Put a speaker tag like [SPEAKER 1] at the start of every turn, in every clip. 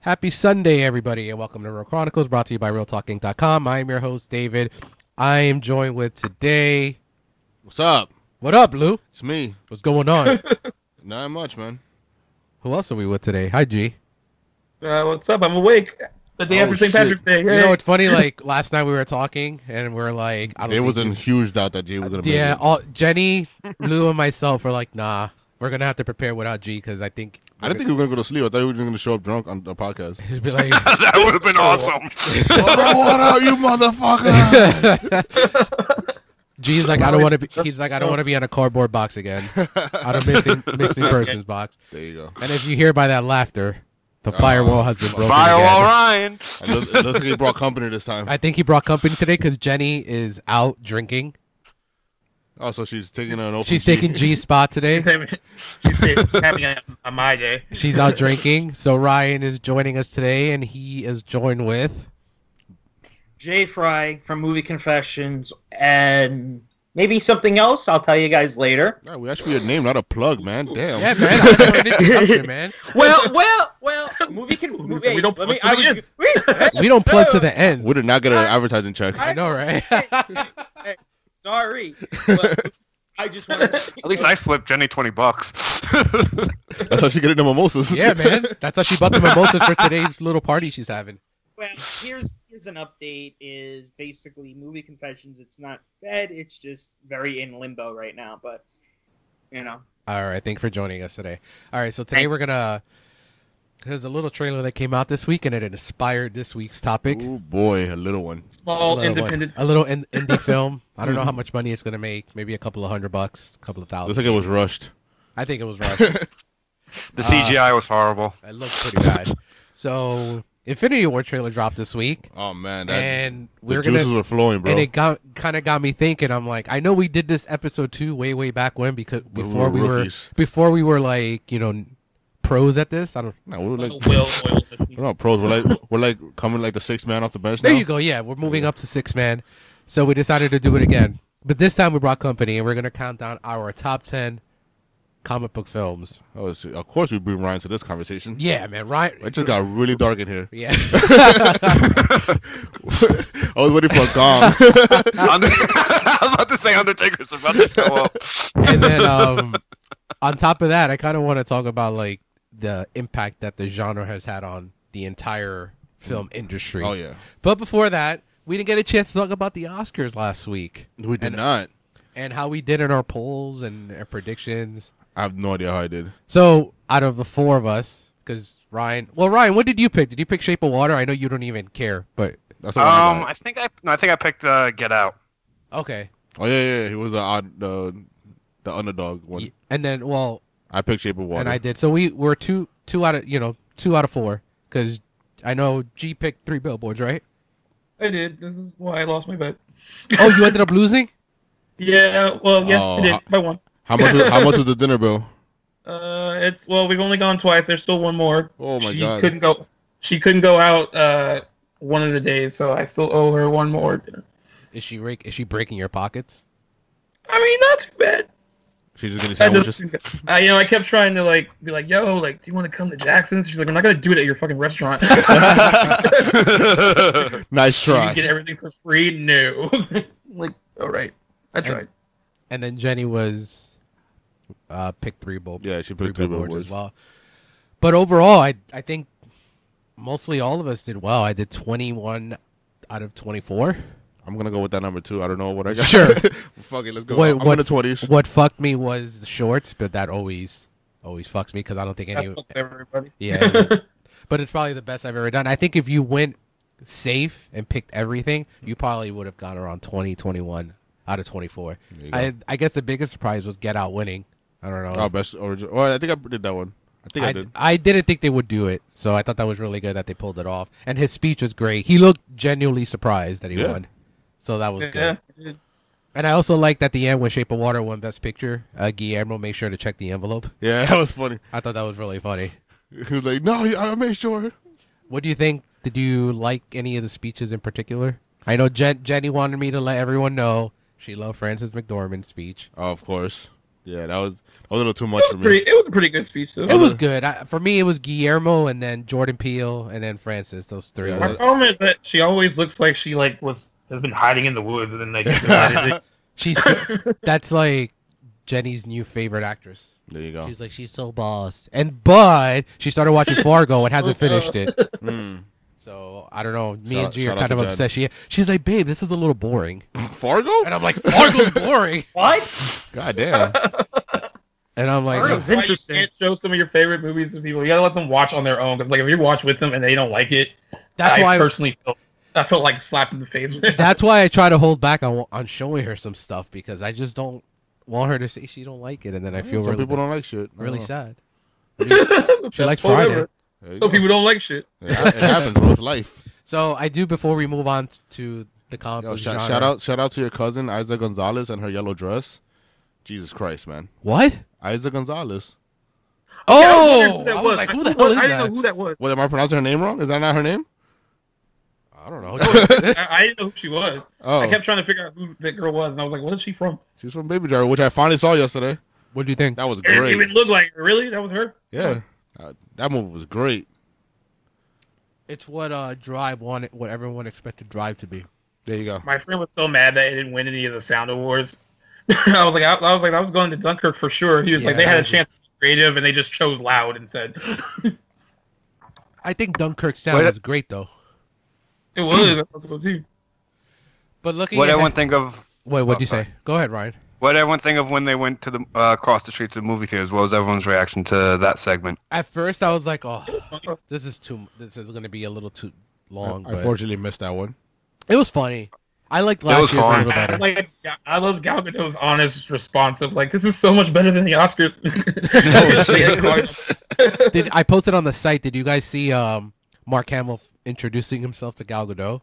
[SPEAKER 1] Happy Sunday, everybody, and welcome to Real Chronicles, brought to you by RealTalking.com. I am your host, David. I am joined with today.
[SPEAKER 2] What's up?
[SPEAKER 1] What up, Lou?
[SPEAKER 2] It's me.
[SPEAKER 1] What's going on?
[SPEAKER 2] Not much, man.
[SPEAKER 1] Who else are we with today? Hi, G.
[SPEAKER 3] Uh, what's up? I'm awake. The day
[SPEAKER 2] Oh,
[SPEAKER 3] after St.
[SPEAKER 2] shit.
[SPEAKER 3] Patrick's Day.
[SPEAKER 1] You know,
[SPEAKER 3] Hey.
[SPEAKER 1] it's funny. Like last night, we were talking, and we are like, I don't.
[SPEAKER 2] It
[SPEAKER 1] think
[SPEAKER 2] was
[SPEAKER 1] you-
[SPEAKER 2] in huge doubt that Jay was gonna
[SPEAKER 1] Yeah, oh
[SPEAKER 2] make it.
[SPEAKER 1] all Jenny, Lou, and myself were like, nah, we're gonna have to prepare without G because I think
[SPEAKER 2] I didn't think he was gonna go to sleep. I thought he was just gonna show up drunk on the podcast.
[SPEAKER 1] it'd be like.
[SPEAKER 4] that would have been awesome.
[SPEAKER 2] oh, what up, you motherfucker?
[SPEAKER 1] G's like, I don't want to be. He's like, I don't want to be on a cardboard box again, on a missing missing persons box.
[SPEAKER 2] there you go.
[SPEAKER 1] And if you hear by that laughter, the firewall has been broken.
[SPEAKER 4] Firewall
[SPEAKER 1] again.
[SPEAKER 4] Ryan.
[SPEAKER 2] It looks, it looks like he brought company this time.
[SPEAKER 1] I think he brought company today because Jenny is out drinking.
[SPEAKER 2] Also, she's taking an open.
[SPEAKER 1] She's
[SPEAKER 2] G.
[SPEAKER 1] taking G's spot today.
[SPEAKER 3] She's having, she's having- having a, a my day.
[SPEAKER 1] She's out drinking. So Ryan is joining us today, and he is joined with.
[SPEAKER 5] Jay Fry from Movie Confessions and maybe something else. I'll tell you guys later.
[SPEAKER 2] Yeah, we actually a name, not a plug, man. Damn.
[SPEAKER 1] Yeah, man. I wanted to touch you, man.
[SPEAKER 5] Well, well, well. Movie can.
[SPEAKER 3] We
[SPEAKER 5] wait,
[SPEAKER 3] don't
[SPEAKER 5] let me.
[SPEAKER 3] plug
[SPEAKER 5] I
[SPEAKER 3] to the
[SPEAKER 5] was, wait,
[SPEAKER 1] We don't plug to the end.
[SPEAKER 2] We did not get an advertising check.
[SPEAKER 1] I know, right?
[SPEAKER 5] sorry. But I just wanted. To,
[SPEAKER 4] At least I slipped Jenny 20 bucks.
[SPEAKER 2] That's how she getting the mimosas.
[SPEAKER 1] yeah, man. That's how she bought the mimosa for today's little party she's having.
[SPEAKER 5] well, here's here's an update. Is basically Movie Confessions. It's not dead. It's just very in limbo right now. But you know,
[SPEAKER 1] All right, thank you for joining us today. All right, so today we're gonna. There's a little trailer that came out this week, and it inspired this week's topic.
[SPEAKER 2] Oh boy, a little one.
[SPEAKER 1] a little,
[SPEAKER 3] Small
[SPEAKER 1] one-
[SPEAKER 3] independent.
[SPEAKER 1] a little in, indie film. I don't know how much money it's gonna make. Maybe a couple of hundred bucks, a couple of
[SPEAKER 2] Looks
[SPEAKER 1] thousand.
[SPEAKER 2] like it was rushed.
[SPEAKER 1] I think it was rushed.
[SPEAKER 4] the CGI was horrible.
[SPEAKER 1] it looked pretty bad. So Infinity War trailer dropped this week,
[SPEAKER 2] Oh man, that,
[SPEAKER 1] and
[SPEAKER 2] the
[SPEAKER 1] we're
[SPEAKER 2] juices
[SPEAKER 1] gonna.
[SPEAKER 2] were flowing, bro.
[SPEAKER 1] And it got kind of got me thinking. I'm like, I know we did this episode two way way back when because
[SPEAKER 2] When we
[SPEAKER 1] before
[SPEAKER 2] were
[SPEAKER 1] we were
[SPEAKER 2] rookies.
[SPEAKER 1] before we were like you know pros at this. I don't.
[SPEAKER 2] Nah, we were like,
[SPEAKER 3] Little Will Oil
[SPEAKER 2] we're
[SPEAKER 3] machine.
[SPEAKER 2] not pros. We're like, we're like coming like the sixth man off the bench.
[SPEAKER 1] There
[SPEAKER 2] now.
[SPEAKER 1] you go. Yeah, we're moving up to six man. So we decided to do it again. But this time we brought company and we're going to count down our top 10 comic book films.
[SPEAKER 2] Oh, shit. of course we bring Ryan to this conversation.
[SPEAKER 1] Yeah, man.
[SPEAKER 2] It
[SPEAKER 1] Right.
[SPEAKER 2] just got really dark in here.
[SPEAKER 1] Yeah.
[SPEAKER 2] I was waiting for a gong.
[SPEAKER 4] Under- I was about to say Undertaker's about to show up.
[SPEAKER 1] and then um, on top of that, I kind of want to talk about like the impact that the genre has had on the entire film industry.
[SPEAKER 2] oh yeah,
[SPEAKER 1] But before that, we didn't get a chance to talk about the Oscars last week
[SPEAKER 2] we did
[SPEAKER 1] And- uh,
[SPEAKER 2] not.
[SPEAKER 1] and how we did in our polls and our predictions.
[SPEAKER 2] I have no idea how I did.
[SPEAKER 1] So out of the four of us, because Ryan, well, Ryan, what did you pick? Did you pick Shape of Water? I know you don't even care, but
[SPEAKER 2] That's all
[SPEAKER 4] Um,
[SPEAKER 2] I
[SPEAKER 4] I think I, no, I think I picked uh, Get Out.
[SPEAKER 1] okay.
[SPEAKER 2] got. Oh yeah, yeah, yeah. He was the odd, the the underdog one.
[SPEAKER 1] Y- And then, well,
[SPEAKER 2] I picked Shape of Water.
[SPEAKER 1] and I did. So we were two, two out of you know, two out of four, because I know G picked three billboards, right?
[SPEAKER 3] I did. This is why I lost my bet.
[SPEAKER 1] Oh, you ended up losing.
[SPEAKER 3] Yeah, well, yeah,
[SPEAKER 2] Oh,
[SPEAKER 3] I
[SPEAKER 2] I-
[SPEAKER 3] did. By one.
[SPEAKER 2] How much? Was, how much was the dinner bill?
[SPEAKER 3] Uh, it's well, we've only gone twice. There's still one more.
[SPEAKER 2] Oh my
[SPEAKER 3] she
[SPEAKER 2] God.
[SPEAKER 3] couldn't go. She couldn't go out uh, one of the days, so I still owe her one more.
[SPEAKER 1] Is she rake? Is she breaking your pockets?
[SPEAKER 3] I mean, not too bad.
[SPEAKER 2] She's just getting
[SPEAKER 3] I just,
[SPEAKER 2] sandwiches.
[SPEAKER 3] uh, you know, I kept trying to like be like, "Yo, like, do you want to come to Jackson's?" She's like, "I'm not gonna do it at your fucking restaurant.
[SPEAKER 2] nice
[SPEAKER 3] you
[SPEAKER 2] try.
[SPEAKER 3] get everything for free." No, like, all right, I tried.
[SPEAKER 1] And then Jenny was, uh, picked three bill-
[SPEAKER 2] Yeah, she
[SPEAKER 1] three
[SPEAKER 2] picked three
[SPEAKER 1] billboards
[SPEAKER 2] billboards.
[SPEAKER 1] as well. But overall, I I think mostly all of us did well. I did twenty one out of twenty four.
[SPEAKER 2] I'm gonna go with that number two. I don't know what I got.
[SPEAKER 1] Sure.
[SPEAKER 2] Fuck it. Let's go.
[SPEAKER 1] What-
[SPEAKER 2] I'm
[SPEAKER 1] what-
[SPEAKER 2] in the twenties.
[SPEAKER 1] What fucked me was the shorts, but that always always fucks me because I don't think any.
[SPEAKER 3] That fucks everybody.
[SPEAKER 1] Yeah, but it's probably the best I've ever done. I think if you went safe and picked everything, you probably would have gone around 20, 21 out of twenty four.
[SPEAKER 2] There you go.
[SPEAKER 1] I I guess the biggest surprise was Get Out winning. I don't know.
[SPEAKER 2] Oh, best original. Well, I think I did that one. I think I, did.
[SPEAKER 1] didn't think they would do it, so I thought that was really good that they pulled it off. And his speech was great. He looked genuinely surprised that he
[SPEAKER 2] Yeah.
[SPEAKER 1] won, so that was
[SPEAKER 3] Yeah.
[SPEAKER 1] good. And I also liked at the end when Shape of Water won Best Picture, uh, Guillermo made sure to check the envelope.
[SPEAKER 2] Yeah, that was funny.
[SPEAKER 1] I thought that was really funny.
[SPEAKER 2] He was like, "No, I I made sure."
[SPEAKER 1] What do you think? Did you like any of the speeches in particular? I know Jen- Jenny wanted me to let everyone know she loved Frances McDormand's speech.
[SPEAKER 2] Oh, of course. Yeah, that was a little too much
[SPEAKER 3] It
[SPEAKER 2] for me.
[SPEAKER 3] was, pretty, it was a pretty good speech though.
[SPEAKER 1] It was good. I, for me, it was Guillermo and then Jordan Peele and then Francis. Those three.
[SPEAKER 2] Yeah.
[SPEAKER 3] My problem is that she always looks like she like was has been hiding in the woods and then like decided
[SPEAKER 1] She's
[SPEAKER 3] to-
[SPEAKER 1] that's like Jenny's new favorite actress.
[SPEAKER 2] there you go.
[SPEAKER 1] She's like she's so boss, and but she started watching Fargo and hasn't finished it.
[SPEAKER 2] Mm.
[SPEAKER 1] So I don't know. Me
[SPEAKER 2] Shout-
[SPEAKER 1] and G are
[SPEAKER 2] shout out
[SPEAKER 1] kind
[SPEAKER 2] to
[SPEAKER 1] of
[SPEAKER 2] Jen.
[SPEAKER 1] obsessed. She, she's like, babe, this is a little boring, and
[SPEAKER 2] Fargo?
[SPEAKER 1] I'm like, Fargo's boring,
[SPEAKER 5] What?
[SPEAKER 2] God damn.
[SPEAKER 1] and I'm like,
[SPEAKER 5] Fargo's-
[SPEAKER 3] That's why you
[SPEAKER 5] interesting.
[SPEAKER 3] can't show some of your favorite movies to people. You gotta let them watch on their own because like if you watch with them and they don't like it,
[SPEAKER 1] that's
[SPEAKER 3] I
[SPEAKER 1] why.
[SPEAKER 3] personally felt I felt like slapped in the face.
[SPEAKER 1] That's why I try to hold back on on showing her some stuff because I just don't want her to say she don't like it, and then I feel
[SPEAKER 2] Some
[SPEAKER 1] really
[SPEAKER 2] people don't like shit. I
[SPEAKER 1] really
[SPEAKER 2] don't know.
[SPEAKER 1] sad.
[SPEAKER 3] she
[SPEAKER 1] likes Friday.
[SPEAKER 2] There you go.
[SPEAKER 3] Some people don't like shit.
[SPEAKER 2] Yeah, it happens, bro. It's life.
[SPEAKER 1] So I do before we move on to the comic
[SPEAKER 2] Yo,
[SPEAKER 1] book
[SPEAKER 2] sh-
[SPEAKER 1] genre.
[SPEAKER 2] shout out, shout out to your cousin Isaac Gonzalez and her yellow dress. Jesus Christ, man.
[SPEAKER 1] What?
[SPEAKER 2] Isaac Gonzalez.
[SPEAKER 3] Yeah,
[SPEAKER 1] Oh,
[SPEAKER 3] who that
[SPEAKER 1] I was like, who the hell
[SPEAKER 3] was-
[SPEAKER 1] is
[SPEAKER 3] I didn't
[SPEAKER 1] that?
[SPEAKER 3] know who that was.
[SPEAKER 2] What am I pronouncing her name wrong? Is that not her name?
[SPEAKER 1] I don't know.
[SPEAKER 3] I, I didn't know who she was.
[SPEAKER 2] Oh,
[SPEAKER 3] I kept trying to figure out who that girl was, and I was like, "What is she from?
[SPEAKER 2] she's from Baby Driver, which I finally saw yesterday.
[SPEAKER 1] what do you think?
[SPEAKER 2] That was
[SPEAKER 3] It didn't
[SPEAKER 2] great.
[SPEAKER 3] even look like her. Really, that was her."
[SPEAKER 2] Yeah, Uh, that movie was great.
[SPEAKER 1] It's what uh, Drive wanted, what everyone expected Drive to be.
[SPEAKER 2] There you go.
[SPEAKER 3] My friend was so mad that it didn't win any of the sound awards. I was like, I, I was like, I was going to Dunkirk for sure. He was
[SPEAKER 1] Yeah,
[SPEAKER 3] like, they had a
[SPEAKER 1] that was-
[SPEAKER 3] chance to be creative, and they just chose loud and said,
[SPEAKER 1] I think Dunkirk's sound
[SPEAKER 4] Wait,
[SPEAKER 1] was great though.
[SPEAKER 3] "It was." That's what it was, too.
[SPEAKER 1] But looking
[SPEAKER 4] What
[SPEAKER 1] at
[SPEAKER 4] everyone think of?
[SPEAKER 1] wait, what
[SPEAKER 4] Oh,
[SPEAKER 1] do you say? Go ahead, Ryan.
[SPEAKER 4] What everyone think of when they went to the uh, across the street to the movie theaters? What was everyone's reaction to that segment?
[SPEAKER 1] At first, I was like, oh, this is too. This is gonna be a little too long.
[SPEAKER 2] I
[SPEAKER 1] but
[SPEAKER 2] unfortunately missed that one.
[SPEAKER 1] it was funny. I liked last
[SPEAKER 4] was
[SPEAKER 1] year's a
[SPEAKER 4] fun.
[SPEAKER 1] little
[SPEAKER 3] I,
[SPEAKER 1] better.
[SPEAKER 3] like, I love Gal Gadot's honest response of like, "This is so much better than the Oscars."
[SPEAKER 2] Oh, shit.
[SPEAKER 1] Did I posted on the site? Did you guys see um, Mark Hamill introducing himself to Gal Gadot?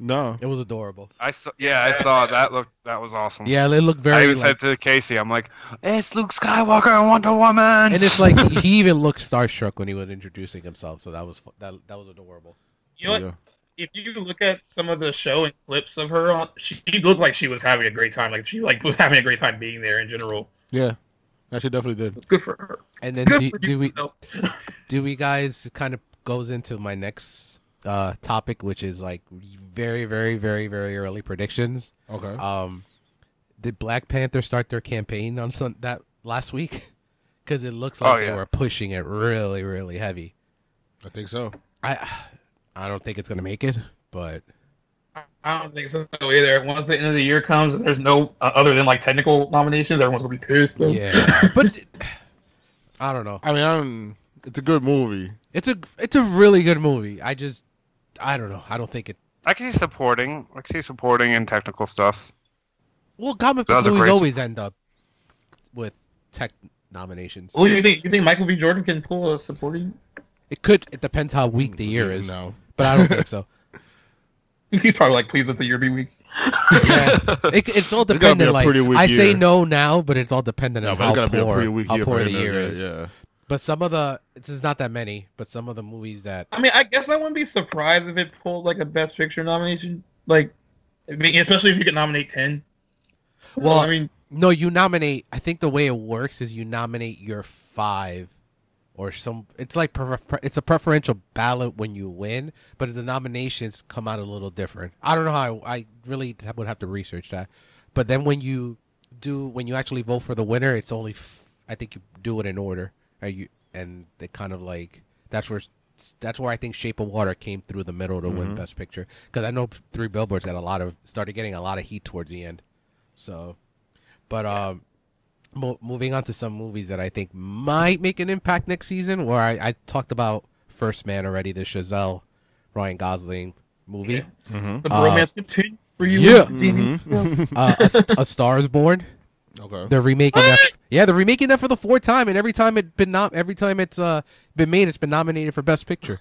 [SPEAKER 2] No.
[SPEAKER 1] It was adorable.
[SPEAKER 4] I saw, yeah, I saw that. Look, that was awesome.
[SPEAKER 1] Yeah, it looked
[SPEAKER 4] I
[SPEAKER 1] very.
[SPEAKER 4] even
[SPEAKER 1] Like,
[SPEAKER 4] said to Casey, I'm like, it's Luke Skywalker and Wonder Woman.
[SPEAKER 1] and it's like he even looked starstruck when he was introducing himself. So that was fu- that that was adorable.
[SPEAKER 3] you know
[SPEAKER 2] There
[SPEAKER 3] what?
[SPEAKER 2] you go.
[SPEAKER 3] If you look at some of the show and clips of her, on, she looked like she was having a great time. Like she like was having a great time being there in general.
[SPEAKER 2] Yeah, that shit definitely did.
[SPEAKER 3] Good for her.
[SPEAKER 1] And then
[SPEAKER 3] Good
[SPEAKER 1] do,
[SPEAKER 3] for
[SPEAKER 1] do
[SPEAKER 3] you.
[SPEAKER 1] we
[SPEAKER 3] so.
[SPEAKER 1] do we guys it kind of goes into my next uh topic which is like very very very very early predictions
[SPEAKER 2] Okay.
[SPEAKER 1] um did black panther start their campaign on some that last week because it looks like
[SPEAKER 4] Oh, yeah.
[SPEAKER 1] they were pushing it really really heavy
[SPEAKER 2] I think so.
[SPEAKER 1] i i don't think it's gonna make it but
[SPEAKER 3] I don't think so either. Once the end of the year comes and there's no uh, other than like technical nominations, everyone's gonna be pissed. So.
[SPEAKER 1] yeah but i don't know
[SPEAKER 2] I mean, I don't, it's a good movie.
[SPEAKER 1] it's a it's a really good movie i just i don't know i don't think it
[SPEAKER 4] I can see supporting. I can see supporting and technical stuff.
[SPEAKER 1] well comic book
[SPEAKER 4] That was a
[SPEAKER 1] movies
[SPEAKER 4] great-
[SPEAKER 1] always end up with tech nominations
[SPEAKER 3] Who do you think? You think Michael B. Jordan can pull a supporting?
[SPEAKER 1] It could. It depends how weak the year is,
[SPEAKER 2] No.
[SPEAKER 1] but I don't think so.
[SPEAKER 3] He's probably like, please let the year be weak.
[SPEAKER 1] Yeah, it, it's all
[SPEAKER 2] It's gotta be
[SPEAKER 1] dependent.
[SPEAKER 2] a
[SPEAKER 1] like
[SPEAKER 2] pretty weak
[SPEAKER 1] I say
[SPEAKER 2] year.
[SPEAKER 1] no now, but it's all dependent
[SPEAKER 2] No,
[SPEAKER 1] on
[SPEAKER 2] but it's
[SPEAKER 1] how
[SPEAKER 2] gotta be a
[SPEAKER 1] poor,
[SPEAKER 2] pretty weak
[SPEAKER 1] how
[SPEAKER 2] year
[SPEAKER 1] poor
[SPEAKER 2] for
[SPEAKER 1] the
[SPEAKER 2] him to-
[SPEAKER 1] year is.
[SPEAKER 2] Yeah.
[SPEAKER 1] But some of the it's just not that many. But some of the movies that
[SPEAKER 3] I mean, I guess I wouldn't be surprised if it pulled like a Best Picture nomination. Like, I mean, especially if you could nominate ten.
[SPEAKER 1] Well,
[SPEAKER 3] I mean,
[SPEAKER 1] no, you nominate. I think the way it works is you nominate your five. Or some, it's like prefer, it's a preferential ballot when you win, but the nominations come out a little different. I don't know how I, I really would have to research that, but then when you do when you actually vote for the winner, it's only f- I think you do it in order. Are you and they kind of like that's where s- that's where I think Shape of Water came through the middle to win
[SPEAKER 2] Mhm.
[SPEAKER 1] Best Picture because I know Three Billboards got a lot of started getting a lot of heat towards the end. So, but um, mo- moving on to some movies that I think might make an impact next season. Where I, I talked about First Man already, the Chazelle, Ryan Gosling movie.
[SPEAKER 3] Yeah.
[SPEAKER 2] Mm-hmm.
[SPEAKER 3] the
[SPEAKER 1] Uh,
[SPEAKER 3] romance continues for you.
[SPEAKER 1] yeah.
[SPEAKER 3] Dini.
[SPEAKER 1] uh, a, S- a Star Is Born.
[SPEAKER 2] okay.
[SPEAKER 1] They're remaking that. Yeah, they're remaking that for the fourth time, and every time it been nom- every time it's uh been made, it's been nominated for Best Picture.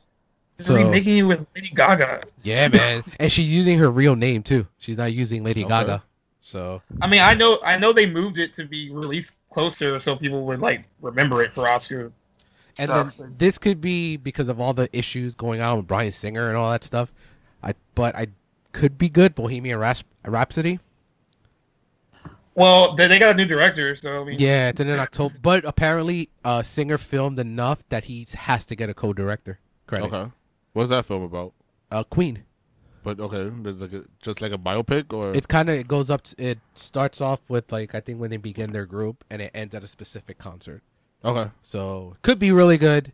[SPEAKER 3] They're remaking it with Lady Gaga.
[SPEAKER 1] Yeah, man. and she's using her real name too. She's not using Lady
[SPEAKER 2] Okay.
[SPEAKER 1] Gaga. So
[SPEAKER 3] I mean, I know, I know they moved it to be released closer so people would like remember it for Oscar.
[SPEAKER 1] and
[SPEAKER 4] Sucks.
[SPEAKER 1] then this could be because of all the issues going on with Brian Singer and all that stuff. I but I could be good Bohemian Raps- Rhapsody.
[SPEAKER 3] Well, they, they got a new director, so I mean,
[SPEAKER 1] Yeah, it's in October. But apparently, uh, Singer filmed enough that he has to get a co-director credit.
[SPEAKER 2] Okay. What's that film about?
[SPEAKER 1] Uh, Queen.
[SPEAKER 2] But okay, there's like a, just like a biopic or
[SPEAKER 1] It's kind of it goes up. To, it starts off with like I think when they begin their group, and it ends at a specific concert.
[SPEAKER 2] okay.
[SPEAKER 1] So could be really good.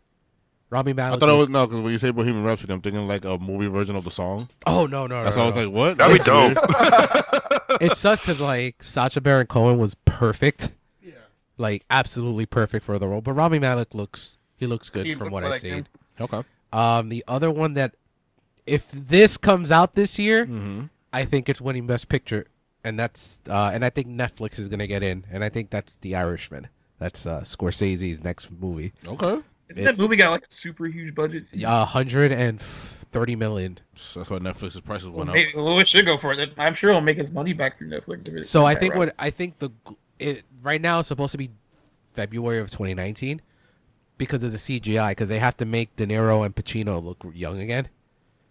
[SPEAKER 1] Rami
[SPEAKER 2] I
[SPEAKER 1] Malek.
[SPEAKER 2] thought it was no, because when you say Bohemian Rhapsody, I'm thinking like a movie version of the song.
[SPEAKER 1] Oh no no.
[SPEAKER 2] That's
[SPEAKER 1] no,
[SPEAKER 2] why I
[SPEAKER 1] no.
[SPEAKER 2] was like, what?
[SPEAKER 4] That'd be
[SPEAKER 2] That's
[SPEAKER 4] dope.
[SPEAKER 2] weird.
[SPEAKER 1] it sucks because like Sacha Baron Cohen was perfect.
[SPEAKER 2] Yeah.
[SPEAKER 1] Like absolutely perfect for the role, but Rami Malek looks he looks good
[SPEAKER 3] He
[SPEAKER 1] from
[SPEAKER 3] looks
[SPEAKER 1] what I've
[SPEAKER 3] like
[SPEAKER 1] seen.
[SPEAKER 3] him.
[SPEAKER 2] Okay.
[SPEAKER 1] Um, the other one that if this comes out this year,
[SPEAKER 2] Mm-hmm.
[SPEAKER 1] I think it's winning Best Picture, and that's uh, and I think Netflix is gonna get in, and I think that's The Irishman. That's uh, Scorsese's next movie.
[SPEAKER 2] Okay.
[SPEAKER 3] isn't
[SPEAKER 1] It's-
[SPEAKER 3] that movie got like a super huge budget?
[SPEAKER 1] A hundred and thirty million.
[SPEAKER 2] So that's why Netflix's prices
[SPEAKER 3] Well,
[SPEAKER 2] went up.
[SPEAKER 3] maybe, well, it should go for it. I'm sure it'll make its money back through Netflix. if it-
[SPEAKER 1] So I
[SPEAKER 3] if that
[SPEAKER 1] think
[SPEAKER 3] route.
[SPEAKER 1] what I think the g- it right now is supposed to be February of 2019 because of the CGI because they have to make De Niro and Pacino look young again.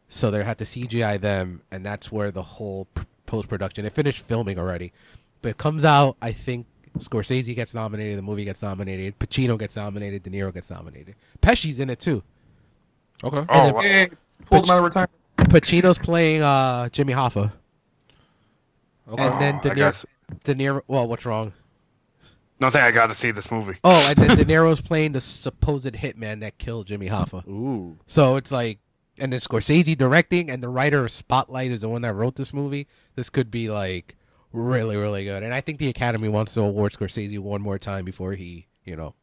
[SPEAKER 1] So they have to CGI them and that's where the whole post production. They finished filming already. But it comes out I think Scorsese gets nominated, the movie gets nominated, Pacino gets nominated, De Niro gets nominated. Pesci's in it too.
[SPEAKER 2] Okay.
[SPEAKER 4] Oh,
[SPEAKER 1] And
[SPEAKER 4] wow.
[SPEAKER 3] Yeah,
[SPEAKER 1] But-
[SPEAKER 3] pulled him out of retirement.
[SPEAKER 1] Pacino's playing uh Jimmy Hoffa.
[SPEAKER 2] Okay.
[SPEAKER 1] And then
[SPEAKER 4] Oh,
[SPEAKER 1] De
[SPEAKER 4] I
[SPEAKER 1] Niro-
[SPEAKER 4] guess-
[SPEAKER 1] De Niro well, what's wrong?
[SPEAKER 4] No, I'm saying I got to see this movie.
[SPEAKER 1] Oh, and then De Niro's playing the supposed hitman that killed Jimmy Hoffa.
[SPEAKER 2] Ooh.
[SPEAKER 1] So it's like, and then Scorsese directing, and the writer of Spotlight is the one that wrote this movie. This could be like really, really good. And I think the Academy wants to award Scorsese one more time before he, you know,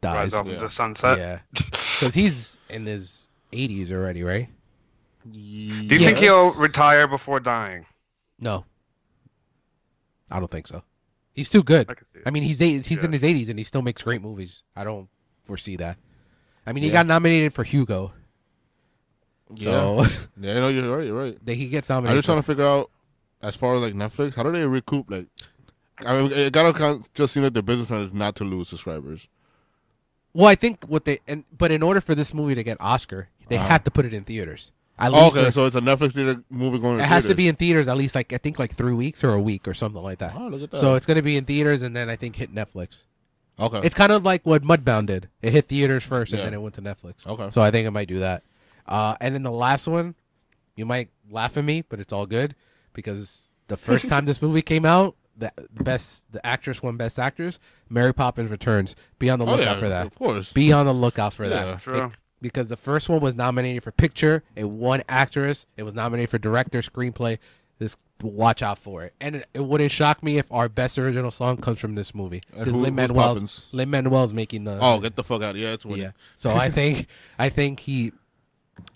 [SPEAKER 1] dies.
[SPEAKER 4] Rise up
[SPEAKER 2] yeah.
[SPEAKER 4] into sunset.
[SPEAKER 1] Yeah, because he's in his 80s already, right?
[SPEAKER 4] Do you think he'll retire before dying?
[SPEAKER 1] No, I don't think so. He's too good.
[SPEAKER 4] I can see it.
[SPEAKER 1] I mean, he's eight, he's in
[SPEAKER 4] Yeah.
[SPEAKER 1] his 80s and he still makes great movies. I don't foresee that. I mean, he
[SPEAKER 2] Yeah.
[SPEAKER 1] got nominated for Hugo,
[SPEAKER 2] Yeah.
[SPEAKER 1] so
[SPEAKER 2] Yeah. No, you're right. You're right.
[SPEAKER 1] that he gets
[SPEAKER 2] I'm
[SPEAKER 1] nominated.
[SPEAKER 2] just trying to figure out, as far as like Netflix, how do they recoup? Like, I mean, it gotta kind of just seem that their business plan is not to lose subscribers.
[SPEAKER 1] Well, I think what they and but in order for this movie to get Oscar, they
[SPEAKER 2] Uh-huh.
[SPEAKER 1] have to put it in theaters. At
[SPEAKER 2] Oh,
[SPEAKER 1] least
[SPEAKER 2] okay,
[SPEAKER 1] for-
[SPEAKER 2] so it's a Netflix theater movie going.
[SPEAKER 1] it has to be in theaters at least like I think like three weeks or a week or something like that.
[SPEAKER 2] Oh, look at that.
[SPEAKER 1] So it's gonna be in theaters and then I think hit Netflix.
[SPEAKER 2] okay.
[SPEAKER 1] It's kind of like what Mudbound did. It hit theaters first and
[SPEAKER 2] Oh. Yeah.
[SPEAKER 1] then it went to Netflix.
[SPEAKER 2] okay.
[SPEAKER 1] So I think I might do that. Uh, and then the last one, you might laugh at me, but it's all good because the first time this movie came out, the the best the actress won Best Actress. Mary Poppins returns. Be on the
[SPEAKER 2] oh,
[SPEAKER 1] lookout
[SPEAKER 2] yeah,
[SPEAKER 1] for that.
[SPEAKER 2] Of course.
[SPEAKER 1] Be on the lookout for that.
[SPEAKER 2] Yeah.
[SPEAKER 4] True.
[SPEAKER 1] because the first one was nominated for picture, it won actress, it was nominated for director, screenplay. This watch out for it, and it, it wouldn't shock me if our best original song comes from this movie
[SPEAKER 2] And
[SPEAKER 1] because
[SPEAKER 2] Uh, who-
[SPEAKER 1] Lin
[SPEAKER 2] who's
[SPEAKER 1] Manuel's
[SPEAKER 2] Poppins?
[SPEAKER 1] Lin Manuel's making the
[SPEAKER 2] Oh, get the fuck out! Yeah, it's winning.
[SPEAKER 1] yeah. So I think I think he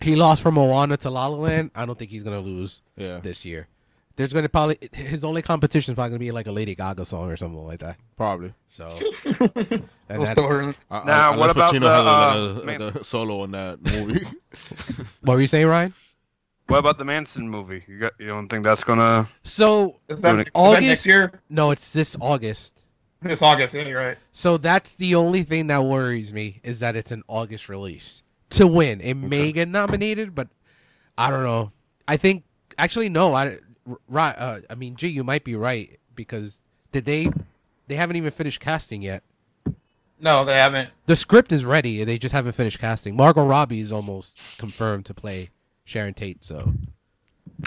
[SPEAKER 1] he lost from Moana to La La Land. I don't think he's gonna lose
[SPEAKER 2] Yeah,
[SPEAKER 1] this year. There's gonna probably his only competition is probably gonna be like a Lady Gaga song or something like that.
[SPEAKER 2] probably.
[SPEAKER 1] So and
[SPEAKER 3] They'll
[SPEAKER 1] that,
[SPEAKER 3] throw her in-
[SPEAKER 2] I- I-
[SPEAKER 4] Now,
[SPEAKER 2] unless
[SPEAKER 4] what about
[SPEAKER 2] Pacino
[SPEAKER 4] the,
[SPEAKER 2] has, like,
[SPEAKER 4] uh,
[SPEAKER 2] a, like a solo in that movie?
[SPEAKER 1] what were you saying, Ryan?
[SPEAKER 4] What about the Manson movie? You got? You don't think that's gonna?
[SPEAKER 1] So
[SPEAKER 3] Is that, is that
[SPEAKER 1] August-
[SPEAKER 3] next year?
[SPEAKER 1] no, it's this August.
[SPEAKER 3] It's August, yeah, you're right?
[SPEAKER 1] So that's the only thing that worries me is that it's an August release to win. It may get nominated, but I don't know. I think actually no. I right. Uh, I mean, gee, you might be right because did they? They haven't even finished casting yet.
[SPEAKER 3] No, they haven't.
[SPEAKER 1] The script is ready. They just haven't finished casting. Margot Robbie is almost confirmed to play Sharon Tate. So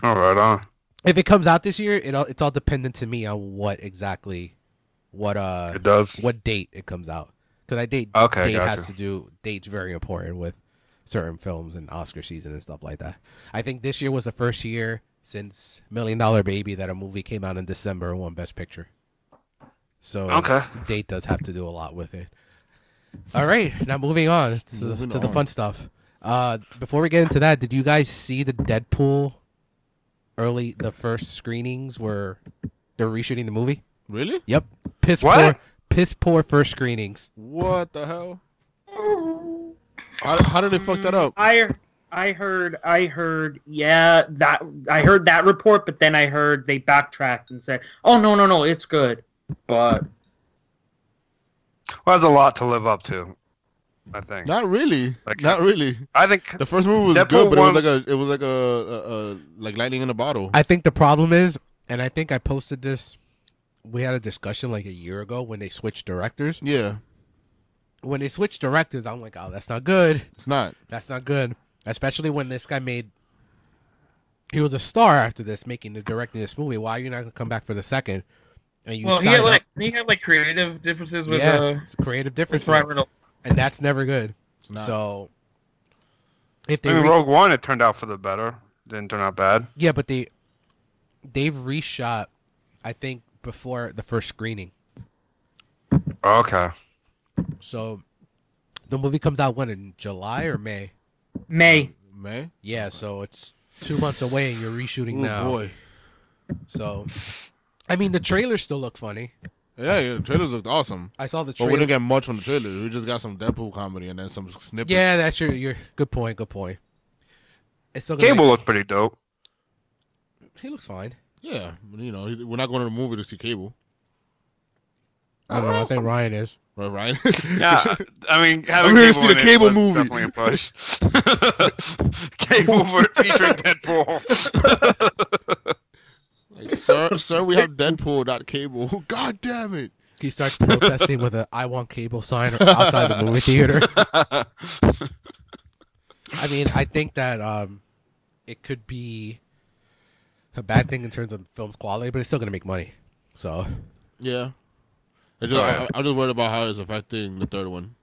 [SPEAKER 4] All oh, right, on.
[SPEAKER 1] if it comes out this year, it all, it's all dependent to me on what exactly, what uh,
[SPEAKER 4] It does.
[SPEAKER 1] what date it comes out because I date
[SPEAKER 4] Okay,
[SPEAKER 1] date has
[SPEAKER 4] gotcha.
[SPEAKER 1] to do dates very important with certain films and Oscar season and stuff like that. I think this year was the first year since Million Dollar Baby that a movie came out in December and won Best Picture. So
[SPEAKER 4] Okay.
[SPEAKER 1] date does have to do a lot with it. All right, now moving on to,
[SPEAKER 2] Moving
[SPEAKER 1] to the
[SPEAKER 2] on.
[SPEAKER 1] fun stuff. Uh, before we get into that, did you guys see the Deadpool early the first screenings were they're reshooting the movie?
[SPEAKER 2] really?
[SPEAKER 1] Yep. Piss
[SPEAKER 4] What?
[SPEAKER 1] poor piss poor first screenings.
[SPEAKER 2] What the hell? How, how did they fuck that up?
[SPEAKER 5] I I heard I heard yeah that I heard that report, but then I heard they backtracked and said, "Oh no no no, it's good." But
[SPEAKER 4] Well, that's a lot to live up to. I think.
[SPEAKER 2] Not really.
[SPEAKER 4] Like-
[SPEAKER 2] Not really.
[SPEAKER 4] I think.
[SPEAKER 2] The first movie was
[SPEAKER 4] Deadpool
[SPEAKER 2] good, but
[SPEAKER 4] one-
[SPEAKER 2] it was like a, it was like a, a, a like lightning in a bottle.
[SPEAKER 1] I think the problem is, and I think I posted this we had a discussion like a year ago when they switched directors.
[SPEAKER 2] Yeah,
[SPEAKER 1] When they switched directors, I'm like, oh, that's not good.
[SPEAKER 2] it's not.
[SPEAKER 1] That's not good. Especially when this guy made. He was a star after this, making the directing this movie. Why are you not gonna come back for the second? And you
[SPEAKER 3] well, he
[SPEAKER 1] sign
[SPEAKER 3] had
[SPEAKER 1] up-
[SPEAKER 3] like he had like creative differences with
[SPEAKER 1] yeah,
[SPEAKER 3] uh,
[SPEAKER 1] it's creative
[SPEAKER 3] with
[SPEAKER 1] difference,
[SPEAKER 3] Ryan Reynolds.
[SPEAKER 1] and that's never good.
[SPEAKER 2] It's not.
[SPEAKER 1] So if they
[SPEAKER 4] I mean,
[SPEAKER 1] re-
[SPEAKER 4] Rogue One, it turned out for the better. Didn't turn out bad.
[SPEAKER 1] Yeah, but they they've reshot I think before the first screening.
[SPEAKER 4] Okay.
[SPEAKER 1] So the movie comes out when in July or May?
[SPEAKER 5] May.
[SPEAKER 2] May.
[SPEAKER 1] Yeah, so it's 2 months away and you're reshooting
[SPEAKER 2] Oh
[SPEAKER 1] now.
[SPEAKER 2] boy.
[SPEAKER 1] So I mean the trailers still look funny.
[SPEAKER 2] Yeah, yeah. The trailers looked awesome,
[SPEAKER 1] I saw the
[SPEAKER 2] but we
[SPEAKER 1] trailer.
[SPEAKER 2] didn't get much from the trailers. We just got some Deadpool comedy and then some snippets.
[SPEAKER 1] yeah, that's your your good point, good point. It's still gonna
[SPEAKER 4] Cable looked pretty dope.
[SPEAKER 1] make- he looks fine.
[SPEAKER 2] yeah. You know, he- we're not going to the movie to see Cable,
[SPEAKER 1] I don't know. I think Ryan is.
[SPEAKER 2] right? Ryan.
[SPEAKER 4] Yeah, I mean, having
[SPEAKER 2] I'm here to
[SPEAKER 4] cable
[SPEAKER 2] see the
[SPEAKER 4] in it
[SPEAKER 2] Cable
[SPEAKER 4] was
[SPEAKER 2] movie.
[SPEAKER 4] Definitely a push. cable for featuring Deadpool.
[SPEAKER 2] Like, sir, sir, we have Deadpool, not Cable. God damn it!
[SPEAKER 1] He starts protesting with a "I want cable" sign outside the movie theater. I mean, I think that um, it could be a bad thing in terms of film's quality, but it's still going to make money. So
[SPEAKER 2] Yeah. I just,
[SPEAKER 4] Alright.
[SPEAKER 2] I, I'm just worried about how it's affecting the third one.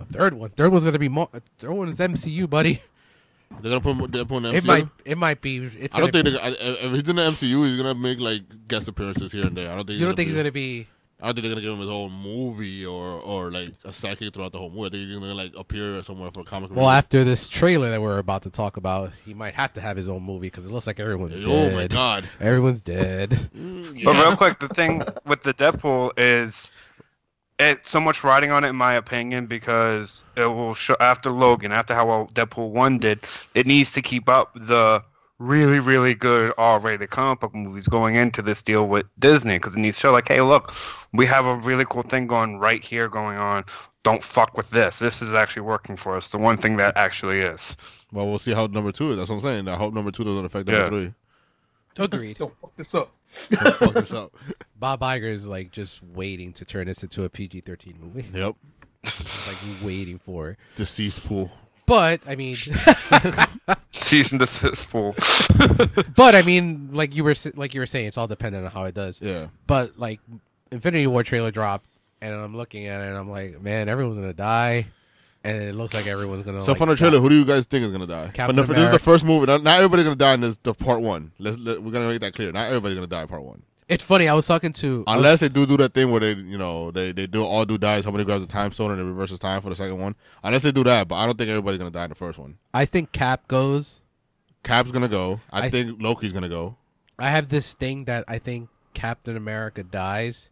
[SPEAKER 1] a third one, third one's going to be more. Third one is MCU, buddy.
[SPEAKER 2] They're gonna put more Deadpool in the MCU.
[SPEAKER 1] It might, it might be. It's
[SPEAKER 2] I don't
[SPEAKER 1] gonna,
[SPEAKER 2] think they're, gonna- I- if he's in the MCU, he's gonna make like guest appearances here and there. I don't think
[SPEAKER 1] you don't think
[SPEAKER 2] he's
[SPEAKER 1] it's going to be.
[SPEAKER 2] I don't think they're gonna give him his whole movie or or like a sidekick throughout the whole movie. I think he's gonna like appear somewhere for a comic.
[SPEAKER 1] Well,
[SPEAKER 2] relief.
[SPEAKER 1] after this trailer that we're about to talk about, he might have to have his own movie because it looks like everyone's
[SPEAKER 2] oh
[SPEAKER 1] dead.
[SPEAKER 2] my god!
[SPEAKER 1] Everyone's dead.
[SPEAKER 2] Mm,
[SPEAKER 4] But
[SPEAKER 2] yeah.
[SPEAKER 4] real quick, the thing with the Deadpool is it's so much riding on it, in my opinion, because it will show after Logan, after how well Deadpool one did, it needs to keep up the really, really good R-rated comic book movies going into this deal with Disney, because it needs to show like, hey, look, we have a really cool thing going right here going on. Don't fuck with this. This is actually working for us. The one thing that actually is.
[SPEAKER 2] Well, we'll see how number two is. That's what I'm saying. I hope number two doesn't affect number
[SPEAKER 4] Yeah.
[SPEAKER 2] three.
[SPEAKER 1] Agreed.
[SPEAKER 3] Don't fuck this up.
[SPEAKER 2] Don't fuck this up.
[SPEAKER 1] Bob Iger is like just waiting to turn this into a PG thirteen movie.
[SPEAKER 2] Yep.
[SPEAKER 1] He's like waiting for it.
[SPEAKER 2] Deceased pool.
[SPEAKER 1] But I mean,
[SPEAKER 4] Cease and desist pool.
[SPEAKER 1] but I mean, like you were s- like you were saying, it's all dependent on how it does.
[SPEAKER 2] Yeah.
[SPEAKER 1] But like, Infinity War trailer dropped, and I'm looking at it, and I'm like, man, everyone's gonna die, and it looks like everyone's gonna.
[SPEAKER 2] So
[SPEAKER 1] like,
[SPEAKER 2] from the
[SPEAKER 1] die.
[SPEAKER 2] trailer, who do you guys think is gonna die?
[SPEAKER 1] Captain
[SPEAKER 2] But this is the
[SPEAKER 1] America.
[SPEAKER 2] first movie. Not, not everybody's gonna die in this the part one. Let's, let, we're gonna make that clear. Not everybody's gonna die in part one.
[SPEAKER 1] It's funny. I was talking to. I was-
[SPEAKER 2] Unless they do do that thing where they, you know, they, they do all do die. Somebody grabs a time stone and it reverses time for the second one. Unless they do that, but I don't think everybody's gonna die in the first one.
[SPEAKER 1] I think Cap goes.
[SPEAKER 2] Cap's gonna go. I,
[SPEAKER 1] I-
[SPEAKER 2] think Loki's gonna go.
[SPEAKER 1] I have this thing that I think Captain America dies,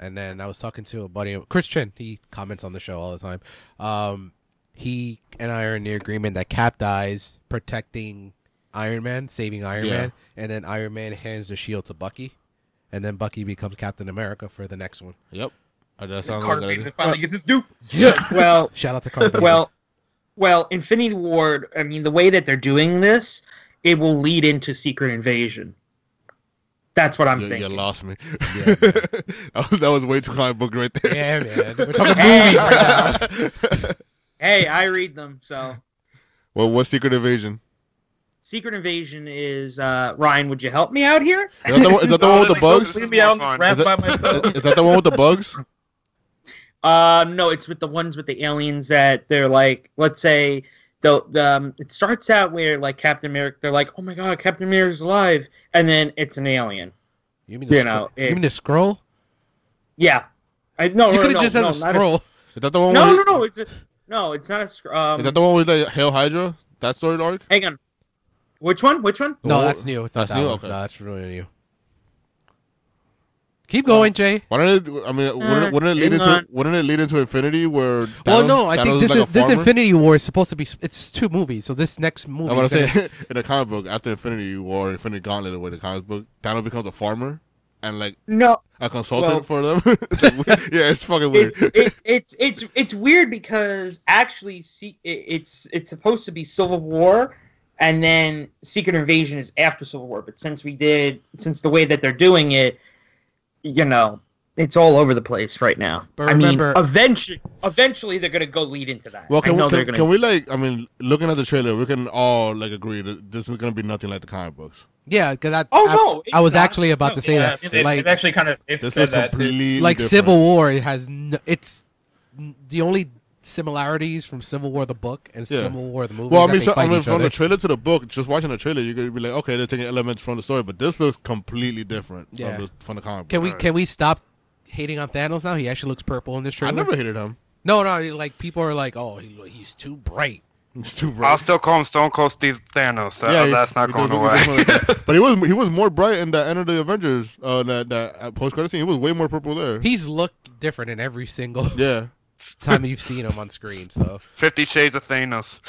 [SPEAKER 1] and then I was talking to a buddy, of- Chris Chin. He comments on the show all the time. Um, he and I are in the agreement that Cap dies protecting Iron Man, saving Iron
[SPEAKER 2] Yeah.
[SPEAKER 1] Man, and then Iron Man hands the shield to Bucky, and then Bucky becomes Captain America for the next one.
[SPEAKER 2] Yep. Uh, That sounds
[SPEAKER 3] Carter
[SPEAKER 2] like
[SPEAKER 3] Payton
[SPEAKER 2] that.
[SPEAKER 3] finally gets his due.
[SPEAKER 1] Yeah.
[SPEAKER 5] Well,
[SPEAKER 1] Shout out to Carter.
[SPEAKER 5] well, well, Infinity War. I mean, the way that they're doing this, it will lead into Secret Invasion. That's what I'm
[SPEAKER 2] You, you
[SPEAKER 5] thinking.
[SPEAKER 2] lost me.
[SPEAKER 1] Yeah, man.
[SPEAKER 2] that, was, that was way too comic book right there.
[SPEAKER 1] yeah, man. We're talking
[SPEAKER 5] Hey,
[SPEAKER 1] movies right now.
[SPEAKER 5] hey, I read them. So,
[SPEAKER 2] well, what's Secret Invasion?
[SPEAKER 5] Secret Invasion is uh, Ryan. Would you help me out here?
[SPEAKER 2] Is that the one, is that the one with the bugs?
[SPEAKER 4] This is
[SPEAKER 3] Leave me out
[SPEAKER 4] more fun.
[SPEAKER 3] and rap
[SPEAKER 2] Is
[SPEAKER 3] by
[SPEAKER 2] it-
[SPEAKER 3] myself.
[SPEAKER 2] Is that the one with the bugs?
[SPEAKER 5] Uh, no, it's with the ones with the aliens that they're like, let's say the, the um, it starts out where like Captain America, they're like, oh my god, Captain America's alive, and then it's an alien.
[SPEAKER 1] You mean the
[SPEAKER 5] You
[SPEAKER 1] scr-
[SPEAKER 5] know,
[SPEAKER 1] you
[SPEAKER 5] it-
[SPEAKER 1] mean the scroll?
[SPEAKER 5] Yeah, I no,
[SPEAKER 1] you
[SPEAKER 5] Oh, no,
[SPEAKER 1] could have
[SPEAKER 5] no,
[SPEAKER 1] just
[SPEAKER 5] no,
[SPEAKER 1] had a
[SPEAKER 5] not a-
[SPEAKER 1] scroll.
[SPEAKER 2] Is that the one? with,
[SPEAKER 5] no, no, no, it's a, no, it's not a scr- um,
[SPEAKER 2] Is that the one with like Hail Hydra? That story arc?
[SPEAKER 5] Hang on, which one? Which one?
[SPEAKER 1] No,
[SPEAKER 2] Oh,
[SPEAKER 1] that's new. It's not
[SPEAKER 2] that's
[SPEAKER 1] that
[SPEAKER 2] new?
[SPEAKER 1] one.
[SPEAKER 2] Okay.
[SPEAKER 1] No, that's really new. Keep going, Jay.
[SPEAKER 2] Why don't it? I mean,
[SPEAKER 5] Mm.
[SPEAKER 2] wouldn't, it- wouldn't it lead
[SPEAKER 5] hang
[SPEAKER 2] into
[SPEAKER 5] on.
[SPEAKER 2] wouldn't it lead into Infinity where? Thanos,
[SPEAKER 1] well, no, I
[SPEAKER 2] Thanos
[SPEAKER 1] think this
[SPEAKER 2] like
[SPEAKER 1] is,
[SPEAKER 2] a
[SPEAKER 1] this
[SPEAKER 2] farmer?
[SPEAKER 1] Infinity War is supposed to be. s- It's two movies, so this next movie.
[SPEAKER 2] I want
[SPEAKER 1] is
[SPEAKER 2] to
[SPEAKER 1] gonna-
[SPEAKER 2] say in the comic book after Infinity War, Infinity Gauntlet, where the comic book Thanos becomes a farmer and like
[SPEAKER 5] No,
[SPEAKER 2] a consultant
[SPEAKER 5] Well-
[SPEAKER 2] for them. It's like, yeah, it's fucking
[SPEAKER 5] it,
[SPEAKER 2] weird.
[SPEAKER 5] it, it's it's it's weird because actually, see, it, it's it's supposed to be Civil War, and then Secret Invasion is after Civil War. But since we did, since the way that they're doing it, you know, it's all over the place right now.
[SPEAKER 1] But
[SPEAKER 5] I mean,
[SPEAKER 1] remember-
[SPEAKER 5] eventually, eventually they're gonna go lead into that.
[SPEAKER 2] Well, can,
[SPEAKER 5] I know
[SPEAKER 2] we,
[SPEAKER 5] they're
[SPEAKER 2] can,
[SPEAKER 5] gonna.
[SPEAKER 2] can we like? I mean, looking at the trailer, we can all like agree that this is gonna be nothing like the comic books.
[SPEAKER 1] Yeah, because I,
[SPEAKER 5] Oh,
[SPEAKER 1] I-
[SPEAKER 5] no,
[SPEAKER 1] I, was
[SPEAKER 5] it's not.
[SPEAKER 1] actually about
[SPEAKER 3] No,
[SPEAKER 1] to say
[SPEAKER 3] yeah,
[SPEAKER 1] that.
[SPEAKER 3] I mean, They've,
[SPEAKER 1] like,
[SPEAKER 3] they've actually kind of they've
[SPEAKER 2] This
[SPEAKER 3] said
[SPEAKER 2] looks
[SPEAKER 3] that. too.
[SPEAKER 2] completely
[SPEAKER 1] like
[SPEAKER 2] different.
[SPEAKER 1] Civil War it has no, it's n- the only similarities from Civil War the book and
[SPEAKER 2] Yeah.
[SPEAKER 1] Civil War the movie.
[SPEAKER 2] Well, I
[SPEAKER 1] that
[SPEAKER 2] mean,
[SPEAKER 1] they
[SPEAKER 2] so, I
[SPEAKER 1] fight
[SPEAKER 2] mean,
[SPEAKER 1] each
[SPEAKER 2] from
[SPEAKER 1] other.
[SPEAKER 2] the trailer to the book, just watching the trailer, you're gonna be like, okay, they're taking elements from the story, but this looks completely different
[SPEAKER 1] Yeah.
[SPEAKER 2] from the from the comic.
[SPEAKER 1] can
[SPEAKER 2] book.
[SPEAKER 1] we can we stop hating on Thanos now? He actually looks purple in this
[SPEAKER 2] I
[SPEAKER 1] trailer.
[SPEAKER 2] never hated him.
[SPEAKER 1] No, no, like people are like, oh, he, he's too bright.
[SPEAKER 2] It's too
[SPEAKER 4] I'll
[SPEAKER 2] bright.
[SPEAKER 4] still call him Stone Cold Steve Thanos. That-
[SPEAKER 2] he-
[SPEAKER 4] that's not
[SPEAKER 2] he
[SPEAKER 4] going
[SPEAKER 2] does look- he
[SPEAKER 4] away.
[SPEAKER 2] does look like that. but he was he was more bright in the end of the Avengers uh, that that post credit scene. He was way more purple there.
[SPEAKER 1] He's looked different in every single
[SPEAKER 2] yeah,
[SPEAKER 1] time you've seen him on screen. So
[SPEAKER 4] Fifty Shades of Thanos.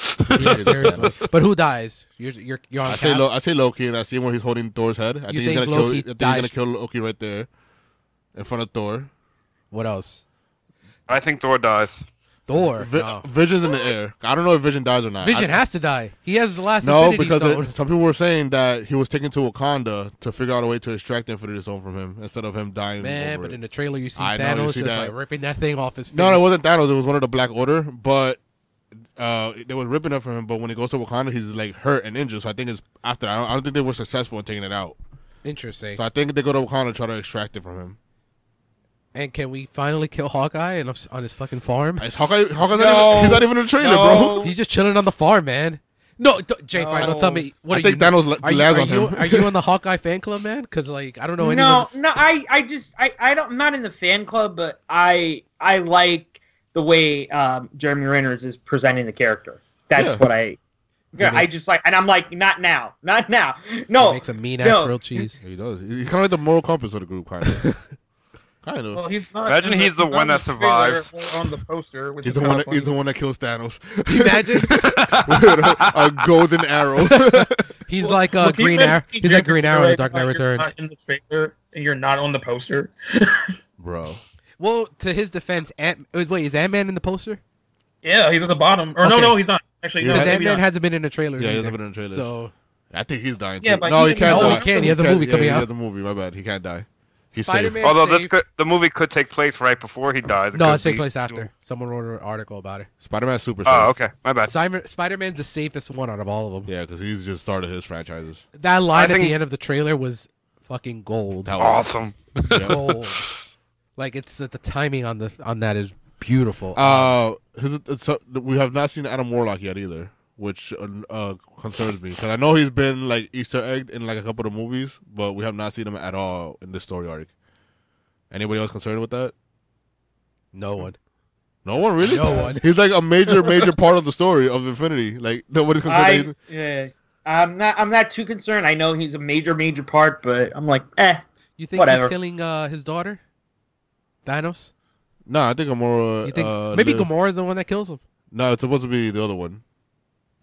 [SPEAKER 1] yeah, seriously. But who dies? You're you're, you're on
[SPEAKER 2] I say
[SPEAKER 1] Cap?
[SPEAKER 2] Lo- I say Loki, and I see him where he's holding Thor's head. I
[SPEAKER 1] You
[SPEAKER 2] think, he's
[SPEAKER 1] think
[SPEAKER 2] gonna kill.
[SPEAKER 1] Loki
[SPEAKER 2] I think he's gonna
[SPEAKER 1] dies-
[SPEAKER 2] kill Loki right there, in front of Thor.
[SPEAKER 1] What else?
[SPEAKER 4] I think Thor dies.
[SPEAKER 1] Thor.
[SPEAKER 2] Vi-
[SPEAKER 1] no.
[SPEAKER 2] Vision's in the air. I don't know if Vision dies or not.
[SPEAKER 1] Vision
[SPEAKER 2] I-
[SPEAKER 1] has to die. He has the last
[SPEAKER 2] no,
[SPEAKER 1] Infinity
[SPEAKER 2] because
[SPEAKER 1] Stone.
[SPEAKER 2] there- some people were saying that he was taken to Wakanda to figure out a way to extract the Infinity Stone from him instead of him dying.
[SPEAKER 1] Man,
[SPEAKER 2] over
[SPEAKER 1] but
[SPEAKER 2] it.
[SPEAKER 1] in the trailer you see
[SPEAKER 2] I know,
[SPEAKER 1] Thanos
[SPEAKER 2] you see
[SPEAKER 1] just
[SPEAKER 2] that.
[SPEAKER 1] like ripping that thing off his face.
[SPEAKER 2] No, no, it wasn't Thanos. It was one of the Black Order, but uh, they were ripping it from him. But when he goes to Wakanda, he's like hurt and injured. So I think it's after. I don't, I don't think they were successful in taking it out.
[SPEAKER 1] Interesting.
[SPEAKER 2] So I think they go to Wakanda to try to extract it from him.
[SPEAKER 1] And can we finally kill Hawkeye and ups- on his fucking farm?
[SPEAKER 2] It's Hawkeye. Hawkeye's not
[SPEAKER 5] No.
[SPEAKER 2] even, he's not even in the trailer, bro.
[SPEAKER 5] No.
[SPEAKER 1] He's just chilling on the farm, man. No, d- Jay,
[SPEAKER 5] No.
[SPEAKER 1] Fry, don't tell me. What
[SPEAKER 2] I
[SPEAKER 1] are
[SPEAKER 2] think
[SPEAKER 1] you?
[SPEAKER 2] Thanos la-
[SPEAKER 1] are you,
[SPEAKER 2] lands
[SPEAKER 1] are,
[SPEAKER 2] on
[SPEAKER 1] you
[SPEAKER 2] him.
[SPEAKER 1] are you on the Hawkeye fan club, man? Because like I don't know anyone.
[SPEAKER 5] no, no, I, I just, I, I don't, I'm not in the fan club, but I, I like the way um, Jeremy Renner's is presenting the character. That's
[SPEAKER 2] Yeah.
[SPEAKER 5] what I, yeah,
[SPEAKER 1] He ma-
[SPEAKER 5] I just like, and I'm like, not now, not now, no,
[SPEAKER 1] who makes a mean ass
[SPEAKER 5] no.
[SPEAKER 1] grilled cheese.
[SPEAKER 2] He does. He's kind of like the moral compass of the group, kind of. kind of.
[SPEAKER 1] Oh,
[SPEAKER 3] Well, he's not.
[SPEAKER 4] Imagine
[SPEAKER 3] in
[SPEAKER 4] he's the
[SPEAKER 3] not
[SPEAKER 4] one
[SPEAKER 3] in
[SPEAKER 4] that
[SPEAKER 3] the trailer
[SPEAKER 4] survives.
[SPEAKER 3] or On the poster, which
[SPEAKER 2] He's
[SPEAKER 3] is
[SPEAKER 2] the one.
[SPEAKER 3] kinda
[SPEAKER 2] That, he's the
[SPEAKER 3] funny.
[SPEAKER 2] one that kills Thanos.
[SPEAKER 1] Imagine
[SPEAKER 2] With a, a golden arrow.
[SPEAKER 1] he's
[SPEAKER 3] Well,
[SPEAKER 1] like a
[SPEAKER 3] well, can you
[SPEAKER 1] Uh, Green
[SPEAKER 3] imagine
[SPEAKER 1] Arrow.
[SPEAKER 3] being
[SPEAKER 1] He's like
[SPEAKER 3] Jeremy
[SPEAKER 1] Green Arrow in The
[SPEAKER 3] Renner
[SPEAKER 1] Dark Knight
[SPEAKER 3] and you're
[SPEAKER 1] Returns.
[SPEAKER 3] not in the trailer and you're not on the poster.
[SPEAKER 2] Bro.
[SPEAKER 1] Well, to his defense, Ant- wait, is Ant Man in the poster?
[SPEAKER 3] Yeah, he's at the bottom. Or no,
[SPEAKER 1] Okay.
[SPEAKER 3] no, he's not. Actually,
[SPEAKER 2] Yeah.
[SPEAKER 3] no,
[SPEAKER 1] Because
[SPEAKER 2] Is
[SPEAKER 3] maybe
[SPEAKER 1] Ant Man
[SPEAKER 3] not.
[SPEAKER 1] hasn't been in the trailer.
[SPEAKER 2] Yeah, he
[SPEAKER 1] either.
[SPEAKER 2] hasn't been in the trailers.
[SPEAKER 1] So
[SPEAKER 2] I think he's dying.
[SPEAKER 3] Yeah,
[SPEAKER 2] too.
[SPEAKER 3] but
[SPEAKER 2] no,
[SPEAKER 3] he
[SPEAKER 2] he can't.
[SPEAKER 3] didn't-
[SPEAKER 1] no,
[SPEAKER 2] die.
[SPEAKER 1] he can't. He has a
[SPEAKER 2] can't-
[SPEAKER 1] movie
[SPEAKER 2] yeah,
[SPEAKER 1] coming
[SPEAKER 2] He
[SPEAKER 1] out.
[SPEAKER 2] has a movie. My bad. He can't die. He's safe.
[SPEAKER 1] Spider-Man.
[SPEAKER 4] Although this
[SPEAKER 1] saved-
[SPEAKER 4] could, the movie could take place right before he dies.
[SPEAKER 1] no,
[SPEAKER 4] could
[SPEAKER 1] it takes
[SPEAKER 4] be-
[SPEAKER 1] place after. Someone wrote an article about it.
[SPEAKER 2] Spider-Man's super safe.
[SPEAKER 4] Oh, okay, my bad.
[SPEAKER 1] Simon, Spider-Man's the safest one out of all of them.
[SPEAKER 2] Yeah, because he's just started his franchises.
[SPEAKER 1] That line
[SPEAKER 4] I
[SPEAKER 1] at the
[SPEAKER 4] think-
[SPEAKER 1] end of the trailer was fucking gold.
[SPEAKER 2] That was-
[SPEAKER 4] Awesome.
[SPEAKER 2] yeah.
[SPEAKER 1] Gold. like it's the timing on the on that is beautiful.
[SPEAKER 2] Uh, his, it's, uh, we have not seen Adam Warlock yet either, which uh, uh, concerns me because I know he's been like Easter egg in like a couple of movies, but we have not seen him at all in this story arc. Anybody else concerned with that?
[SPEAKER 1] no one.
[SPEAKER 2] No one really.
[SPEAKER 1] No one.
[SPEAKER 2] He's like a major, major part of the story of Infinity. Like nobody's concerned. that
[SPEAKER 5] I,
[SPEAKER 2] he's-
[SPEAKER 5] yeah, I'm not, I'm not too concerned. I know he's a major, major part, but I'm like, eh,
[SPEAKER 1] You think
[SPEAKER 5] Whatever.
[SPEAKER 1] he's killing uh, his daughter? Thanos?
[SPEAKER 2] Nah, I think Gamora.
[SPEAKER 1] You think
[SPEAKER 2] uh,
[SPEAKER 1] maybe
[SPEAKER 2] lives-
[SPEAKER 1] Gamora's the one that kills him?
[SPEAKER 2] No, it's supposed to be the other one.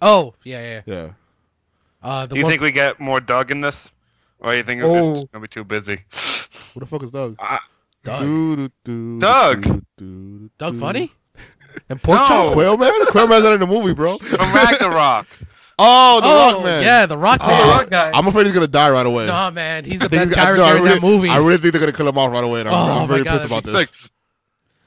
[SPEAKER 1] Oh, yeah, yeah.
[SPEAKER 2] Yeah.
[SPEAKER 1] yeah. Uh, the
[SPEAKER 4] you
[SPEAKER 1] one
[SPEAKER 4] think we get more Doug in this, or you think
[SPEAKER 5] Oh.
[SPEAKER 4] it's just gonna be too busy?
[SPEAKER 2] What the fuck is Doug?
[SPEAKER 1] Doug.
[SPEAKER 2] Doo-doo-doo,
[SPEAKER 4] Doug.
[SPEAKER 2] doo-doo-doo.
[SPEAKER 1] Doug Funny? Hmm. And Pork
[SPEAKER 4] No.
[SPEAKER 1] Chop?
[SPEAKER 2] Quail Man? Quail Man's not in the movie, bro.
[SPEAKER 4] From Ragnarok.
[SPEAKER 2] Oh, the
[SPEAKER 1] oh,
[SPEAKER 2] Rock Man.
[SPEAKER 1] yeah, the Rock
[SPEAKER 2] Oh,
[SPEAKER 1] Man.
[SPEAKER 3] Rock guy.
[SPEAKER 2] I'm afraid he's gonna die right away.
[SPEAKER 1] Nah, man, he's the
[SPEAKER 2] I think
[SPEAKER 1] best
[SPEAKER 2] he's- I-
[SPEAKER 1] character
[SPEAKER 2] no, I
[SPEAKER 1] in
[SPEAKER 2] really-
[SPEAKER 1] that movie.
[SPEAKER 2] I really think they're gonna kill him off right away. And I'm,
[SPEAKER 1] Oh,
[SPEAKER 2] I'm
[SPEAKER 1] my
[SPEAKER 2] very
[SPEAKER 1] God,
[SPEAKER 2] pissed about this.
[SPEAKER 4] Like,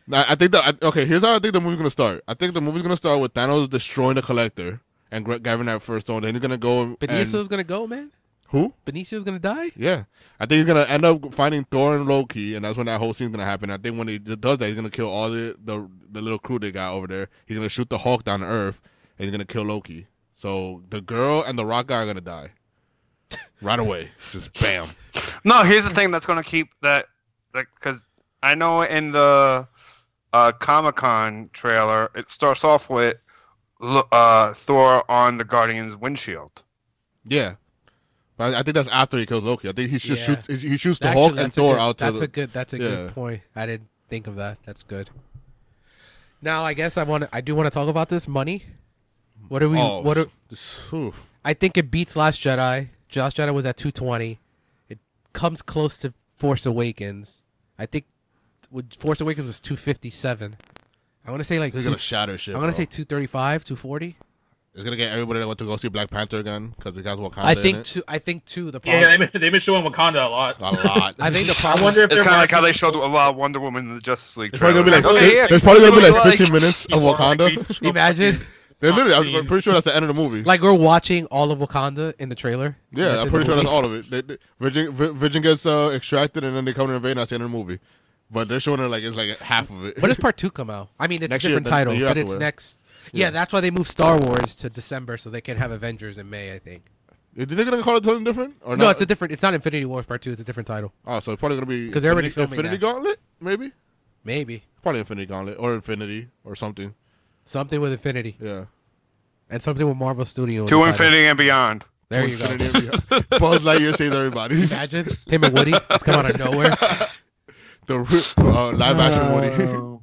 [SPEAKER 2] Nah, I think that I- okay. Here's how I think the movie's gonna start. I think the movie's gonna start with Thanos destroying the Collector and gra- grabbing that first stone. Then he's gonna go and, and-
[SPEAKER 1] Benicio's gonna go, man.
[SPEAKER 2] who?
[SPEAKER 1] Benicio's gonna die.
[SPEAKER 2] Yeah, I think he's gonna end up finding Thor and Loki, and that's when that whole scene's gonna happen. I think when he d- does that, he's gonna kill all the the, the little crew they got over there. He's gonna shoot the Hulk down to Earth, and he's gonna kill Loki. So the girl and the Rock guy are gonna die right away. Just bam.
[SPEAKER 4] No, here's the thing that's gonna keep that, because I know in the uh, Comic Con trailer it starts off with Lo- uh, Thor on the Guardian's windshield.
[SPEAKER 2] Yeah, but I, I think that's after he kills Loki. I think he just
[SPEAKER 1] Yeah.
[SPEAKER 2] shoots. He, he shoots the
[SPEAKER 1] Actually,
[SPEAKER 2] Hulk and
[SPEAKER 1] that's a
[SPEAKER 2] Thor
[SPEAKER 1] good-
[SPEAKER 2] out to.
[SPEAKER 1] That's
[SPEAKER 2] the,
[SPEAKER 1] a good. That's a good
[SPEAKER 2] Yeah.
[SPEAKER 1] point. I didn't think of that. That's good. Now, I guess I want. to I do want to talk about this money. What are we?
[SPEAKER 2] oh,
[SPEAKER 1] what? Are,
[SPEAKER 2] this- whew.
[SPEAKER 1] I think it beats Last Jedi. Josh Jedi was at 220. It comes close to Force Awakens. I think with- Force Awakens was 257. I want to say like.
[SPEAKER 2] He's
[SPEAKER 1] Two,
[SPEAKER 2] gonna shatter shit.
[SPEAKER 1] I'm gonna
[SPEAKER 2] bro.
[SPEAKER 1] say 235, 240.
[SPEAKER 2] It's gonna get everybody that went to go see Black Panther again because it has Wakanda.
[SPEAKER 1] I
[SPEAKER 2] in
[SPEAKER 1] think
[SPEAKER 2] it.
[SPEAKER 1] too. I think too. The problem.
[SPEAKER 3] Yeah, they've been, they've been showing Wakanda a lot.
[SPEAKER 2] a lot.
[SPEAKER 1] I think the
[SPEAKER 3] I
[SPEAKER 1] problem.
[SPEAKER 3] wonder if
[SPEAKER 4] It's
[SPEAKER 3] they're
[SPEAKER 4] kind of like
[SPEAKER 3] watching-
[SPEAKER 4] how they showed a lot of Wonder Woman in the Justice League.
[SPEAKER 2] It's probably gonna be
[SPEAKER 4] trailer.
[SPEAKER 2] like
[SPEAKER 4] okay, yeah,
[SPEAKER 2] there's probably gonna be
[SPEAKER 4] It's
[SPEAKER 2] like
[SPEAKER 4] gonna be
[SPEAKER 2] 15 minutes of Wakanda.
[SPEAKER 1] Imagine,
[SPEAKER 2] They're literally, I'm pretty sure that's the end of the movie.
[SPEAKER 1] like we're watching all of Wakanda in the trailer.
[SPEAKER 2] yeah, I'm
[SPEAKER 1] in
[SPEAKER 2] pretty
[SPEAKER 1] the
[SPEAKER 2] sure that's
[SPEAKER 1] movie.
[SPEAKER 2] all of it. They, they, Virgin, Vi- Virgin gets uh, extracted and then they come to invade. and That's the end of the movie. But they're showing it like it's like half of it.
[SPEAKER 1] When does part two come out? I mean, it's
[SPEAKER 2] Next
[SPEAKER 1] a
[SPEAKER 2] year,
[SPEAKER 1] different
[SPEAKER 2] the- the
[SPEAKER 1] title,
[SPEAKER 2] year
[SPEAKER 1] but it's
[SPEAKER 2] afterward.
[SPEAKER 1] next. Yeah.
[SPEAKER 2] Yeah.
[SPEAKER 1] that's why they moved Star Wars to December so they can have Avengers in May. I think.
[SPEAKER 2] Did they gonna call it something different or
[SPEAKER 1] No,
[SPEAKER 2] not?
[SPEAKER 1] it's a different. It's not Infinity Wars part two. It's a different title.
[SPEAKER 2] oh, so it's probably gonna be
[SPEAKER 1] 'Cause they're already
[SPEAKER 2] Infinity,
[SPEAKER 1] filming
[SPEAKER 2] Infinity Gauntlet, maybe
[SPEAKER 1] Maybe
[SPEAKER 2] probably Infinity Gauntlet or Infinity or something.
[SPEAKER 1] something with Infinity
[SPEAKER 2] Yeah,
[SPEAKER 1] and something with Marvel Studio. in
[SPEAKER 4] to
[SPEAKER 1] the title.
[SPEAKER 4] infinity and beyond.
[SPEAKER 1] There you go.
[SPEAKER 2] Infinity and beyond. Buzz Lightyear saves everybody.
[SPEAKER 1] Imagine him and Woody just come out of nowhere.
[SPEAKER 2] The re- uh, live action Woody.
[SPEAKER 5] Oh.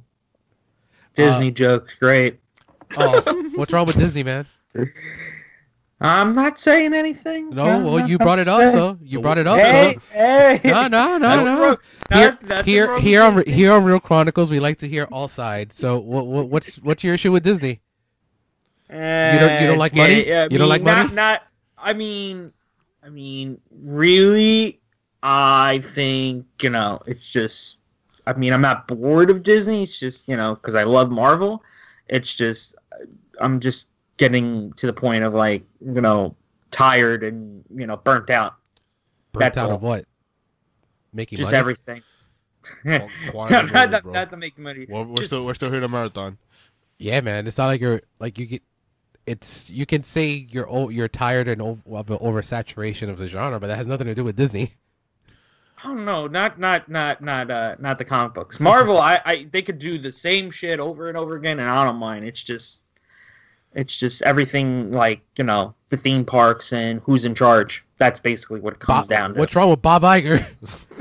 [SPEAKER 1] Uh,
[SPEAKER 5] Disney jokes, great.
[SPEAKER 1] Oh, what's wrong with Disney, man?
[SPEAKER 5] I'm not saying anything.
[SPEAKER 1] No,
[SPEAKER 5] I'm
[SPEAKER 1] well,
[SPEAKER 5] not
[SPEAKER 1] you brought it up,
[SPEAKER 5] upset.
[SPEAKER 1] so you
[SPEAKER 2] So
[SPEAKER 1] brought it up.
[SPEAKER 5] Hey, hey.
[SPEAKER 1] So. No, no, no,
[SPEAKER 5] Nothing
[SPEAKER 1] no.
[SPEAKER 5] wrong-
[SPEAKER 1] Here,
[SPEAKER 5] nothing- nothing
[SPEAKER 1] here,
[SPEAKER 5] wrong
[SPEAKER 1] here
[SPEAKER 5] with
[SPEAKER 1] on
[SPEAKER 5] Disney.
[SPEAKER 1] here on Real Chronicles, we like to hear all sides. So, what, what, what's what's your issue with Disney?
[SPEAKER 5] You
[SPEAKER 1] don't- you don't like money? You don't like
[SPEAKER 5] not,
[SPEAKER 1] money?
[SPEAKER 5] Not. I mean, I mean, really, I think you know, it's just. I mean, I'm not bored of Disney. It's just you know, because I love Marvel. It's just, I'm just getting to the point of like you know, tired and you know, burnt out.
[SPEAKER 1] Burnt
[SPEAKER 5] That's
[SPEAKER 1] out
[SPEAKER 5] all.
[SPEAKER 1] of what? Making
[SPEAKER 5] just
[SPEAKER 1] money.
[SPEAKER 5] everything.
[SPEAKER 2] Qu-
[SPEAKER 5] not,
[SPEAKER 2] quantity
[SPEAKER 5] not,
[SPEAKER 2] movies, bro.
[SPEAKER 5] not to make money.
[SPEAKER 2] Well, we're
[SPEAKER 5] just-
[SPEAKER 2] still we're still here to marathon.
[SPEAKER 1] yeah, man. It's not like you're like you get. It's you can say you're o- you're tired and o- of the oversaturation of the genre, but that has nothing to do with Disney.
[SPEAKER 5] Oh no, not not not not uh not the comic books. Marvel, I, I they could do the same shit over and over again, and I don't mind. It's just, it's just everything like you know the theme parks and who's in charge. That's basically what it comes
[SPEAKER 1] Bob-
[SPEAKER 5] down to.
[SPEAKER 1] what's wrong with Bob Iger?
[SPEAKER 2] Uh,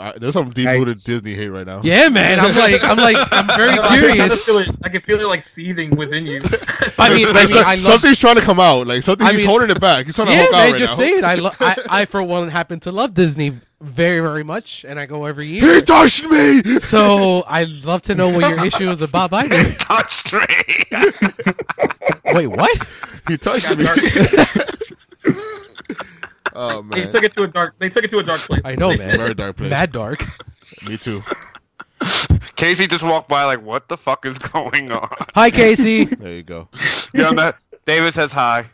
[SPEAKER 2] I, there's some deep rooted Disney hate right now.
[SPEAKER 1] yeah, man. I'm like I'm like I'm very
[SPEAKER 3] No, I can kinda
[SPEAKER 1] curious.
[SPEAKER 3] feel it. I can feel it like seething within you.
[SPEAKER 1] I mean, I,
[SPEAKER 2] Like,
[SPEAKER 1] mean,
[SPEAKER 2] so-
[SPEAKER 1] I love
[SPEAKER 2] something's trying to come out. Like something
[SPEAKER 1] I
[SPEAKER 2] he's
[SPEAKER 1] mean-
[SPEAKER 2] holding it back. He's trying to
[SPEAKER 1] yeah,
[SPEAKER 2] hulk out
[SPEAKER 1] man,
[SPEAKER 2] right
[SPEAKER 1] just
[SPEAKER 2] now.
[SPEAKER 1] saying. I, lo- I, I, for one, happen to love Disney very, very much, and I go every
[SPEAKER 2] He
[SPEAKER 1] year.
[SPEAKER 2] touched me.
[SPEAKER 1] So I'd love to know what your issue is about Bob Iger.
[SPEAKER 4] Touch me.
[SPEAKER 1] Wait, what?
[SPEAKER 2] He touched
[SPEAKER 3] Got
[SPEAKER 2] me.
[SPEAKER 3] dark.
[SPEAKER 2] oh
[SPEAKER 3] they
[SPEAKER 2] man,
[SPEAKER 3] took it to a dark. They took it to a dark place.
[SPEAKER 1] I know, man.
[SPEAKER 2] very dark place.
[SPEAKER 1] Mad dark.
[SPEAKER 2] Me too.
[SPEAKER 4] Casey just walked by like, what the fuck is going on?
[SPEAKER 1] Hi, Casey.
[SPEAKER 2] There you go.
[SPEAKER 4] You know that? David says hi.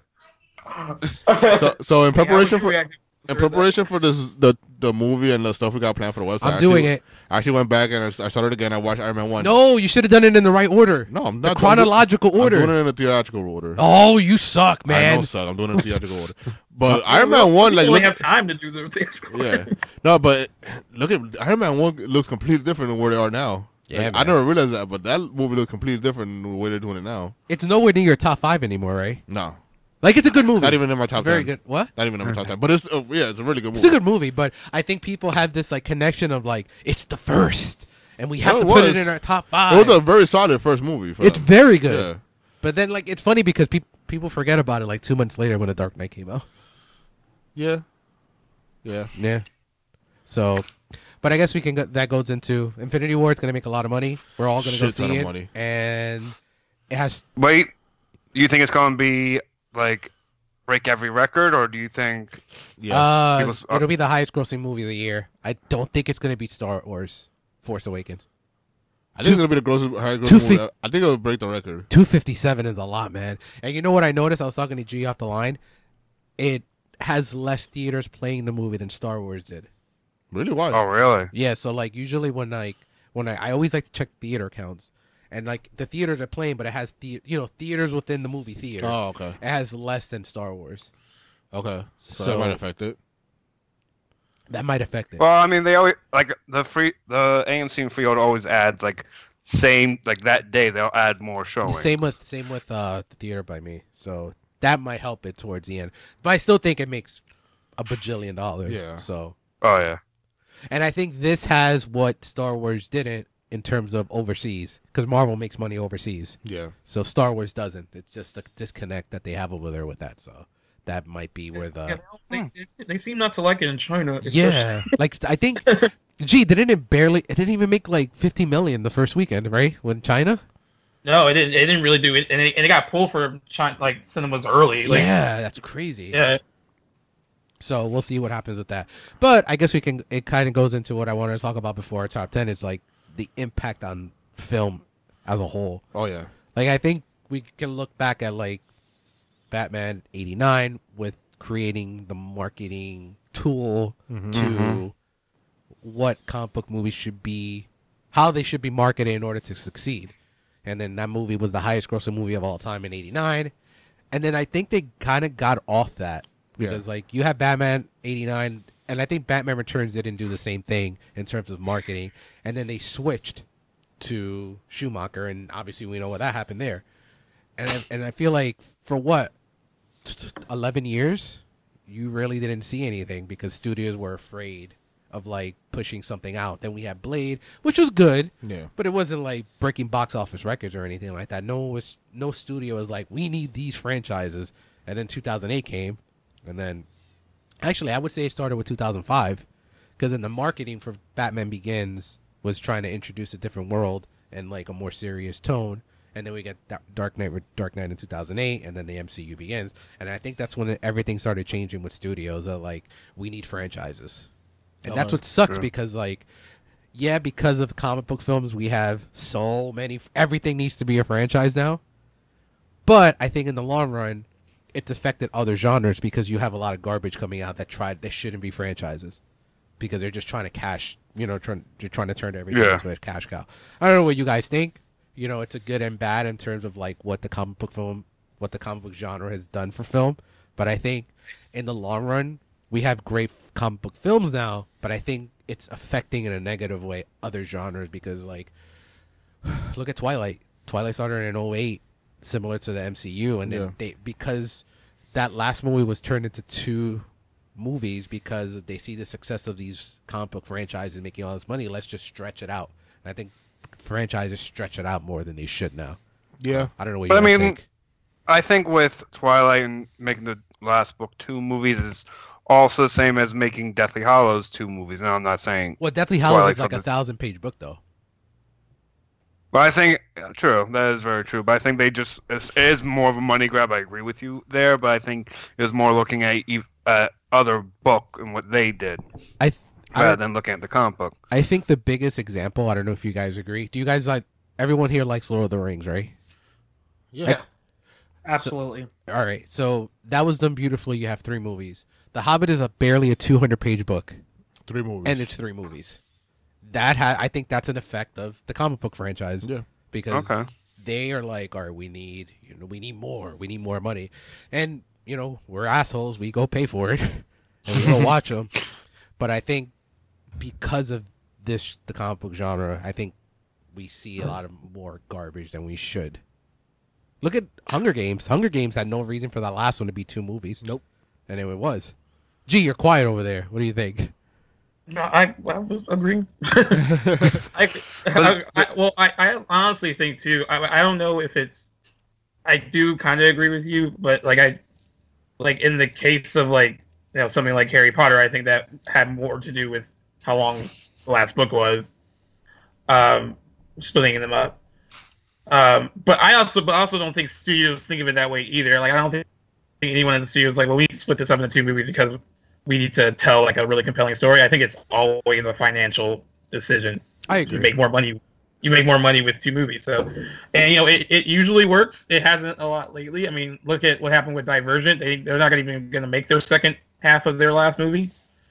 [SPEAKER 2] So, so in preparation for
[SPEAKER 3] in
[SPEAKER 2] in preparation for this the the movie and the stuff we got planned for the website, I
[SPEAKER 1] I'm doing
[SPEAKER 2] actually-
[SPEAKER 1] it.
[SPEAKER 2] I actually went back and I s- I started again. I watched Iron Man one.
[SPEAKER 1] No, you should have done it in the right order.
[SPEAKER 2] no, I'm
[SPEAKER 1] The
[SPEAKER 2] not I'm do-
[SPEAKER 1] chronological
[SPEAKER 2] I'm doing
[SPEAKER 1] order.
[SPEAKER 2] it in a theatrical order.
[SPEAKER 1] Oh, you suck,
[SPEAKER 2] I know,
[SPEAKER 1] man.
[SPEAKER 2] son. I'm doing it in theatrical order. But Iron Man one, like,
[SPEAKER 3] we
[SPEAKER 2] look,
[SPEAKER 3] have time to do the.
[SPEAKER 2] yeah, no, but look at Iron Man one looks completely different than where they are now.
[SPEAKER 1] Yeah,
[SPEAKER 2] Like, I
[SPEAKER 1] man.
[SPEAKER 2] never realized that, but that movie looks completely different than the way they're doing it now.
[SPEAKER 1] It's nowhere near your top five anymore, right?
[SPEAKER 2] No,
[SPEAKER 1] Like, it's a good movie.
[SPEAKER 2] not even in my top.
[SPEAKER 1] Very
[SPEAKER 2] 10.
[SPEAKER 1] good. What?
[SPEAKER 2] Not even in my top ten. But it's uh, yeah, it's a really good
[SPEAKER 1] It's a
[SPEAKER 2] movie.
[SPEAKER 1] good movie, but I think people have this like connection of like it's the first, and we have
[SPEAKER 2] No, it
[SPEAKER 1] to put it
[SPEAKER 2] was.
[SPEAKER 1] in our top
[SPEAKER 2] it
[SPEAKER 1] five.
[SPEAKER 2] was a very solid first movie. For
[SPEAKER 1] it's
[SPEAKER 2] them.
[SPEAKER 1] very good.
[SPEAKER 2] Yeah.
[SPEAKER 1] But then, like, it's funny because people people forget about it like two months later when The Dark Knight came out.
[SPEAKER 2] Yeah. Yeah.
[SPEAKER 1] Yeah. So, but I guess we can go, that goes into Infinity War. It's gonna make a lot of money. We're all gonna go
[SPEAKER 2] Shit ton
[SPEAKER 1] see
[SPEAKER 2] of
[SPEAKER 1] it,
[SPEAKER 2] money.
[SPEAKER 1] and it has.
[SPEAKER 4] Wait, you think it's gonna be like break every record, or do you think
[SPEAKER 2] Yes.
[SPEAKER 1] uh,
[SPEAKER 4] People's-
[SPEAKER 1] it'll be the highest grossing movie of the year. I don't think it's gonna beat Star Wars: Force Awakens.
[SPEAKER 2] I think it's gonna be the grossest high
[SPEAKER 1] two
[SPEAKER 2] grossing
[SPEAKER 1] fi-
[SPEAKER 2] movie. I think it'll break the record.
[SPEAKER 1] 257 is a lot, man. And you know what I noticed? I was talking to G off the line. It has less theaters playing the movie than Star Wars did.
[SPEAKER 2] Really? Why?
[SPEAKER 4] Oh, really?
[SPEAKER 1] Yeah, so like usually when like when I, I always like to check theater counts, and like the theaters are playing, but it has the you know theaters within the movie theater.
[SPEAKER 2] Oh, okay.
[SPEAKER 1] It has less than Star Wars.
[SPEAKER 2] Okay. So,
[SPEAKER 1] So-
[SPEAKER 2] that might affect it.
[SPEAKER 1] That might affect it.
[SPEAKER 4] Well, I mean, they always like the free the AMC and Freehold always adds like same like that day they'll add more showing.
[SPEAKER 1] same with same with uh the theater by me. So that might help it towards the end. But I still think it makes a bajillion dollars.
[SPEAKER 2] Yeah.
[SPEAKER 1] So
[SPEAKER 4] Oh yeah.
[SPEAKER 1] And I think this has what Star Wars didn't in terms of overseas, because Marvel makes money overseas.
[SPEAKER 2] Yeah.
[SPEAKER 1] So Star Wars doesn't. It's just the disconnect that they have over there with that. So that might be where
[SPEAKER 3] Yeah,
[SPEAKER 1] the
[SPEAKER 3] they, don't- they- they seem not to like it in China.
[SPEAKER 1] yeah, like I think, gee, didn't it barely? It didn't even make like fifty million the first weekend, right? When China,
[SPEAKER 3] No, it didn't. It didn't really do it, and it, and it got pulled for China, like cinemas early. Like,
[SPEAKER 1] yeah, that's crazy.
[SPEAKER 3] yeah.
[SPEAKER 1] So we'll see what happens with that. But I guess we can. It kind of goes into what I wanted to talk about before our top ten. It's like the impact on film as a whole.
[SPEAKER 2] Oh yeah,
[SPEAKER 1] Like I think we can look back at like Batman '89 with creating the marketing tool to
[SPEAKER 4] Mhm.
[SPEAKER 1] what comic book movies should be, how they should be marketed in order to succeed. And then that movie was the highest grossing movie of all time in '89. And then I think they kind of got off that
[SPEAKER 2] Yeah.
[SPEAKER 1] because like you have Batman '89, and I think Batman Returns didn't do the same thing in terms of marketing. And then they switched to Schumacher, and obviously we know what that happened there. And I, and I feel like for what eleven years, you really didn't see anything because studios were afraid of like pushing something out. Then we had Blade, which was good,
[SPEAKER 2] yeah.
[SPEAKER 1] but it wasn't like breaking box office records or anything like that. No one was no studio was like we need these franchises. And then 2008 came, and then actually I would say it started with 2005 because then the marketing for Batman Begins was trying to introduce a different world and like a more serious tone. And then we got Da- Dark Knight, Dark Knight in 2008, and then the MCU begins. And I think that's when everything started changing with studios. That like we need franchises, and
[SPEAKER 2] Oh,
[SPEAKER 1] that's what sucks
[SPEAKER 4] true.
[SPEAKER 1] because like, yeah, because of comic book films, we have so many. Everything needs to be a franchise now. But I think in the long run, it's affected other genres because you have a lot of garbage coming out that tried that shouldn't be franchises because they're just trying to cash. You know, trying they're trying to turn everything
[SPEAKER 4] Yeah.
[SPEAKER 1] into a cash cow. I don't know what you guys think. You know, it's a good and bad in terms of like what the comic book film, what the comic book genre has done for film. But I think in the long run, we have great f- comic book films now. But I think it's affecting in a negative way other genres because like look at Twilight. Twilight started in 08, similar to the MCU, and then
[SPEAKER 2] Yeah.
[SPEAKER 1] they because that last movie was turned into two movies because they see the success of these comic book franchises making all this money. Let's just stretch it out. And I think franchises stretch it out more than they should now.
[SPEAKER 2] Yeah,
[SPEAKER 1] I don't know what you
[SPEAKER 4] But I
[SPEAKER 1] guys
[SPEAKER 4] mean,
[SPEAKER 1] think.
[SPEAKER 4] I think with Twilight and making the last book two movies is also the same as making Deathly Hollows two movies. Now I'm not saying,
[SPEAKER 1] Well, Deathly Hallows
[SPEAKER 4] Twilight's
[SPEAKER 1] is like
[SPEAKER 4] on
[SPEAKER 1] a
[SPEAKER 4] this-
[SPEAKER 1] thousand page book though.
[SPEAKER 4] but I think yeah, true that is very true. But I think they just it is more of a money grab. I agree with you there, but I think it was more looking at ev- uh, other book and what they did
[SPEAKER 1] I th- I,
[SPEAKER 4] rather
[SPEAKER 1] don't-
[SPEAKER 4] than looking at the comic book.
[SPEAKER 1] I think the biggest example. I don't know if you guys agree. Do you guys like everyone here likes Lord of the Rings, right?
[SPEAKER 2] yeah.
[SPEAKER 5] Absolutely.
[SPEAKER 1] All right, so that was done beautifully. You have three movies. The Hobbit is a barely a 200 page book,
[SPEAKER 2] Three movies.
[SPEAKER 1] and it's three movies. That ha- I think that's an effect of the comic book franchise.
[SPEAKER 2] Yeah.
[SPEAKER 1] because
[SPEAKER 4] Okay.
[SPEAKER 1] they are like, all right, we need you know we need more, we need more money, and you know we're assholes. We go pay for it, and we go watch them. But I think because of this, the comic book genre, I think we see a lot of more garbage than we should. Look at Hunger Games. Hunger Games had no reason for that last one to be two movies.
[SPEAKER 2] Nope.
[SPEAKER 1] And it was. Gee, you're quiet over there. What do you think?
[SPEAKER 3] No, I, I was agreeing. I, I,
[SPEAKER 4] But-
[SPEAKER 3] I, well, I, I honestly think too. I, I don't know if it's. I do kind of agree with you, but like I, like in the case of like you know something like Harry Potter, I think that had more to do with how long the last book was, um, splitting them up. Um, but I also, but I also don't think studios think of it that way either. Like I don't think anyone in the studios is like, well, we need to split this up into two movies because we need to tell like a really compelling story. I think it's always a financial decision
[SPEAKER 1] I
[SPEAKER 3] you make more money you make more money with two movies so and you know it, it usually works it hasn't a lot lately i mean look at what happened with divergent they, they're not even going to make their second half of their last movie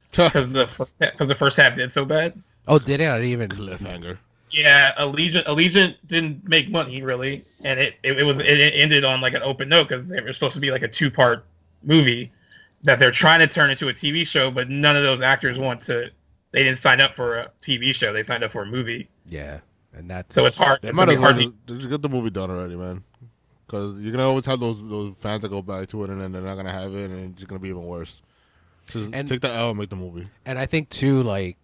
[SPEAKER 3] because the because the first half did so bad
[SPEAKER 1] Oh, did it? I didn't even.
[SPEAKER 2] cliffhanger.
[SPEAKER 3] yeah allegiant allegiant didn't make money really and it it, it was it, it ended on like an open note because it was supposed to be like a two-part movie that they're trying to turn into a tv show but none of those actors want to they didn't sign up for a tv show they signed up for a movie
[SPEAKER 1] Yeah, and that's
[SPEAKER 3] so it's hard
[SPEAKER 2] They
[SPEAKER 3] it's
[SPEAKER 2] might
[SPEAKER 3] gonna be
[SPEAKER 2] as well
[SPEAKER 3] hard to
[SPEAKER 2] just, just get the movie done already, man. Because you're gonna always have those those fans that go back to it, and then they're not gonna have it, and it's just gonna be even worse. Just
[SPEAKER 1] And-
[SPEAKER 2] take the L and make the movie.
[SPEAKER 1] And I think too, like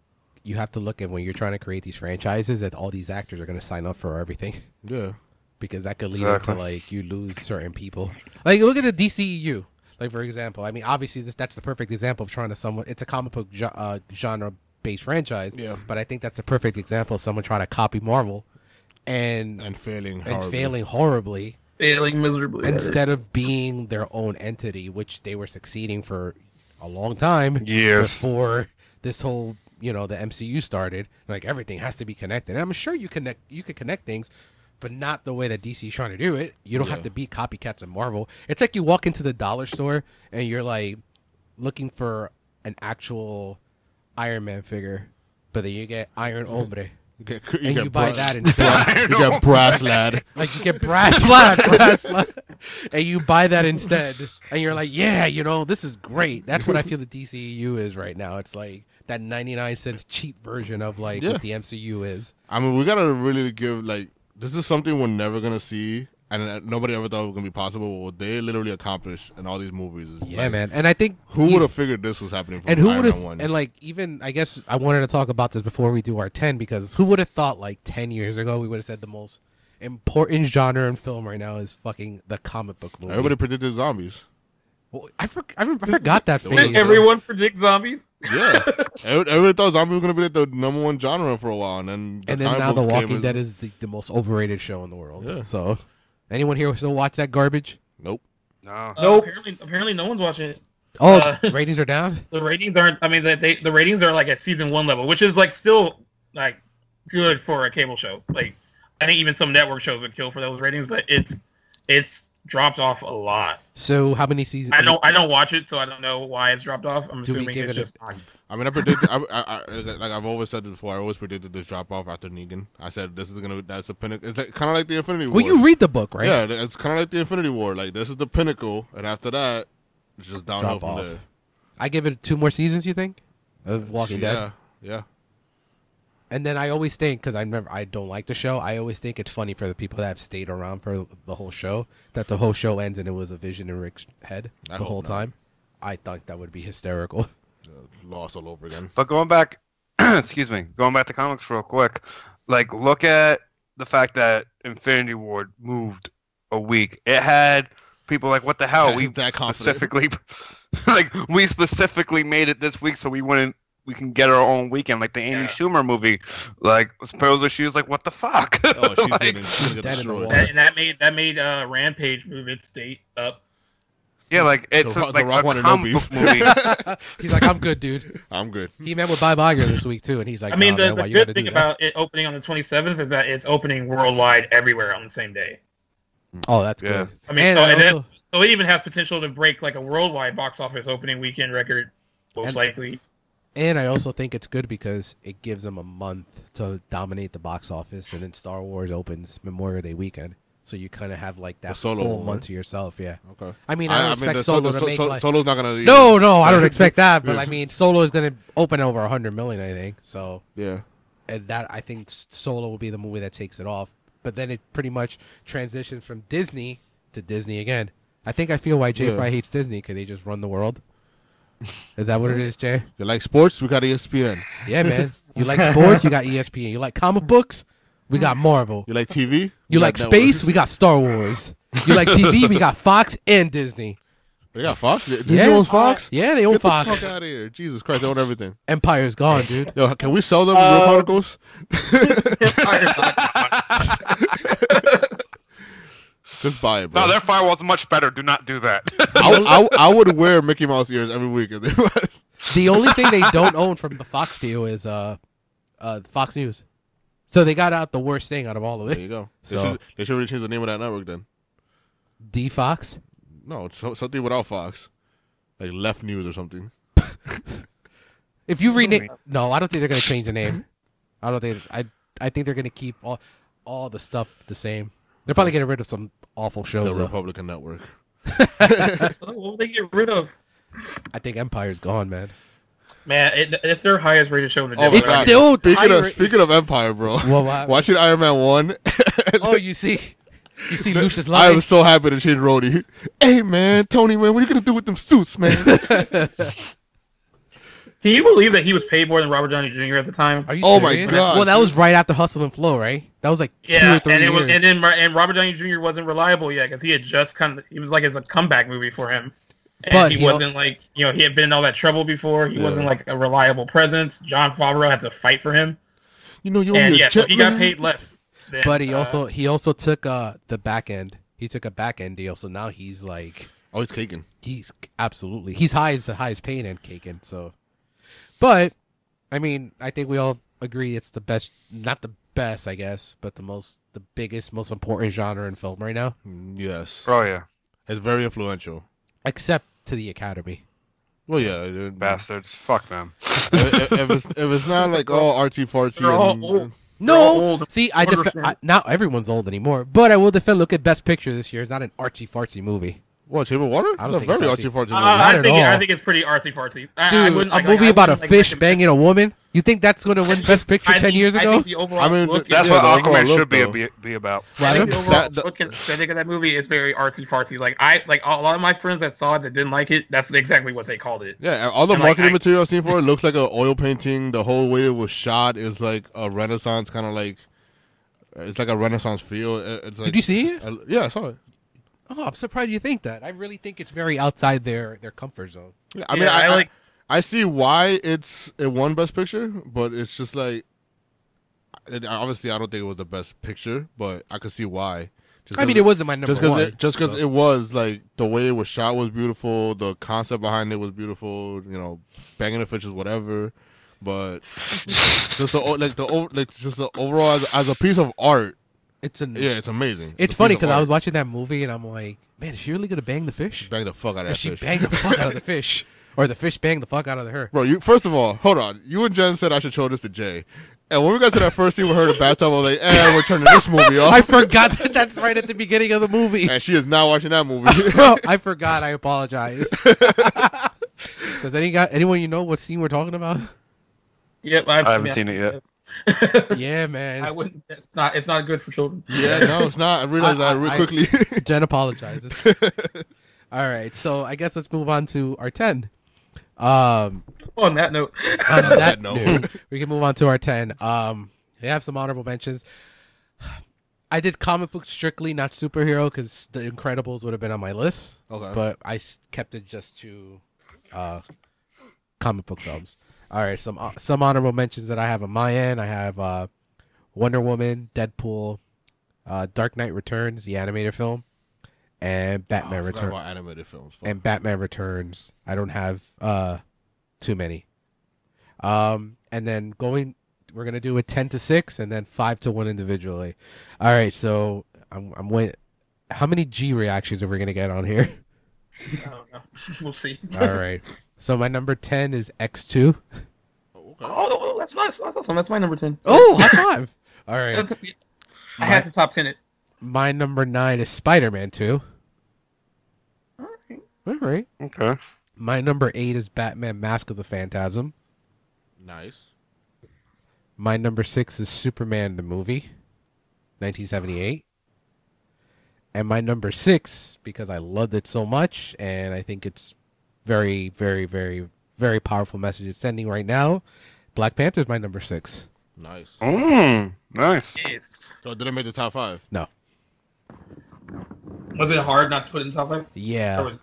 [SPEAKER 1] you have to look at when you're trying to create these franchises that all these actors are going to sign up for everything
[SPEAKER 2] Yeah,
[SPEAKER 1] because that could lead
[SPEAKER 4] Exactly.
[SPEAKER 1] into like you lose certain people. Like look at the DCEU. Like for example, I mean obviously this, that's the perfect example of trying to someone it's a comic book ge- uh, genre based franchise,
[SPEAKER 2] yeah.
[SPEAKER 1] but I think that's the perfect example of someone trying to copy Marvel and
[SPEAKER 2] and failing.
[SPEAKER 1] and
[SPEAKER 2] horribly.
[SPEAKER 1] failing horribly
[SPEAKER 3] failing miserably. at it.
[SPEAKER 1] instead of being their own entity, which they were succeeding for a long time
[SPEAKER 4] Years.
[SPEAKER 1] before this whole you know the MCU started. Like everything has to be connected. And I'm sure you connect you could connect things, but not the way that DC's trying to do it. You don't
[SPEAKER 2] Yeah.
[SPEAKER 1] have to be copycats of Marvel. It's like you walk into the dollar store and you're like looking for an actual Iron Man figure, but then you get Iron Ombre
[SPEAKER 2] You get, Mm-hmm. you
[SPEAKER 1] and
[SPEAKER 2] get
[SPEAKER 1] you buy
[SPEAKER 2] bra-
[SPEAKER 1] that instead.
[SPEAKER 2] You get brass lad.
[SPEAKER 1] Like you get brass lad, brass lad, and you buy that instead, and you're like, yeah, you know, this is great. That's what I feel the DCU is right now. It's like that 99 cents cheap version of like
[SPEAKER 2] Yeah.
[SPEAKER 1] what the MCU is.
[SPEAKER 2] I mean, we gotta really give like this is something we're never gonna see, and uh, nobody ever thought it was gonna be possible. What they literally accomplished in all these movies. is,
[SPEAKER 1] Yeah,
[SPEAKER 2] like,
[SPEAKER 1] man. And I think
[SPEAKER 2] Who
[SPEAKER 1] e-
[SPEAKER 2] would have figured this was happening? From
[SPEAKER 1] and who
[SPEAKER 2] Iron
[SPEAKER 1] would have
[SPEAKER 2] Man One?
[SPEAKER 1] and like even I guess I wanted to talk about this before we do our 10 because who would have thought like 10 years ago we would have said the most important genre in film right now is fucking the comic book movie.
[SPEAKER 2] Everybody predicted zombies.
[SPEAKER 1] Well, I, for- I re- I forgot that
[SPEAKER 2] There was
[SPEAKER 1] phase.
[SPEAKER 2] a-
[SPEAKER 3] Everyone predict zombies.
[SPEAKER 2] Yeah, Every- everybody thought zombies was gonna be like the number one genre for a while, and then
[SPEAKER 1] and then
[SPEAKER 2] comic
[SPEAKER 1] now The
[SPEAKER 2] books came
[SPEAKER 1] Walking
[SPEAKER 2] and-
[SPEAKER 1] Dead is the, the most overrated show in the world.
[SPEAKER 2] Yeah.
[SPEAKER 1] So, anyone here still watch that garbage?
[SPEAKER 2] Nope.
[SPEAKER 4] No.
[SPEAKER 3] Uh,
[SPEAKER 5] Nope.
[SPEAKER 3] Apparently, apparently, no one's watching it.
[SPEAKER 1] Oh,
[SPEAKER 3] Uh,
[SPEAKER 1] ratings are down.
[SPEAKER 3] The ratings aren't. I mean, they, they the ratings are like at season one level, which is like still like good for a cable show. Like I think even some network shows would kill for those ratings, but it's it's dropped off a lot.
[SPEAKER 1] So how many seasons?
[SPEAKER 3] I don't I don't watch it, so I don't know why it's dropped off. I'm
[SPEAKER 1] Do we
[SPEAKER 3] assuming
[SPEAKER 1] give
[SPEAKER 3] it's
[SPEAKER 1] it a-
[SPEAKER 3] just on.
[SPEAKER 2] I mean, I predicted. I, I, I, like I've always said this before, I always predicted this drop off after Negan. I said this is gonna. That's a pinnacle. It's like, kind of like the Infinity War.
[SPEAKER 1] Well, you read the book, right?
[SPEAKER 2] Yeah, it's kind of like the Infinity War. Like this is the pinnacle, and after that, it's just
[SPEAKER 1] Drop
[SPEAKER 2] downhill from
[SPEAKER 1] off.
[SPEAKER 2] there.
[SPEAKER 1] I give it two more seasons. You think? Of Walking
[SPEAKER 2] yeah,
[SPEAKER 1] Dead,
[SPEAKER 2] Yeah,
[SPEAKER 1] and then I always think because I remember I don't like the show. I always think it's funny for the people that have stayed around for the whole show that the whole show ends and it was a vision in Rick's head
[SPEAKER 2] I
[SPEAKER 1] the
[SPEAKER 2] hope
[SPEAKER 1] whole
[SPEAKER 2] not.
[SPEAKER 1] time. I thought that would be hysterical.
[SPEAKER 4] Uh,
[SPEAKER 2] Yeah, it's lost all over again.
[SPEAKER 4] But going back, excuse me, going back to comics real quick, like look at the fact that Infinity Ward moved a week. It had people like, what the hell? We
[SPEAKER 2] that confident.
[SPEAKER 4] specifically, like we specifically made it this week so we wouldn't, we can get our own weekend. Like the Amy
[SPEAKER 3] Yeah.
[SPEAKER 4] Schumer movie, like supposedly she was like, what the fuck?
[SPEAKER 2] Oh, she's
[SPEAKER 4] Like,
[SPEAKER 2] getting, she's getting
[SPEAKER 1] Dead in the
[SPEAKER 2] destroyed.
[SPEAKER 1] water.
[SPEAKER 3] That, and that made that made uh, Rampage move its date up.
[SPEAKER 4] yeah, like it's
[SPEAKER 2] Rock- The
[SPEAKER 4] like
[SPEAKER 2] Rock
[SPEAKER 4] a
[SPEAKER 2] wanted no
[SPEAKER 4] comic
[SPEAKER 2] beef.
[SPEAKER 4] book movie.
[SPEAKER 1] he's like, I'm good, dude.
[SPEAKER 2] I'm good.
[SPEAKER 1] He met with Bob Iger this week too, and he's like,
[SPEAKER 3] I mean,
[SPEAKER 1] nah,
[SPEAKER 3] the,
[SPEAKER 1] man, why
[SPEAKER 3] the
[SPEAKER 1] you gotta do
[SPEAKER 3] good thing
[SPEAKER 1] that?
[SPEAKER 3] about it opening on the 27th is that it's opening worldwide everywhere on the same day.
[SPEAKER 1] oh, that's
[SPEAKER 4] Yeah.
[SPEAKER 1] good.
[SPEAKER 3] I mean,
[SPEAKER 1] And
[SPEAKER 3] so,
[SPEAKER 1] I
[SPEAKER 3] it has-
[SPEAKER 1] also-
[SPEAKER 3] so it even has potential to break like a worldwide box office opening weekend record, most
[SPEAKER 1] And-
[SPEAKER 3] likely.
[SPEAKER 1] And I also think it's good because it gives them a month to dominate the box office, and then Star Wars opens Memorial Day weekend, so you kind of have like that
[SPEAKER 2] The Solo
[SPEAKER 1] full
[SPEAKER 2] one,
[SPEAKER 1] month
[SPEAKER 2] right?
[SPEAKER 1] to yourself. Yeah,
[SPEAKER 2] Okay.
[SPEAKER 1] I mean, I, don't expect
[SPEAKER 2] the
[SPEAKER 1] Solo, to
[SPEAKER 2] so-
[SPEAKER 1] make
[SPEAKER 2] so-
[SPEAKER 1] like
[SPEAKER 2] Solo's not gonna.
[SPEAKER 1] no, no, I don't
[SPEAKER 2] Yeah.
[SPEAKER 1] expect that. But
[SPEAKER 2] Yeah.
[SPEAKER 1] I mean, Solo is gonna open over a hundred million, I think. So
[SPEAKER 2] Yeah.
[SPEAKER 1] and that I think S- Solo will be the movie that takes it off. But then it pretty much transitions from Disney to Disney again. I think I feel why Jay
[SPEAKER 2] Yeah.
[SPEAKER 1] Fry hates Disney because they just run the world. Is that what it is, Jay?
[SPEAKER 2] You like sports? We got E ESPN.
[SPEAKER 1] Yeah, man. You like sports? You got E ESPN. You like comic books? We got Marvel.
[SPEAKER 2] You like TV?
[SPEAKER 1] You
[SPEAKER 2] We
[SPEAKER 1] like
[SPEAKER 2] got
[SPEAKER 1] space?
[SPEAKER 2] networks.
[SPEAKER 1] We got Star Wars. You like TV? We got Fox and Disney.
[SPEAKER 2] They got Fox. Did
[SPEAKER 1] Yeah.
[SPEAKER 2] you own Fox?
[SPEAKER 1] Yeah, they own
[SPEAKER 2] Get the
[SPEAKER 1] Fox.
[SPEAKER 2] fuck out of here! Jesus Christ, they own everything.
[SPEAKER 1] Empire's gone, dude.
[SPEAKER 2] Yo, can we sell them
[SPEAKER 5] Uh,
[SPEAKER 2] real particles? Just buy it, bro.
[SPEAKER 4] no, their firewall's much better. Do not do that.
[SPEAKER 2] I, would- I, would- I would wear Mickey Mouse ears every week if they was.
[SPEAKER 1] The only thing they don't own from the Fox deal is uh, uh, Fox News. So they got out the worst thing out of all of
[SPEAKER 2] There
[SPEAKER 1] it.
[SPEAKER 2] you go.
[SPEAKER 1] So-
[SPEAKER 2] they, should, they should really change the name of that network then.
[SPEAKER 1] D Fox.
[SPEAKER 2] No, it's so, something without Fox, like Left News or something.
[SPEAKER 1] If you rename, no, I don't think they're gonna change the name. I don't think I. I think they're gonna keep all all the stuff the same. They're probably getting rid of some awful shows.
[SPEAKER 2] The
[SPEAKER 1] though.
[SPEAKER 2] Republican Network.
[SPEAKER 3] what would they get rid of?
[SPEAKER 1] I think Empire's gone, man.
[SPEAKER 3] Man, it, it's their highest rated show in the
[SPEAKER 2] Oh my
[SPEAKER 1] It's
[SPEAKER 3] network.
[SPEAKER 1] still
[SPEAKER 2] God. Speaking of
[SPEAKER 1] pirate-
[SPEAKER 2] speaking of Empire, bro.
[SPEAKER 1] Well, why-
[SPEAKER 2] Watching Iron Man one,
[SPEAKER 1] Oh, you see, you see Lucius
[SPEAKER 2] I
[SPEAKER 1] lying.
[SPEAKER 2] was so happy to change Rhodey. Hey man, Tony man, what are you gonna do with them suits, man?
[SPEAKER 3] Can you believe that he was paid more than Robert Downey Jr. at the time?
[SPEAKER 1] Are you
[SPEAKER 2] Oh my
[SPEAKER 1] serious?
[SPEAKER 2] God,
[SPEAKER 1] Well, that was right after Hustle and Flow, right? That was like two
[SPEAKER 3] yeah,
[SPEAKER 1] or three
[SPEAKER 3] and it
[SPEAKER 1] years.
[SPEAKER 3] was, and then Mar- and Robert Downey Jr. wasn't reliable yet because he had just come. He was like it's a comeback movie for him, and
[SPEAKER 1] But
[SPEAKER 3] he
[SPEAKER 1] he al-
[SPEAKER 3] wasn't like you know he had been in all that trouble before. He
[SPEAKER 2] Yeah.
[SPEAKER 3] wasn't like a reliable presence. John Favreau had to fight for him,
[SPEAKER 2] you know you owe
[SPEAKER 3] and
[SPEAKER 2] me a
[SPEAKER 3] yeah, so
[SPEAKER 2] jet,
[SPEAKER 3] he got
[SPEAKER 2] man.
[SPEAKER 3] paid less. than,
[SPEAKER 1] But he
[SPEAKER 3] uh,
[SPEAKER 1] also he also took uh the back end. He took a back end deal, so now he's like
[SPEAKER 2] Oh, he's caking.
[SPEAKER 1] he's absolutely he's high as the highest pain and caking. So, but I mean, I think we all agree it's the best, not the best, I guess, but the most, the biggest, most important genre in film right now,
[SPEAKER 2] Mm, Yes,
[SPEAKER 4] Oh yeah,
[SPEAKER 2] it's very influential.
[SPEAKER 1] except to the Academy.
[SPEAKER 2] Well, yeah. it-
[SPEAKER 4] bastards. Fuck them.
[SPEAKER 2] if, if it's if it's not like oh, all artsy fartsy,
[SPEAKER 3] They're all
[SPEAKER 2] and- uh,
[SPEAKER 3] old. all
[SPEAKER 1] No,
[SPEAKER 3] old.
[SPEAKER 1] see, I, def-
[SPEAKER 3] Understand.
[SPEAKER 1] I not everyone's old anymore, but I will defend. Look at Best Picture this year; it's not an artsy fartsy movie.
[SPEAKER 2] what Shape of Water?
[SPEAKER 1] I don't
[SPEAKER 2] It's a
[SPEAKER 1] think
[SPEAKER 2] very
[SPEAKER 1] it's
[SPEAKER 2] artsy
[SPEAKER 1] artsy-
[SPEAKER 2] fartsy.
[SPEAKER 3] Uh,
[SPEAKER 1] Not
[SPEAKER 3] I
[SPEAKER 1] at
[SPEAKER 3] think it- I
[SPEAKER 1] all.
[SPEAKER 3] think it's pretty artsy fartsy. I, I
[SPEAKER 1] Dude,
[SPEAKER 3] wouldn't,
[SPEAKER 1] a
[SPEAKER 3] like,
[SPEAKER 1] movie
[SPEAKER 3] I
[SPEAKER 1] about a
[SPEAKER 3] wouldn't, like,
[SPEAKER 1] fish
[SPEAKER 3] recommend-
[SPEAKER 1] banging a woman. You think that's going to
[SPEAKER 3] I
[SPEAKER 1] win
[SPEAKER 3] just-
[SPEAKER 1] Best Picture
[SPEAKER 3] I
[SPEAKER 1] ten
[SPEAKER 3] think-
[SPEAKER 1] years
[SPEAKER 3] I
[SPEAKER 1] ago?
[SPEAKER 3] think the overall
[SPEAKER 2] I mean,
[SPEAKER 3] look,
[SPEAKER 4] That's
[SPEAKER 2] Yeah,
[SPEAKER 4] what
[SPEAKER 2] the overall
[SPEAKER 4] Aquaman
[SPEAKER 2] look,
[SPEAKER 4] should be,
[SPEAKER 2] though.
[SPEAKER 4] be be about.
[SPEAKER 3] I
[SPEAKER 1] Right?
[SPEAKER 3] think the overall
[SPEAKER 2] That- the-
[SPEAKER 3] look and aesthetic of that movie is very artsy fartsy. Like I like a lot of my friends that saw it that didn't like it. That's exactly what they called it.
[SPEAKER 2] Yeah, all the
[SPEAKER 3] And, like,
[SPEAKER 2] marketing
[SPEAKER 3] I-
[SPEAKER 2] material I've seen for it looks like an oil painting. The whole way it was shot is like a Renaissance kind of like. It's like a Renaissance feel. It- It's like,
[SPEAKER 1] Did you see it?
[SPEAKER 2] I- yeah, I saw it.
[SPEAKER 1] Oh, I'm surprised you think that. I really think it's very outside their their comfort zone.
[SPEAKER 2] Yeah, I mean,
[SPEAKER 3] Yeah,
[SPEAKER 2] I,
[SPEAKER 3] I
[SPEAKER 2] like.
[SPEAKER 3] like-
[SPEAKER 2] I see why it's it won Best Picture, but it's just like. It, obviously, I don't think it was the best picture, but I could see why. Just
[SPEAKER 1] I
[SPEAKER 2] 'cause
[SPEAKER 1] mean, it wasn't my number
[SPEAKER 2] just because
[SPEAKER 1] one.
[SPEAKER 2] it, just 'cause
[SPEAKER 1] so.
[SPEAKER 2] it was like the way it was shot was beautiful, the concept behind it was beautiful. You know, banging the fishes, whatever. But just the o- like the o- like just the overall as, as a piece of art,
[SPEAKER 1] it's an
[SPEAKER 2] yeah, it's amazing.
[SPEAKER 1] It's
[SPEAKER 2] a
[SPEAKER 1] funny
[SPEAKER 2] piece of
[SPEAKER 1] because I was
[SPEAKER 2] art.
[SPEAKER 1] watching that movie and I'm like, man, is she really gonna bang the fish?
[SPEAKER 2] bang the fuck out of
[SPEAKER 1] And
[SPEAKER 2] that
[SPEAKER 1] she
[SPEAKER 2] fish.
[SPEAKER 1] banged the fuck out of the fish, or the fish banged the fuck out of her.
[SPEAKER 2] Bro, you first of all, hold on. You and Jen said I should show this to Jay, and when we got to that first scene with her in the bathtub, I was like, "Eh, we're turning this movie
[SPEAKER 1] I
[SPEAKER 2] off."
[SPEAKER 1] forgot that that's right at the beginning of the movie.
[SPEAKER 2] and she is not watching that movie.
[SPEAKER 1] Bro, I forgot. I apologize. Does any guy, anyone you know what scene we're talking about?
[SPEAKER 3] Yep,
[SPEAKER 4] I haven't seen it yet.
[SPEAKER 3] yet.
[SPEAKER 1] Yeah,
[SPEAKER 3] I
[SPEAKER 1] man.
[SPEAKER 3] wouldn't. It's not. It's not good for children.
[SPEAKER 2] yeah, no, it's not. I realized
[SPEAKER 1] I-
[SPEAKER 2] that real
[SPEAKER 1] I-
[SPEAKER 2] quickly.
[SPEAKER 1] Jen apologizes. All right, so I guess let's move on to our ten. Um,
[SPEAKER 3] On that note,
[SPEAKER 1] on
[SPEAKER 2] On that
[SPEAKER 1] that
[SPEAKER 2] note.
[SPEAKER 1] note, we can move on to our 10. Um, we have some honorable mentions. I did comic book strictly, not superhero, because The Incredibles would have been on my list,
[SPEAKER 2] okay.
[SPEAKER 1] but I s- kept it just to uh, comic book films. All right, some uh, some honorable mentions that I have on my end. I have uh, Wonder Woman, Deadpool, uh, Dark Knight Returns, the animated film, and Batman
[SPEAKER 2] Oh, I forgot
[SPEAKER 1] Returns
[SPEAKER 2] about animated films. Fuck.
[SPEAKER 1] and Batman Returns. I don't have uh too many. Um and then going we're gonna do a ten to six and then five to one individually. All right, so I'm I'm wait how many G reactions are we gonna get on here?
[SPEAKER 3] I don't know. We'll see.
[SPEAKER 1] All right. So my number ten is X two.
[SPEAKER 2] Oh, okay.
[SPEAKER 3] Oh, no, no, that's my. That's awesome. That's my number ten.
[SPEAKER 1] Oh high five. All right.
[SPEAKER 3] That's, I had the top ten. It.
[SPEAKER 1] My number nine is Spider Man two.
[SPEAKER 3] All right.
[SPEAKER 1] All right.
[SPEAKER 4] Okay.
[SPEAKER 1] My number eight is Batman Mask of the Phantasm.
[SPEAKER 2] Nice.
[SPEAKER 1] My number six is Superman the movie, 1978. And my number six, because I loved it so much, and I think it's very, very, very, very powerful message it's sending right now. Black Panther is my number six.
[SPEAKER 2] Nice.
[SPEAKER 4] Mm, nice.
[SPEAKER 3] Yes.
[SPEAKER 2] So it didn't make the top five.
[SPEAKER 3] Was it hard not to put it in top five?
[SPEAKER 1] Yeah.
[SPEAKER 3] Or was-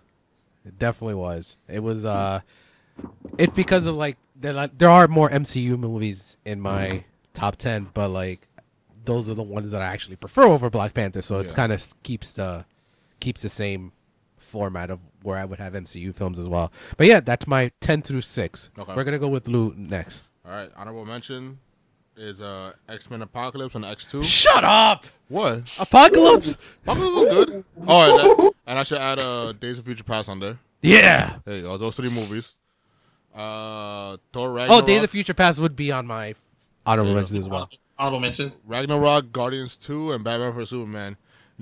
[SPEAKER 1] It definitely was. It was uh it because of like there like, there are more MCU movies in my top 10, but like those are the ones that I actually prefer over Black Panther, so it
[SPEAKER 2] Yeah.
[SPEAKER 1] kind of keeps the keeps the same format of where I would have MCU films as well. But yeah, that's my 10 through 6.
[SPEAKER 2] Okay.
[SPEAKER 1] We're going to go with Lou next.
[SPEAKER 2] All right. Honorable mention is uh X Men Apocalypse and X Two.
[SPEAKER 1] Shut up.
[SPEAKER 2] What?
[SPEAKER 1] Apocalypse.
[SPEAKER 2] Apocalypse was good. All right. that- and I should add uh Days of Future Past on there.
[SPEAKER 1] Yeah.
[SPEAKER 2] There you go. Those three movies. Uh, Thor
[SPEAKER 1] Oh,
[SPEAKER 2] Ragnarok.
[SPEAKER 1] Days of Future Past would be on my honorable
[SPEAKER 2] Yeah.
[SPEAKER 1] mentions as well.
[SPEAKER 3] Honorable mentions.
[SPEAKER 2] Ragnarok, Guardians Two, and Batman vs Superman.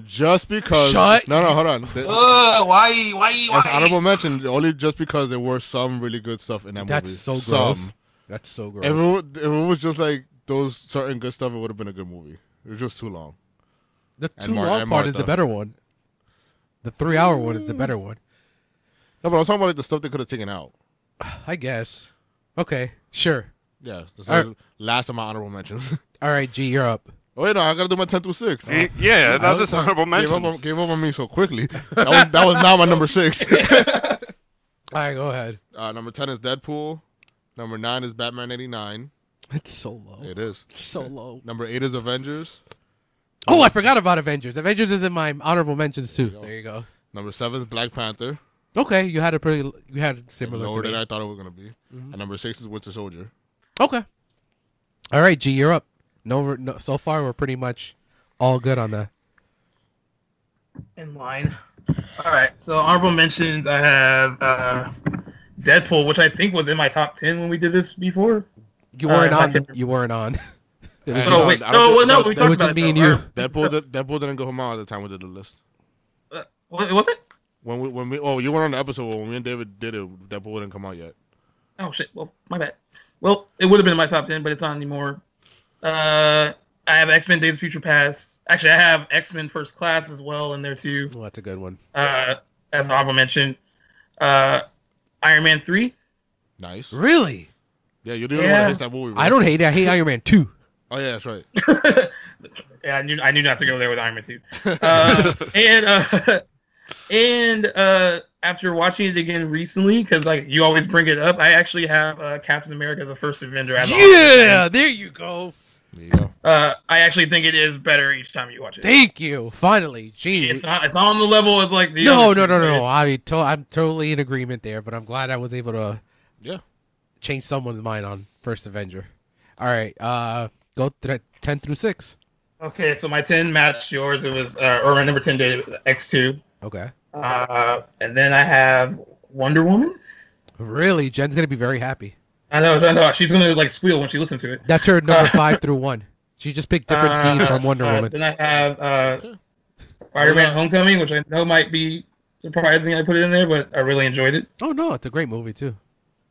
[SPEAKER 2] Just because.
[SPEAKER 1] Shut-
[SPEAKER 2] No, no, hold on. The-
[SPEAKER 3] Ugh, why? Why?
[SPEAKER 2] As honorable mention, only just because there were some really good stuff in that
[SPEAKER 1] That's
[SPEAKER 2] movie.
[SPEAKER 1] so
[SPEAKER 2] some.
[SPEAKER 1] gross. That's so gross.
[SPEAKER 2] If it, wa- if it was just like those certain good stuff, it would have been a good movie. It was just too long.
[SPEAKER 1] The
[SPEAKER 2] And
[SPEAKER 1] too
[SPEAKER 2] Mar-
[SPEAKER 1] long
[SPEAKER 2] and
[SPEAKER 1] part is the
[SPEAKER 2] Martha. better
[SPEAKER 1] better one. The three hour one is the better one.
[SPEAKER 2] No, but I'm talking about like the stuff they could have taken out.
[SPEAKER 1] I guess. Okay, sure.
[SPEAKER 2] Yeah. That's
[SPEAKER 1] All right.
[SPEAKER 2] the Last of my honorable mentions.
[SPEAKER 1] All right, G, you're up.
[SPEAKER 2] oh, wait, no, I got to do my 10 through 6.
[SPEAKER 4] Y- Yeah, that was just honorable
[SPEAKER 2] Gave up, on,
[SPEAKER 4] mention.
[SPEAKER 2] gave up on me so quickly. That was, that was now my number 6.
[SPEAKER 1] All right, go ahead.
[SPEAKER 2] uh, number 10 is Deadpool. Number 9 is Batman 89.
[SPEAKER 1] It's so low.
[SPEAKER 2] It is.
[SPEAKER 1] so low.
[SPEAKER 2] Number 8 is Avengers.
[SPEAKER 1] Oh, I forgot about Avengers. Avengers is in my honorable mentions too. There you go.
[SPEAKER 2] Number seven is Black Panther.
[SPEAKER 1] Okay, you had a pretty you had similar.
[SPEAKER 2] Lower
[SPEAKER 1] to
[SPEAKER 2] than
[SPEAKER 1] me.
[SPEAKER 2] I thought it was gonna be.
[SPEAKER 1] Mhm.
[SPEAKER 2] And number six is Winter Soldier.
[SPEAKER 1] Okay. All right, G, you're up. No, no, so far we're pretty much all good on that.
[SPEAKER 3] in line. All right, so honorable mentions. I have uh, Deadpool, which I think was in my top ten when we did this before.
[SPEAKER 1] You weren't
[SPEAKER 3] Uh, if I
[SPEAKER 1] on.
[SPEAKER 3] can-
[SPEAKER 1] You weren't on.
[SPEAKER 2] And,
[SPEAKER 3] no,
[SPEAKER 2] uh,
[SPEAKER 3] wait,
[SPEAKER 2] I don't
[SPEAKER 3] no,
[SPEAKER 2] think-
[SPEAKER 3] no, we
[SPEAKER 1] It was
[SPEAKER 3] about
[SPEAKER 1] just
[SPEAKER 3] it,
[SPEAKER 1] me and
[SPEAKER 3] though.
[SPEAKER 1] you.
[SPEAKER 3] Or-
[SPEAKER 2] Deadpool, did, Deadpool didn't go home out at the time we did the list.
[SPEAKER 3] What Uh, was it?
[SPEAKER 2] When we, when we, oh, you weren't on the episode when me and David did it. Deadpool didn't come out yet.
[SPEAKER 3] Oh shit! Well, my bad. Well, it would have been in my top ten, but it's not anymore. Uh, I have X Men: Days of Future Past. Actually, I have X Men: First Class as well in there too.
[SPEAKER 1] Well, that's a good one.
[SPEAKER 3] Uh, as honorable mention, uh, Iron Man three.
[SPEAKER 2] Nice.
[SPEAKER 1] Really?
[SPEAKER 2] Yeah, you didn't
[SPEAKER 3] Yeah.
[SPEAKER 2] want to that movie. right?
[SPEAKER 1] I don't hate it. I hate Iron Man two.
[SPEAKER 2] Oh yeah, that's right.
[SPEAKER 3] yeah, I knew I knew not to go there with Iron Man two. Uh, and uh, and uh, after watching it again recently, because like you always bring it up, I actually have uh, Captain America: The First Avenger. As a
[SPEAKER 1] Yeah, there you go.
[SPEAKER 2] There you go.
[SPEAKER 3] uh, I actually think it is better each time you watch it.
[SPEAKER 1] Thank you. Finally, G.
[SPEAKER 3] It's not. It's not on the level as like the.
[SPEAKER 1] no,
[SPEAKER 3] other
[SPEAKER 1] no, no,
[SPEAKER 3] two,
[SPEAKER 1] no,
[SPEAKER 3] but
[SPEAKER 1] I mean, to- I'm totally in agreement there, but I'm glad I was able to
[SPEAKER 2] Yeah.
[SPEAKER 1] change someone's mind on First Avenger. All right, uh, go th- ten through six.
[SPEAKER 3] it- Okay, so my ten matched yours. It was uh, or my number ten did X two,
[SPEAKER 1] Okay.
[SPEAKER 3] uh, and then I have Wonder Woman.
[SPEAKER 1] Really, Jen's gonna be very happy.
[SPEAKER 3] I know, I know. She's gonna like squeal when she listens to it.
[SPEAKER 1] That's her number
[SPEAKER 3] Uh,
[SPEAKER 1] five through one. She just picked different
[SPEAKER 3] Uh,
[SPEAKER 1] scenes from Wonder
[SPEAKER 3] uh,
[SPEAKER 1] Woman.
[SPEAKER 3] Then I have uh,
[SPEAKER 2] Okay.
[SPEAKER 3] Spider-Man:
[SPEAKER 2] Hold
[SPEAKER 3] Homecoming, which I know might be surprising. I put it in there, but I really enjoyed it.
[SPEAKER 1] Oh no, it's a great movie too.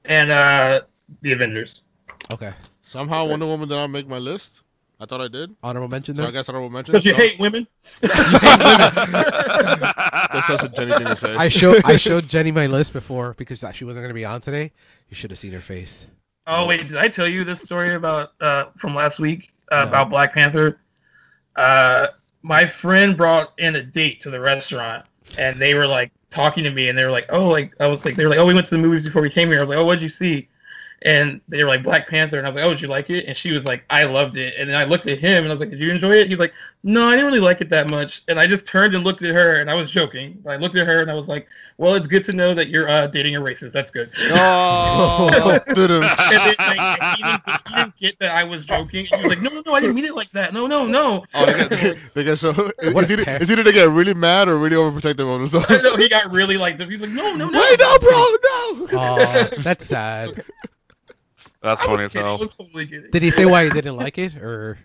[SPEAKER 3] And uh, the Avengers.
[SPEAKER 1] Okay,
[SPEAKER 2] Somehow Wonder Woman did not make my list. I thought I did.
[SPEAKER 1] honorable mention
[SPEAKER 2] So I
[SPEAKER 1] there.
[SPEAKER 2] guess I don't mention.
[SPEAKER 3] Because you
[SPEAKER 2] so-
[SPEAKER 3] hate women.
[SPEAKER 2] That's such a Jenny thing to say.
[SPEAKER 1] I show I showed Jenny my list before because she wasn't gonna be on today. You should have seen her face.
[SPEAKER 3] Oh wait, did I tell you this story about uh, from last week uh,
[SPEAKER 1] No.
[SPEAKER 3] about Black Panther? Uh, my friend brought in a date to the restaurant, and they were like talking to me, and they were like, "Oh, like I was like, they were like, oh, we went to the movies before we came here." I was like, "Oh, what'd you see?" And they were like Black Panther, and I was like, "Oh, did you like it?" And she was like, "I loved it." And then I looked at him, and I was like, "Did you enjoy it?" He's like, "No, I didn't really like it that much." And I just turned and looked at her, and I was joking. But I looked at her, and I was like, "Well, it's good to know that you're uh, dating a racist. That's good."
[SPEAKER 2] Oh, didn't.
[SPEAKER 3] And then, like, he, didn't, he didn't get that I was joking. And he was like, no, no, no, I didn't mean it like that. No, no, no.
[SPEAKER 2] Oh, they get, they get so. Is,
[SPEAKER 1] What
[SPEAKER 2] is,
[SPEAKER 1] a
[SPEAKER 2] either,
[SPEAKER 1] pair.
[SPEAKER 2] is either they get really mad or really overprotective of themselves.
[SPEAKER 3] And so he got really like, he was like, no, no, no.
[SPEAKER 2] Wait, no, bro, no.
[SPEAKER 1] Oh, that's sad.
[SPEAKER 4] That's
[SPEAKER 3] I
[SPEAKER 4] funny
[SPEAKER 3] was
[SPEAKER 4] as
[SPEAKER 3] kidding. I
[SPEAKER 4] hell.
[SPEAKER 3] was totally kidding.
[SPEAKER 1] Did he say why he didn't like it, or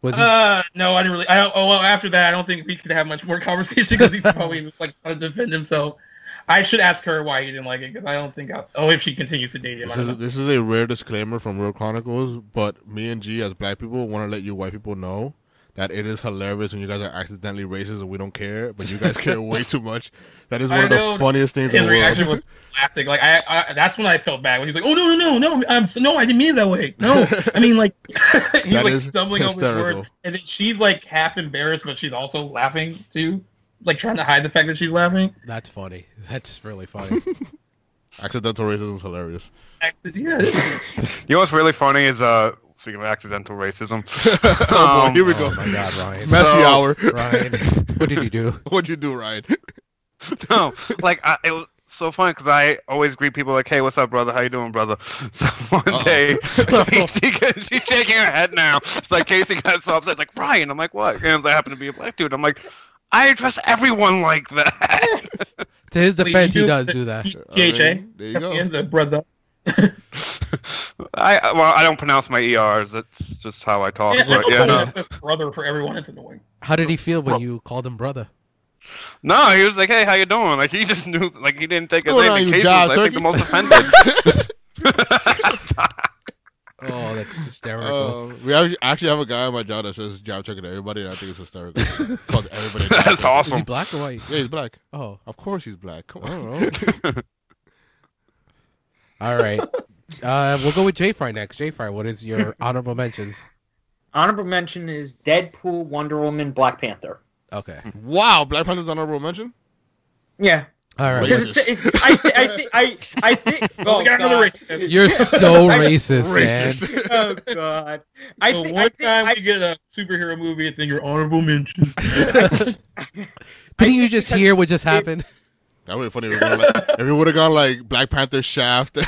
[SPEAKER 1] was he?
[SPEAKER 3] Uh, no, I didn't really. I don't. Oh well, after that, I don't think we could have much more conversation because he probably was like trying to defend himself. I should ask her why he didn't like it because I don't think. I, oh, if she continues to date him, I
[SPEAKER 2] This
[SPEAKER 3] don't
[SPEAKER 2] is
[SPEAKER 3] know.
[SPEAKER 2] this is a rare disclaimer from Real Chronicles, but me and G as black people want to let you white people know that it is hilarious when you guys are accidentally racist and we don't care, but you guys care way too much. That is one
[SPEAKER 3] I
[SPEAKER 2] of the
[SPEAKER 3] know.
[SPEAKER 2] funniest things in
[SPEAKER 3] his
[SPEAKER 2] the world.
[SPEAKER 3] reaction was classic. Like I, I, that's when I felt bad when he's like, "Oh no, no, no, no! I'm so, no, I didn't mean it that way. No, I mean like he's
[SPEAKER 2] That
[SPEAKER 3] like
[SPEAKER 2] is
[SPEAKER 3] stumbling over his
[SPEAKER 2] hysterical.
[SPEAKER 3] words, and then she's like half embarrassed, but she's also laughing too, like trying to hide the fact that she's laughing.
[SPEAKER 1] That's funny. That's really funny.
[SPEAKER 2] Accidental racism is hilarious.
[SPEAKER 3] Yeah.
[SPEAKER 4] You know what's really funny is uh speaking of accidental racism.
[SPEAKER 2] Oh, boy,
[SPEAKER 4] um,
[SPEAKER 2] here we
[SPEAKER 1] oh
[SPEAKER 2] go.
[SPEAKER 1] my god, Ryan.
[SPEAKER 2] Messy
[SPEAKER 4] So-
[SPEAKER 2] hour.
[SPEAKER 1] Ryan, what did you do?
[SPEAKER 2] What'd you do, Ryan?
[SPEAKER 4] no, like I, it was so funny because I always greet people like, "Hey, what's up, brother? How you doing, brother?" So one
[SPEAKER 2] Uh-oh.
[SPEAKER 4] day, Casey, she's shaking her head now. It's like Casey got so upset, like Ryan. I'm like, "What?" And I happen to be a black dude. I'm like, "I address everyone like that."
[SPEAKER 1] To his
[SPEAKER 3] Wait,
[SPEAKER 1] defense,
[SPEAKER 3] you
[SPEAKER 1] he
[SPEAKER 3] do-
[SPEAKER 1] does do that.
[SPEAKER 2] I
[SPEAKER 3] THA.
[SPEAKER 2] mean, there you go.
[SPEAKER 3] And the brother.
[SPEAKER 4] I well, I don't pronounce my ers. That's just how I talk.
[SPEAKER 3] Yeah,
[SPEAKER 4] but yeah, no.
[SPEAKER 3] everybody says brother for everyone. It's annoying.
[SPEAKER 1] How did he feel when you called him brother?
[SPEAKER 4] no, he was like, "Hey, how you doing?" Like he just knew, like he didn't take
[SPEAKER 2] What's going
[SPEAKER 4] his name.
[SPEAKER 2] on,
[SPEAKER 4] And
[SPEAKER 2] you
[SPEAKER 4] Casey
[SPEAKER 2] jive
[SPEAKER 4] was, I think, the
[SPEAKER 2] turkey?
[SPEAKER 4] most offended.
[SPEAKER 1] Oh, that's hysterical.
[SPEAKER 2] Um, we actually- actually have a guy on my job that says job checking to everybody, and I think it's hysterical. Calls everybody. a job
[SPEAKER 4] That's
[SPEAKER 2] checker.
[SPEAKER 1] Is he
[SPEAKER 4] awesome.
[SPEAKER 1] black or white?
[SPEAKER 2] Yeah, he's black.
[SPEAKER 1] Oh,
[SPEAKER 2] Of course he's black. Come
[SPEAKER 1] I
[SPEAKER 2] on.
[SPEAKER 1] don't know. All right. Uh, we'll go with J Fry next. J Fry, what is your honorable mentions?
[SPEAKER 5] Honorable mention is Deadpool, Wonder Woman, Black Panther.
[SPEAKER 1] Okay.
[SPEAKER 2] Wow, Black Panther's honorable mention.
[SPEAKER 5] Yeah,
[SPEAKER 1] All right.
[SPEAKER 5] Because it's, it's, I, thi- I, thi- I, I think.
[SPEAKER 3] Well,
[SPEAKER 5] Oh,
[SPEAKER 3] we got another
[SPEAKER 5] God.
[SPEAKER 3] racist.
[SPEAKER 1] You're so
[SPEAKER 5] I-
[SPEAKER 1] racist, man.
[SPEAKER 2] Racist.
[SPEAKER 5] Oh God! I
[SPEAKER 3] so
[SPEAKER 5] think,
[SPEAKER 3] one
[SPEAKER 5] I think
[SPEAKER 3] time
[SPEAKER 5] I-
[SPEAKER 3] we get a superhero movie, it's in your honorable mention.
[SPEAKER 1] Didn't you
[SPEAKER 5] think
[SPEAKER 1] just
[SPEAKER 5] because
[SPEAKER 1] hear what just
[SPEAKER 5] it-
[SPEAKER 1] happened?
[SPEAKER 2] That would be funny if we would've like- if we would have gone like Black Panther Shaft.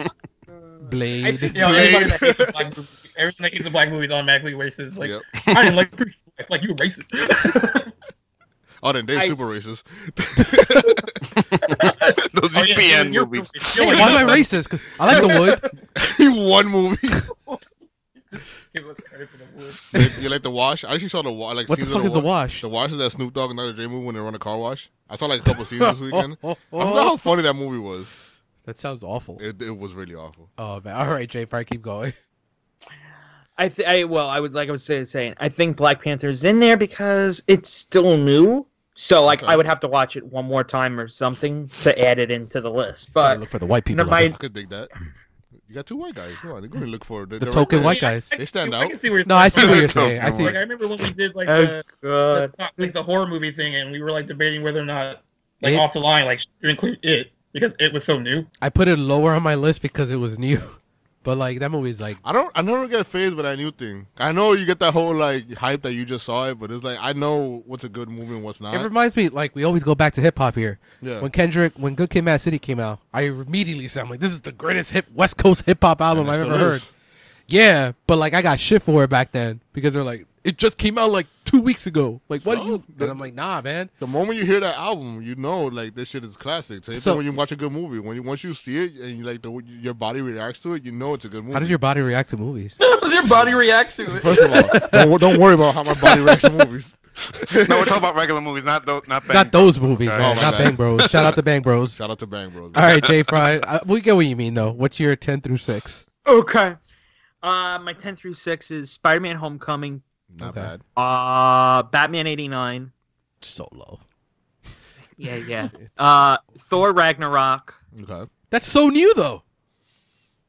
[SPEAKER 5] I think-
[SPEAKER 1] Blade.
[SPEAKER 3] you know,
[SPEAKER 2] Blade.
[SPEAKER 3] everybody that hates a black movie, everyone that hates a black movie is automatically racist. Like
[SPEAKER 2] Yep.
[SPEAKER 3] I didn't like Crucial Black, like you racist.
[SPEAKER 2] Oh, then they
[SPEAKER 5] I-
[SPEAKER 2] super racist.
[SPEAKER 4] Those
[SPEAKER 3] Oh, yeah,
[SPEAKER 4] UPN
[SPEAKER 3] you're-
[SPEAKER 4] movies.
[SPEAKER 1] Hey,
[SPEAKER 3] you're-
[SPEAKER 1] why am I racist? 'Cause I like the wood.
[SPEAKER 2] One movie.
[SPEAKER 3] Give us credit for the wood.
[SPEAKER 2] you like the wash? I actually saw the wash. Like
[SPEAKER 1] What the
[SPEAKER 2] season
[SPEAKER 1] fuck
[SPEAKER 2] of
[SPEAKER 1] is a
[SPEAKER 2] Wa-
[SPEAKER 1] wash?
[SPEAKER 2] The wash is that Snoop Dogg and Dr. Dre movie when they run a car wash. I saw like a couple scenes this weekend.
[SPEAKER 1] Oh, oh,
[SPEAKER 2] I forgot
[SPEAKER 1] oh.
[SPEAKER 2] how funny that movie was.
[SPEAKER 1] That sounds awful.
[SPEAKER 2] It, it was really awful.
[SPEAKER 1] Oh man. All right, Jay Park, keep going.
[SPEAKER 5] I, th- I well, I would like I was say- saying, I think Black Panther's in there because it's still new. So like,
[SPEAKER 2] Okay.
[SPEAKER 5] I would have to watch it one more time or something to add it into the list.
[SPEAKER 1] Gotta
[SPEAKER 5] But
[SPEAKER 1] look for the white people.
[SPEAKER 5] never mind.
[SPEAKER 2] I could dig that. You got two white guys. Come on, they're going to look for
[SPEAKER 1] The token
[SPEAKER 2] right
[SPEAKER 1] white guys.
[SPEAKER 3] I can-
[SPEAKER 2] They stand
[SPEAKER 3] I
[SPEAKER 2] out.
[SPEAKER 3] can see where you're
[SPEAKER 1] No, I see
[SPEAKER 3] coming
[SPEAKER 1] what
[SPEAKER 3] from.
[SPEAKER 1] you're saying. I see.
[SPEAKER 3] Like I remember when we did like
[SPEAKER 5] oh
[SPEAKER 3] the,
[SPEAKER 5] god,
[SPEAKER 3] the, like the horror movie thing, and we were like debating whether or not like
[SPEAKER 1] It-
[SPEAKER 3] off the line, like should we include it because it was so new.
[SPEAKER 1] I put it lower on my list because it was new, but like that movie's like
[SPEAKER 2] I don't. I never get phased by that new thing. I know you get that whole like hype that you just saw it, but it's like I know what's a good movie and what's not.
[SPEAKER 1] it reminds me like we always go back to hip hop here.
[SPEAKER 2] yeah,
[SPEAKER 1] When Kendrick, when Good Kid, Mad City came out, I immediately said, "I'm like, this is the greatest hip West Coast hip hop album
[SPEAKER 2] And it
[SPEAKER 1] I've ever
[SPEAKER 2] still
[SPEAKER 1] heard."
[SPEAKER 2] is.
[SPEAKER 1] Yeah, but like I got shit for it back then because they're like, it just came out like two weeks ago. Like, what? do
[SPEAKER 2] So?
[SPEAKER 1] you? And I'm like, nah, man.
[SPEAKER 2] The moment you hear that album, you know like this shit is classic. So,
[SPEAKER 1] So-
[SPEAKER 2] when you watch a good movie, when you once you see it and you like the your body reacts to it, you know it's a good movie.
[SPEAKER 1] How does your body react to movies?
[SPEAKER 3] Your body reacts to
[SPEAKER 2] First of all, don't, don't worry about how my body reacts to movies.
[SPEAKER 4] no, we're talking about regular movies, not those, not bad.
[SPEAKER 1] Not those movies,
[SPEAKER 4] Okay.
[SPEAKER 1] man.
[SPEAKER 2] Oh, my
[SPEAKER 1] Not
[SPEAKER 2] bad.
[SPEAKER 1] Bang Bros. Shout out to Bang Bros.
[SPEAKER 2] Shout out to Bang Bros.
[SPEAKER 1] All right, Jay Fry. Uh, we get what you mean though. What's your ten through six?
[SPEAKER 5] okay. Uh, my ten through six is Spider-Man: Homecoming,
[SPEAKER 2] Not
[SPEAKER 1] Okay.
[SPEAKER 2] bad.
[SPEAKER 5] uh, Batman '89,
[SPEAKER 1] Solo.
[SPEAKER 5] yeah, yeah, uh, Thor Ragnarok,
[SPEAKER 2] Okay.
[SPEAKER 1] That's so new though.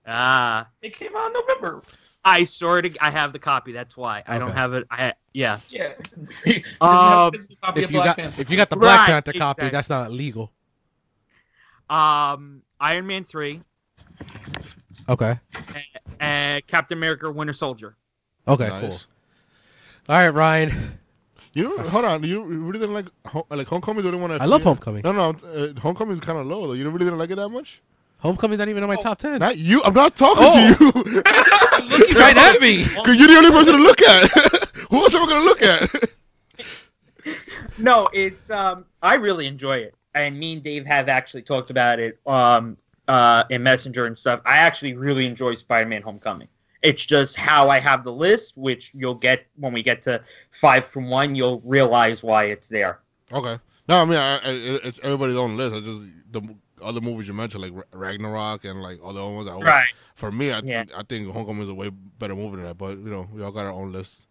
[SPEAKER 5] ah.
[SPEAKER 3] It came out in November.
[SPEAKER 5] I sort of I have the copy. That's why I don't
[SPEAKER 1] Okay.
[SPEAKER 5] have it. I yeah.
[SPEAKER 3] Yeah.
[SPEAKER 5] Um,
[SPEAKER 1] If you got if you got the Black
[SPEAKER 5] Right,
[SPEAKER 1] Panther copy,
[SPEAKER 5] exactly.
[SPEAKER 1] that's not legal.
[SPEAKER 5] Um, Iron Man three
[SPEAKER 1] Okay.
[SPEAKER 5] and Captain America Winter Soldier.
[SPEAKER 1] Okay.
[SPEAKER 2] nice.
[SPEAKER 1] Cool. All right, Ryan.
[SPEAKER 2] You know, hold on. You really didn't like Ho- like Homecoming. The only one I,
[SPEAKER 1] I love
[SPEAKER 2] feel-
[SPEAKER 1] Homecoming.
[SPEAKER 2] No, no, uh, Homecoming is kind of low though. You really didn't like it that much.
[SPEAKER 1] Homecoming's not
[SPEAKER 5] Oh.
[SPEAKER 1] even on my top ten.
[SPEAKER 2] Not you. I'm not talking
[SPEAKER 1] Oh.
[SPEAKER 2] to you.
[SPEAKER 1] Looking right at me.
[SPEAKER 2] 'Cause you're the only person to look at. Who else am I gonna look at?
[SPEAKER 5] No, it's um, I really enjoy it, and me and Dave have actually talked about it um, uh, in Messenger and stuff. I actually really enjoy Spider Man Homecoming. It's just how I have the list, which you'll get when we get to five from one. You'll realize why it's there.
[SPEAKER 2] okay. No, I mean, I, I, it- it's everybody's own list. I just the m- other movies you mentioned, like Ra- Ragnarok and like other ones. I, For me, I,
[SPEAKER 5] Yeah.
[SPEAKER 2] I think Homecoming is a way better movie than that. But you know, we all got our own list.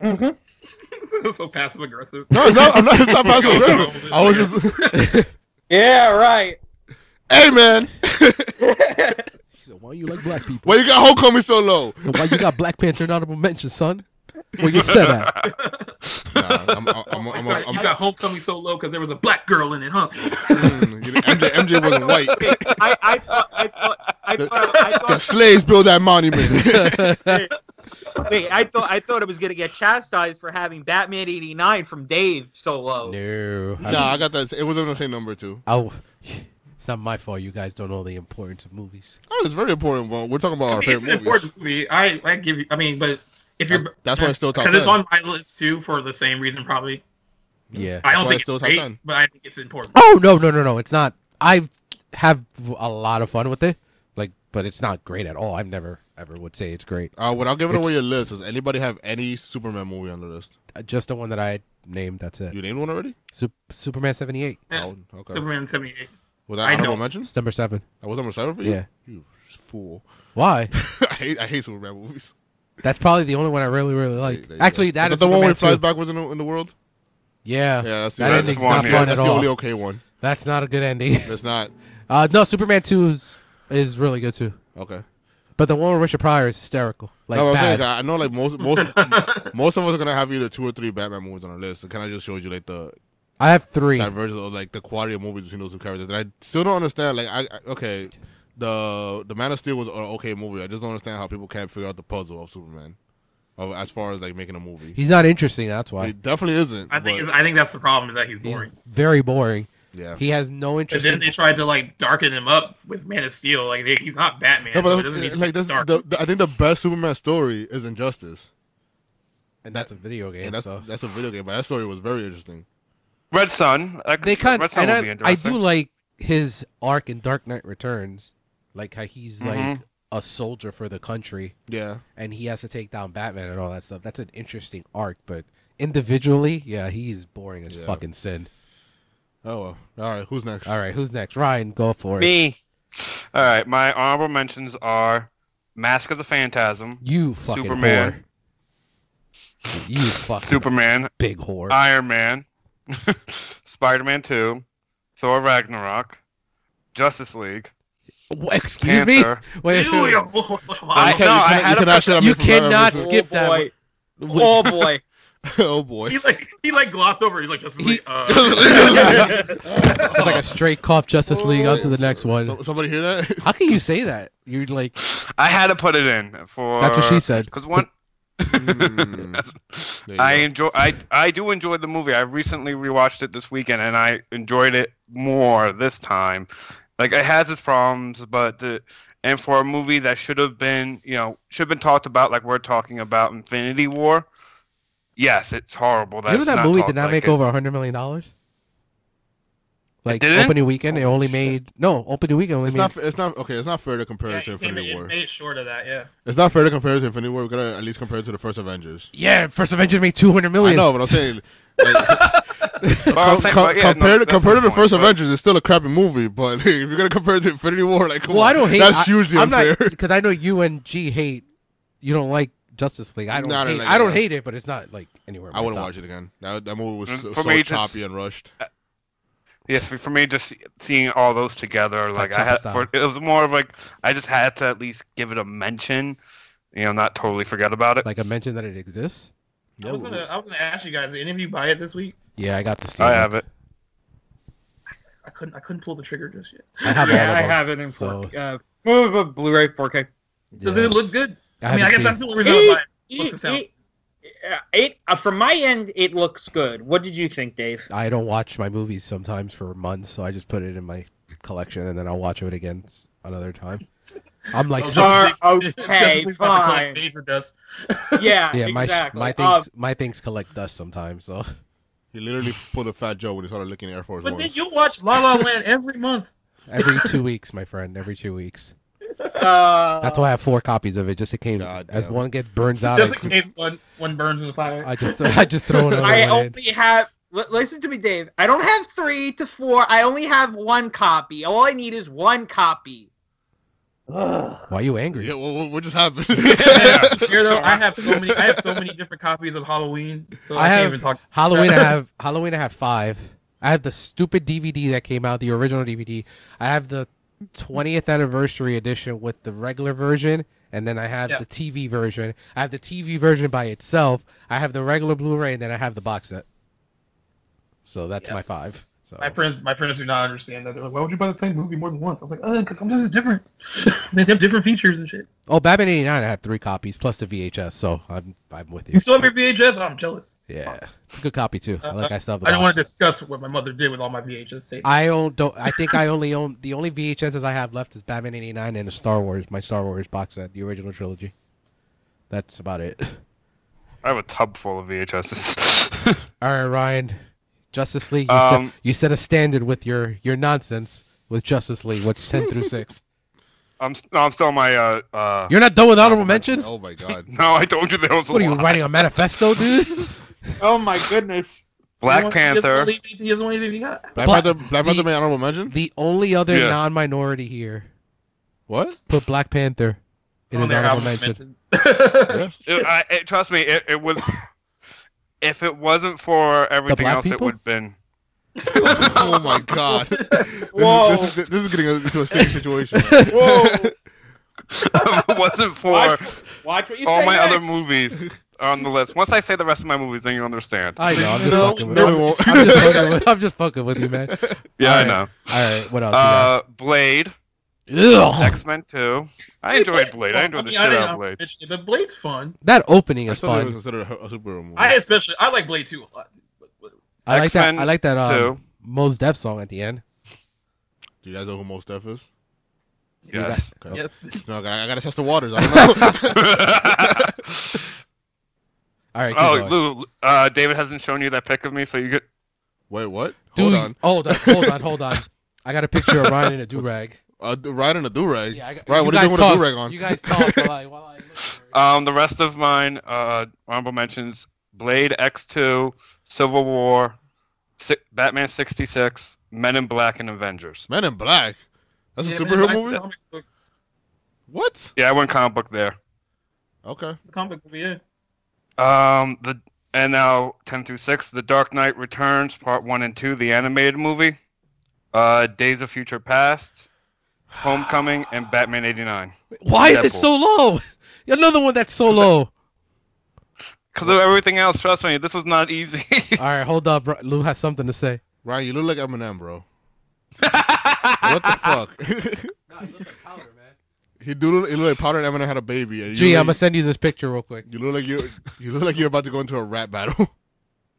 [SPEAKER 5] Mm-hmm.
[SPEAKER 3] so passive aggressive.
[SPEAKER 2] No, it's not. I'm not. It's not passing. aggressive. I was just.
[SPEAKER 5] Yeah. Right.
[SPEAKER 2] hey man,
[SPEAKER 1] Why you like black people?
[SPEAKER 2] why you got Homecoming so low?
[SPEAKER 1] Why you got Black Panther and honorable mention, son? Where you said that?
[SPEAKER 2] Nah, I'm, I'm, I'm,
[SPEAKER 3] Oh my
[SPEAKER 2] I'm,
[SPEAKER 3] God,
[SPEAKER 2] I'm,
[SPEAKER 3] you got homecoming so low because there was a black girl in it, huh?
[SPEAKER 2] Mm, you know, MJ, MJ wasn't white.
[SPEAKER 5] I, I thought I thought I
[SPEAKER 2] The-
[SPEAKER 5] thought, I
[SPEAKER 2] The
[SPEAKER 5] thought
[SPEAKER 2] slaves built that monument.
[SPEAKER 5] wait, I thought I thought I was gonna get chastised for having Batman eighty nine from Dave so low.
[SPEAKER 1] no.
[SPEAKER 2] nah, I got that. It was on the same number too.
[SPEAKER 1] Oh, it's not my fault. You guys don't know the importance of movies.
[SPEAKER 2] Oh, it's very important. Well, we're talking about
[SPEAKER 3] I
[SPEAKER 2] our
[SPEAKER 3] mean, it's an
[SPEAKER 2] favorite movies.
[SPEAKER 3] important movie. I I give you. I mean, but if you're
[SPEAKER 2] That's- that's why it's still top
[SPEAKER 3] because it's
[SPEAKER 2] 10.
[SPEAKER 3] on my list too for the same reason probably.
[SPEAKER 1] Yeah.
[SPEAKER 3] I don't
[SPEAKER 2] why
[SPEAKER 3] think
[SPEAKER 2] it's
[SPEAKER 3] it's
[SPEAKER 2] still top
[SPEAKER 3] great,
[SPEAKER 2] 10.
[SPEAKER 3] but I think it's important.
[SPEAKER 1] Oh no no no no! It's not. I have a lot of fun with it. Like, but it's not great at all. I've never ever would say it's great.
[SPEAKER 2] Uh, without giving
[SPEAKER 1] It's-
[SPEAKER 2] away your list, does anybody have any Superman movie on the list?
[SPEAKER 1] Uh, Just the one that I named. That's it.
[SPEAKER 2] You named one already?
[SPEAKER 1] Sup- Superman seventy eight.
[SPEAKER 3] Eh,
[SPEAKER 2] Oh, okay.
[SPEAKER 3] Superman seventy eight.
[SPEAKER 2] Was
[SPEAKER 3] I
[SPEAKER 2] that honorable
[SPEAKER 3] don't.
[SPEAKER 2] mention?
[SPEAKER 1] It's number seven.
[SPEAKER 2] That was number seven for you?
[SPEAKER 1] Yeah.
[SPEAKER 2] You fool.
[SPEAKER 1] Why?
[SPEAKER 2] I hate I hate Superman movies.
[SPEAKER 1] That's probably the only one I really really
[SPEAKER 2] There
[SPEAKER 1] like.
[SPEAKER 2] you go.
[SPEAKER 1] Actually, that is
[SPEAKER 2] the one where he
[SPEAKER 1] Superman
[SPEAKER 2] flies
[SPEAKER 1] two.
[SPEAKER 2] backwards in the, in the world.
[SPEAKER 1] Yeah.
[SPEAKER 2] Yeah, that's the,
[SPEAKER 1] That
[SPEAKER 2] that's
[SPEAKER 1] ending's
[SPEAKER 2] the
[SPEAKER 4] not
[SPEAKER 2] only-
[SPEAKER 4] fun
[SPEAKER 2] that's
[SPEAKER 1] at
[SPEAKER 2] the
[SPEAKER 1] all.
[SPEAKER 2] only okay one.
[SPEAKER 1] that's not a good ending.
[SPEAKER 2] That's not
[SPEAKER 1] Uh, no, Superman two is, is really good too.
[SPEAKER 2] okay.
[SPEAKER 1] But the one with Richard Pryor is hysterical. Like
[SPEAKER 2] no, I'm saying,
[SPEAKER 1] bad.
[SPEAKER 2] like, I know like most most most of us are gonna have either two or three Batman movies on our list. Can I just show you like the
[SPEAKER 1] I have three.
[SPEAKER 2] divergence of like the quality of movies between those two characters. And I still don't understand. Like, I, I okay, the the Man of Steel was an okay movie. I just don't understand how people can't figure out the puzzle of Superman, of, as far as like making a movie.
[SPEAKER 1] He's not interesting. That's why.
[SPEAKER 2] It definitely isn't.
[SPEAKER 3] I think
[SPEAKER 2] but-
[SPEAKER 3] I think that's the problem is that he's
[SPEAKER 1] He's
[SPEAKER 3] boring.
[SPEAKER 1] very boring.
[SPEAKER 2] yeah.
[SPEAKER 1] He has no
[SPEAKER 3] But
[SPEAKER 1] interest.
[SPEAKER 3] then
[SPEAKER 1] In,
[SPEAKER 3] they tried to like darken him up with Man of Steel. Like they, he's not Batman.
[SPEAKER 2] No,
[SPEAKER 3] so it
[SPEAKER 2] but
[SPEAKER 3] doesn't need
[SPEAKER 2] that's,
[SPEAKER 3] to
[SPEAKER 2] like
[SPEAKER 3] be
[SPEAKER 2] that's
[SPEAKER 3] dark.
[SPEAKER 2] the, the- I think the best Superman story is Injustice,
[SPEAKER 1] and that's a video game.
[SPEAKER 2] and that's
[SPEAKER 1] so.
[SPEAKER 2] that's a video game. But that story was very interesting.
[SPEAKER 4] Red Sun. I could-
[SPEAKER 1] they kind
[SPEAKER 4] Red
[SPEAKER 1] of,
[SPEAKER 4] Sun
[SPEAKER 1] and
[SPEAKER 4] would be
[SPEAKER 1] I, I
[SPEAKER 4] interesting.
[SPEAKER 1] do like his arc in Dark Knight Returns, like how he's like
[SPEAKER 4] Mhm.
[SPEAKER 1] a soldier for the country
[SPEAKER 2] Yeah,
[SPEAKER 1] and he has to take down Batman and all that stuff. That's an interesting arc, but individually, yeah, he's boring as
[SPEAKER 2] Yeah.
[SPEAKER 1] fucking sin.
[SPEAKER 2] Oh well. All right. Who's next?
[SPEAKER 1] All right, who's next? Ryan, go for it.
[SPEAKER 4] Me. All right, my honorable mentions are Mask of the Phantasm,
[SPEAKER 1] You fucking
[SPEAKER 4] Superman.
[SPEAKER 1] whore. You fucking
[SPEAKER 4] Superman,
[SPEAKER 1] big whore.
[SPEAKER 4] Iron Man, Spider Man 2, Thor Ragnarok, Justice League,
[SPEAKER 1] W- Excuse me.
[SPEAKER 4] Panther.
[SPEAKER 1] Wait,
[SPEAKER 3] Ew,
[SPEAKER 1] wait,
[SPEAKER 3] you're-
[SPEAKER 1] wait.
[SPEAKER 4] I-
[SPEAKER 2] You can't-
[SPEAKER 4] no,
[SPEAKER 2] you
[SPEAKER 4] I
[SPEAKER 2] cannot-
[SPEAKER 4] had
[SPEAKER 2] you
[SPEAKER 4] a-
[SPEAKER 2] cannot shut up
[SPEAKER 1] you
[SPEAKER 2] in front of
[SPEAKER 1] cannot
[SPEAKER 2] others.
[SPEAKER 1] skip- that
[SPEAKER 5] boy.
[SPEAKER 1] wait.
[SPEAKER 5] Oh boy.
[SPEAKER 2] Oh boy.
[SPEAKER 3] he like he like glossed over. He's like just
[SPEAKER 1] He-
[SPEAKER 3] like, uh,
[SPEAKER 1] It's like a straight cough Justice League. On to the next
[SPEAKER 2] So-
[SPEAKER 1] one.
[SPEAKER 2] somebody hear that?
[SPEAKER 1] How can you say that? You're like
[SPEAKER 4] I had to put it in for.
[SPEAKER 1] that's what she said.
[SPEAKER 4] Because one.
[SPEAKER 2] Mm. There you
[SPEAKER 4] I
[SPEAKER 2] go.
[SPEAKER 4] enjoy. I I do enjoy the movie. I recently rewatched it this weekend, and I enjoyed it more this time. Like it has its problems, but the and for a movie that should have been, you know, should have been talked about, like we're talking about Infinity War. Yes, it's horrible. That
[SPEAKER 1] you know
[SPEAKER 4] it's
[SPEAKER 1] that
[SPEAKER 4] not
[SPEAKER 1] movie did
[SPEAKER 4] talked
[SPEAKER 1] not
[SPEAKER 4] like
[SPEAKER 1] make
[SPEAKER 4] it.
[SPEAKER 1] over over hundred million dollars. Like
[SPEAKER 4] didn't?
[SPEAKER 1] opening weekend, it
[SPEAKER 4] Holy
[SPEAKER 1] only
[SPEAKER 4] shit.
[SPEAKER 1] made no opening weekend. Only
[SPEAKER 2] It's
[SPEAKER 1] made,
[SPEAKER 2] not. It's not okay. It's not fair to compare
[SPEAKER 3] yeah,
[SPEAKER 2] it to
[SPEAKER 3] he came
[SPEAKER 2] Infinity
[SPEAKER 3] in-
[SPEAKER 2] War.
[SPEAKER 3] made it short of that. Yeah.
[SPEAKER 2] It's not fair to compare it to Infinity War. We gotta at least compare it to the first Avengers.
[SPEAKER 1] yeah, First Avengers made two hundred
[SPEAKER 2] I
[SPEAKER 1] million.
[SPEAKER 2] know, but I'm saying.
[SPEAKER 4] But I'm saying- but yeah, no,
[SPEAKER 2] compared to,
[SPEAKER 4] that's
[SPEAKER 2] compared to the
[SPEAKER 4] my
[SPEAKER 2] first
[SPEAKER 4] point, but-
[SPEAKER 2] Avengers, it's still a crappy movie. But if you're gonna compare it to Infinity War, like, come
[SPEAKER 1] Well,
[SPEAKER 2] on,
[SPEAKER 1] I don't hate.
[SPEAKER 2] That's
[SPEAKER 1] I,
[SPEAKER 2] hugely
[SPEAKER 1] I'm
[SPEAKER 2] unfair.
[SPEAKER 1] not because I know you and G hate. You don't like Justice League. I don't.
[SPEAKER 2] No, I don't
[SPEAKER 1] hate,
[SPEAKER 2] like
[SPEAKER 1] I
[SPEAKER 2] it,
[SPEAKER 1] don't
[SPEAKER 2] yeah.
[SPEAKER 1] hate it, but it's not like anywhere.
[SPEAKER 2] I wouldn't watch it again. That, that movie was so,
[SPEAKER 4] For
[SPEAKER 2] so
[SPEAKER 4] me, it's-
[SPEAKER 2] choppy and rushed.
[SPEAKER 4] Yes, for- for me, just seeing all those together, like I
[SPEAKER 1] Chopper
[SPEAKER 4] had,
[SPEAKER 1] style.
[SPEAKER 4] for, it was more of like I just had to at least give it a mention. You know, not totally forget about it.
[SPEAKER 1] Like I mentioned that it exists.
[SPEAKER 2] Yeah,
[SPEAKER 3] I was gonna I was gonna ask you guys. Did any of you buy it this week?
[SPEAKER 1] Yeah, I got the steam.
[SPEAKER 4] I have it.
[SPEAKER 3] I couldn't I couldn't pull the trigger just yet.
[SPEAKER 1] I have all
[SPEAKER 5] Yeah,
[SPEAKER 1] of
[SPEAKER 5] I
[SPEAKER 1] them.
[SPEAKER 5] have it in
[SPEAKER 1] So-
[SPEAKER 5] 4K. Uh, blah, blah, blah, Blu-ray 4K.
[SPEAKER 3] Does
[SPEAKER 1] Yeah.
[SPEAKER 3] it look good?
[SPEAKER 1] I,
[SPEAKER 3] I, mean, I guess
[SPEAKER 1] haven't
[SPEAKER 3] that's
[SPEAKER 1] seen
[SPEAKER 3] the only reason I buy it. What's the
[SPEAKER 5] It,
[SPEAKER 3] sound?
[SPEAKER 5] it, uh, it, uh, from my end, it looks good. What did you think, Dave?
[SPEAKER 1] it. I don't watch my movies sometimes for months, so I just put it in my collection and then I'll watch it again s- another time. I'm like,
[SPEAKER 3] Oh,
[SPEAKER 1] so-
[SPEAKER 3] sorry.
[SPEAKER 5] Uh,
[SPEAKER 3] Justice
[SPEAKER 5] okay,
[SPEAKER 3] League's about to collect
[SPEAKER 5] fine.
[SPEAKER 3] major dust.
[SPEAKER 5] Yeah,
[SPEAKER 1] yeah, my sh-
[SPEAKER 3] Um,
[SPEAKER 5] exactly.
[SPEAKER 1] my
[SPEAKER 5] Uh,
[SPEAKER 1] things my things collect dust sometimes. So
[SPEAKER 2] He literally pulled a fat Joe when he started licking Air Force
[SPEAKER 3] But then
[SPEAKER 2] Ones.
[SPEAKER 3] you watch La La Land every month.
[SPEAKER 1] every two weeks, my friend, every two weeks.
[SPEAKER 5] uh,
[SPEAKER 1] That's why I have four copies of it. Just in case
[SPEAKER 2] God
[SPEAKER 1] as
[SPEAKER 2] damn.
[SPEAKER 1] one gets burns out, I,
[SPEAKER 3] Just in case one, one burns in the fire.
[SPEAKER 1] I just I just throw another
[SPEAKER 5] I
[SPEAKER 1] one in.
[SPEAKER 5] only have. li- Listen to me, Dave. I don't have three to four. I only have one copy. All I need is one copy.
[SPEAKER 1] Why are you angry?
[SPEAKER 2] Yeah, what, what, what just happened?
[SPEAKER 3] Here though, I have so many. I have so many different copies of Halloween. So I,
[SPEAKER 1] I
[SPEAKER 3] can't
[SPEAKER 1] have-
[SPEAKER 3] even talk.
[SPEAKER 1] Halloween, I have Halloween. I have five. I have the stupid DVD that came out, the original DVD. I have the 20th anniversary edition with the regular version, and then I have
[SPEAKER 3] Yeah.
[SPEAKER 1] the TV version. I have the TV version by itself. I have the regular Blu-ray, and then I have the box set. So that's
[SPEAKER 3] Yeah.
[SPEAKER 1] my five. So
[SPEAKER 4] Oh.
[SPEAKER 3] My friends, my friends do not understand that. They're like, "Why would you buy the same movie more than once?" I was like, "Uh, because sometimes it's different. they have different features and shit."
[SPEAKER 1] oh, Batman '89, I have three copies plus the VHS. So I'm I'm with
[SPEAKER 3] You
[SPEAKER 1] you.
[SPEAKER 3] still have your VHS? I'm jealous.
[SPEAKER 1] Yeah, it's a good copy too. I
[SPEAKER 3] Uh,
[SPEAKER 1] like I still have the
[SPEAKER 3] I don't
[SPEAKER 1] box
[SPEAKER 3] want to discuss what my mother did with all my VHS tapes.
[SPEAKER 1] I own don't I think I only own the only VHSs I have left is Batman eighty nine and a Star Wars, my Star Wars box set, the original trilogy. That's about it.
[SPEAKER 4] I have a tub full of VHSs.
[SPEAKER 1] All right, Ryan. Justice League, you,
[SPEAKER 4] Um,
[SPEAKER 1] set, you set a standard with your your nonsense with Justice League, which ten through six.
[SPEAKER 4] I'm s- no, I'm still on my uh uh.
[SPEAKER 1] You're not done with honorable mentions.
[SPEAKER 2] oh my god.
[SPEAKER 4] No, I told you there was a
[SPEAKER 1] What are you
[SPEAKER 4] lot.
[SPEAKER 1] writing a manifesto, dude?
[SPEAKER 5] Oh my goodness.
[SPEAKER 4] Black
[SPEAKER 3] He doesn't
[SPEAKER 4] Panther.
[SPEAKER 3] believe- He doesn't want anything he got.
[SPEAKER 2] Black
[SPEAKER 1] But
[SPEAKER 2] Panther. Black
[SPEAKER 1] the-
[SPEAKER 2] Panther made honorable mention.
[SPEAKER 1] the only other
[SPEAKER 4] Yeah.
[SPEAKER 1] non-minority here
[SPEAKER 2] What?
[SPEAKER 1] put Black Panther in
[SPEAKER 3] On
[SPEAKER 1] his
[SPEAKER 3] their
[SPEAKER 1] honorable
[SPEAKER 3] album
[SPEAKER 1] mention.
[SPEAKER 2] Yeah.
[SPEAKER 4] It- I, it- trust me, it, it was. If it wasn't for everything
[SPEAKER 1] black
[SPEAKER 4] else,
[SPEAKER 1] people?
[SPEAKER 4] it would have been.
[SPEAKER 2] oh my god. This,
[SPEAKER 5] Whoa.
[SPEAKER 2] Is, this, is, this is getting into a state situation.
[SPEAKER 5] Whoa.
[SPEAKER 4] if it wasn't for
[SPEAKER 5] watch, watch what you
[SPEAKER 4] all
[SPEAKER 5] say
[SPEAKER 4] my other
[SPEAKER 5] next.
[SPEAKER 4] movies. are on the list. Once I say the rest of my movies, then you understand.
[SPEAKER 1] I know. I'm just
[SPEAKER 2] No,
[SPEAKER 1] fucking with
[SPEAKER 2] no,
[SPEAKER 1] you.
[SPEAKER 2] it won't.
[SPEAKER 1] I'm just fucking with, I'm just fucking with you, man.
[SPEAKER 4] yeah, I
[SPEAKER 1] alright.
[SPEAKER 4] know.
[SPEAKER 1] All right, what else?
[SPEAKER 4] Uh, Blade,
[SPEAKER 1] you got? Ugh,
[SPEAKER 4] X Men Two. I enjoyed Blade. I enjoyed the
[SPEAKER 3] mean,
[SPEAKER 4] shit out
[SPEAKER 3] didn't
[SPEAKER 4] of Blade.
[SPEAKER 3] mention it, But Blade's fun.
[SPEAKER 1] that opening
[SPEAKER 2] I
[SPEAKER 1] is
[SPEAKER 2] still
[SPEAKER 1] fun.
[SPEAKER 2] consider a a superhero movie.
[SPEAKER 3] I especially I like Blade too a lot. But whatever.
[SPEAKER 1] I like that. I
[SPEAKER 4] X-Men
[SPEAKER 1] like that. Um,
[SPEAKER 4] Two.
[SPEAKER 1] Mos Def song at the end.
[SPEAKER 2] Do you guys know who Most Def is?
[SPEAKER 1] You got-
[SPEAKER 4] Yes.
[SPEAKER 2] Okay.
[SPEAKER 3] Yes.
[SPEAKER 2] No, I gotta, I gotta test the waters. I don't know.
[SPEAKER 1] All right. keep
[SPEAKER 4] oh,
[SPEAKER 1] going.
[SPEAKER 4] Lou. Uh, David hasn't shown you that pic of me, so you get.
[SPEAKER 2] Wait, what?
[SPEAKER 1] Dude,
[SPEAKER 2] Hold on.
[SPEAKER 1] Hold on. Hold on. Hold on. I got a picture of Ryan in a do rag.
[SPEAKER 2] Uh, d- riding a do rag.
[SPEAKER 1] Yeah, I got,
[SPEAKER 2] Ryan, what are you doing with a do rag on?
[SPEAKER 1] You guys talk while I, while I look for it.
[SPEAKER 4] Um, the rest of mine, uh, honorable mentions: Blade X Two, Civil War, si- Batman sixty six, Men in Black, and Avengers.
[SPEAKER 2] Men in Black. That's
[SPEAKER 3] Yeah,
[SPEAKER 2] a
[SPEAKER 3] Man,
[SPEAKER 2] superhero
[SPEAKER 3] Black's
[SPEAKER 2] movie.
[SPEAKER 3] a Comic book,
[SPEAKER 2] What?
[SPEAKER 4] Yeah, I went comic book there.
[SPEAKER 2] Okay.
[SPEAKER 3] comic movie, yeah.
[SPEAKER 4] Um, the and now ten through six, The Dark Knight Returns, Part One and Two, the animated movie, uh, Days of Future Past, Homecoming, and Batman eighty nine.
[SPEAKER 1] Why is it
[SPEAKER 4] Deadpool.
[SPEAKER 1] so low? Another one that's so low.
[SPEAKER 4] Because of everything else, trust me, this was not easy.
[SPEAKER 1] All right, hold up. Ri- Lou has something to say.
[SPEAKER 2] Ryan, you look like Eminem, bro. What the fuck?
[SPEAKER 1] Nah, he looks like powder, man.
[SPEAKER 2] he do. Look, he look like Powder and Eminem had a baby. And you
[SPEAKER 1] Gee,
[SPEAKER 2] look
[SPEAKER 1] I'm gonna
[SPEAKER 2] like-
[SPEAKER 1] send you this picture real quick.
[SPEAKER 2] You look like you. You look like you're about to go into a rap battle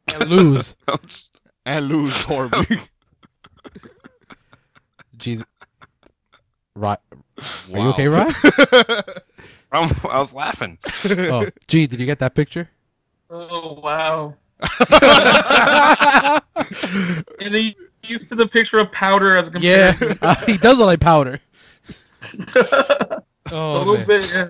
[SPEAKER 1] And lose.
[SPEAKER 2] and lose horribly.
[SPEAKER 1] Jeez. Right. Are you
[SPEAKER 2] Wow.
[SPEAKER 1] okay, Ryan?
[SPEAKER 4] I'm, I was laughing.
[SPEAKER 1] Oh, gee, did you get that picture?
[SPEAKER 3] Oh wow.
[SPEAKER 1] yeah,
[SPEAKER 3] And they used to the picture of powder as a comparison.
[SPEAKER 1] uh, he does look like powder.
[SPEAKER 3] a
[SPEAKER 1] Oh,
[SPEAKER 3] little
[SPEAKER 1] man.
[SPEAKER 3] bit. Yeah.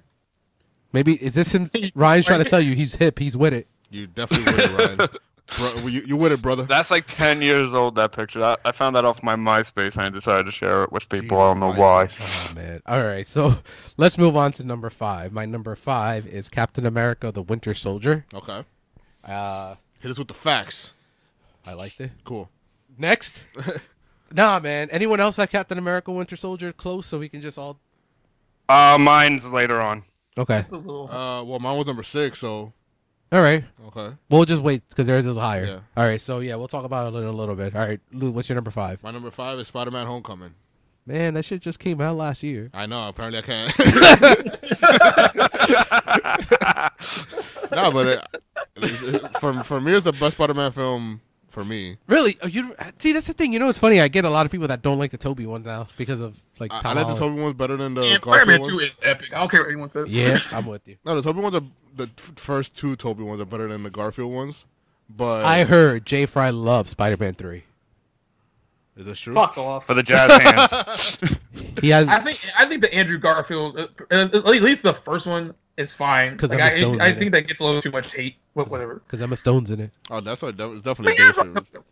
[SPEAKER 1] Maybe is this him? Ryan's trying to tell you he's hip. He's with it.
[SPEAKER 2] you definitely with it, Ryan. Bro, you, you with it, brother.
[SPEAKER 4] That's like ten years old. That picture. I, I found that off my MySpace, and I decided to share it with people. I don't know why.
[SPEAKER 2] Jesus
[SPEAKER 1] Oh man. All right. So let's move on to number five. My number five is Captain America: The Winter Soldier.
[SPEAKER 2] Christ. Okay.
[SPEAKER 1] Uh,
[SPEAKER 2] Hit us with the facts.
[SPEAKER 1] I liked it.
[SPEAKER 2] Cool. Uh,
[SPEAKER 1] Next. nah, man. Anyone else like Captain America: Winter Soldier close so we can just all.
[SPEAKER 4] Uh, mine's later on.
[SPEAKER 1] Okay.
[SPEAKER 3] It's a little.
[SPEAKER 2] Uh, well, mine was number six, so
[SPEAKER 1] All right.
[SPEAKER 2] okay.
[SPEAKER 1] We'll just wait because theirs is higher.
[SPEAKER 2] Yeah.
[SPEAKER 1] All right. So yeah, we'll talk about it in a little bit. All right, Lou. What's your number five?
[SPEAKER 2] My number five is Spider-Man: Homecoming.
[SPEAKER 1] Man, that shit just came out last year.
[SPEAKER 2] I know. Apparently, I can't. no, but it, it- for for me, it's the best Spider-Man film for me.
[SPEAKER 1] Really? Oh, you see? That's the thing. You know, it's funny. I get a lot of people that don't like the Toby ones now because of like.
[SPEAKER 2] I,
[SPEAKER 1] Tom
[SPEAKER 2] I like the
[SPEAKER 1] Holland.
[SPEAKER 2] Toby ones better than the
[SPEAKER 3] and Spider-Man
[SPEAKER 2] Uh, Garfield
[SPEAKER 3] 2
[SPEAKER 2] ones.
[SPEAKER 3] is epic. I don't care what anyone says.
[SPEAKER 1] Yeah, I'm with you.
[SPEAKER 2] No, the Toby ones are the f- first two Toby ones are better than the Garfield ones. But
[SPEAKER 1] I heard Jay Fry loves Spider-Man Three.
[SPEAKER 2] is this true?
[SPEAKER 5] Fuck off.
[SPEAKER 4] For the jazz hands.
[SPEAKER 1] He has
[SPEAKER 3] I think I think the Andrew Garfield, uh, uh, at least the first one, is fine.
[SPEAKER 1] 'Cause
[SPEAKER 3] Like,
[SPEAKER 1] Emma
[SPEAKER 3] I,
[SPEAKER 1] Stone's
[SPEAKER 3] I
[SPEAKER 1] in
[SPEAKER 3] think
[SPEAKER 1] it.
[SPEAKER 3] that gets a little too much hate, but whatever.
[SPEAKER 1] because Emma Stone's in it.
[SPEAKER 2] Oh, that's what that was definitely.
[SPEAKER 3] But
[SPEAKER 2] a
[SPEAKER 3] yeah,
[SPEAKER 2] good series.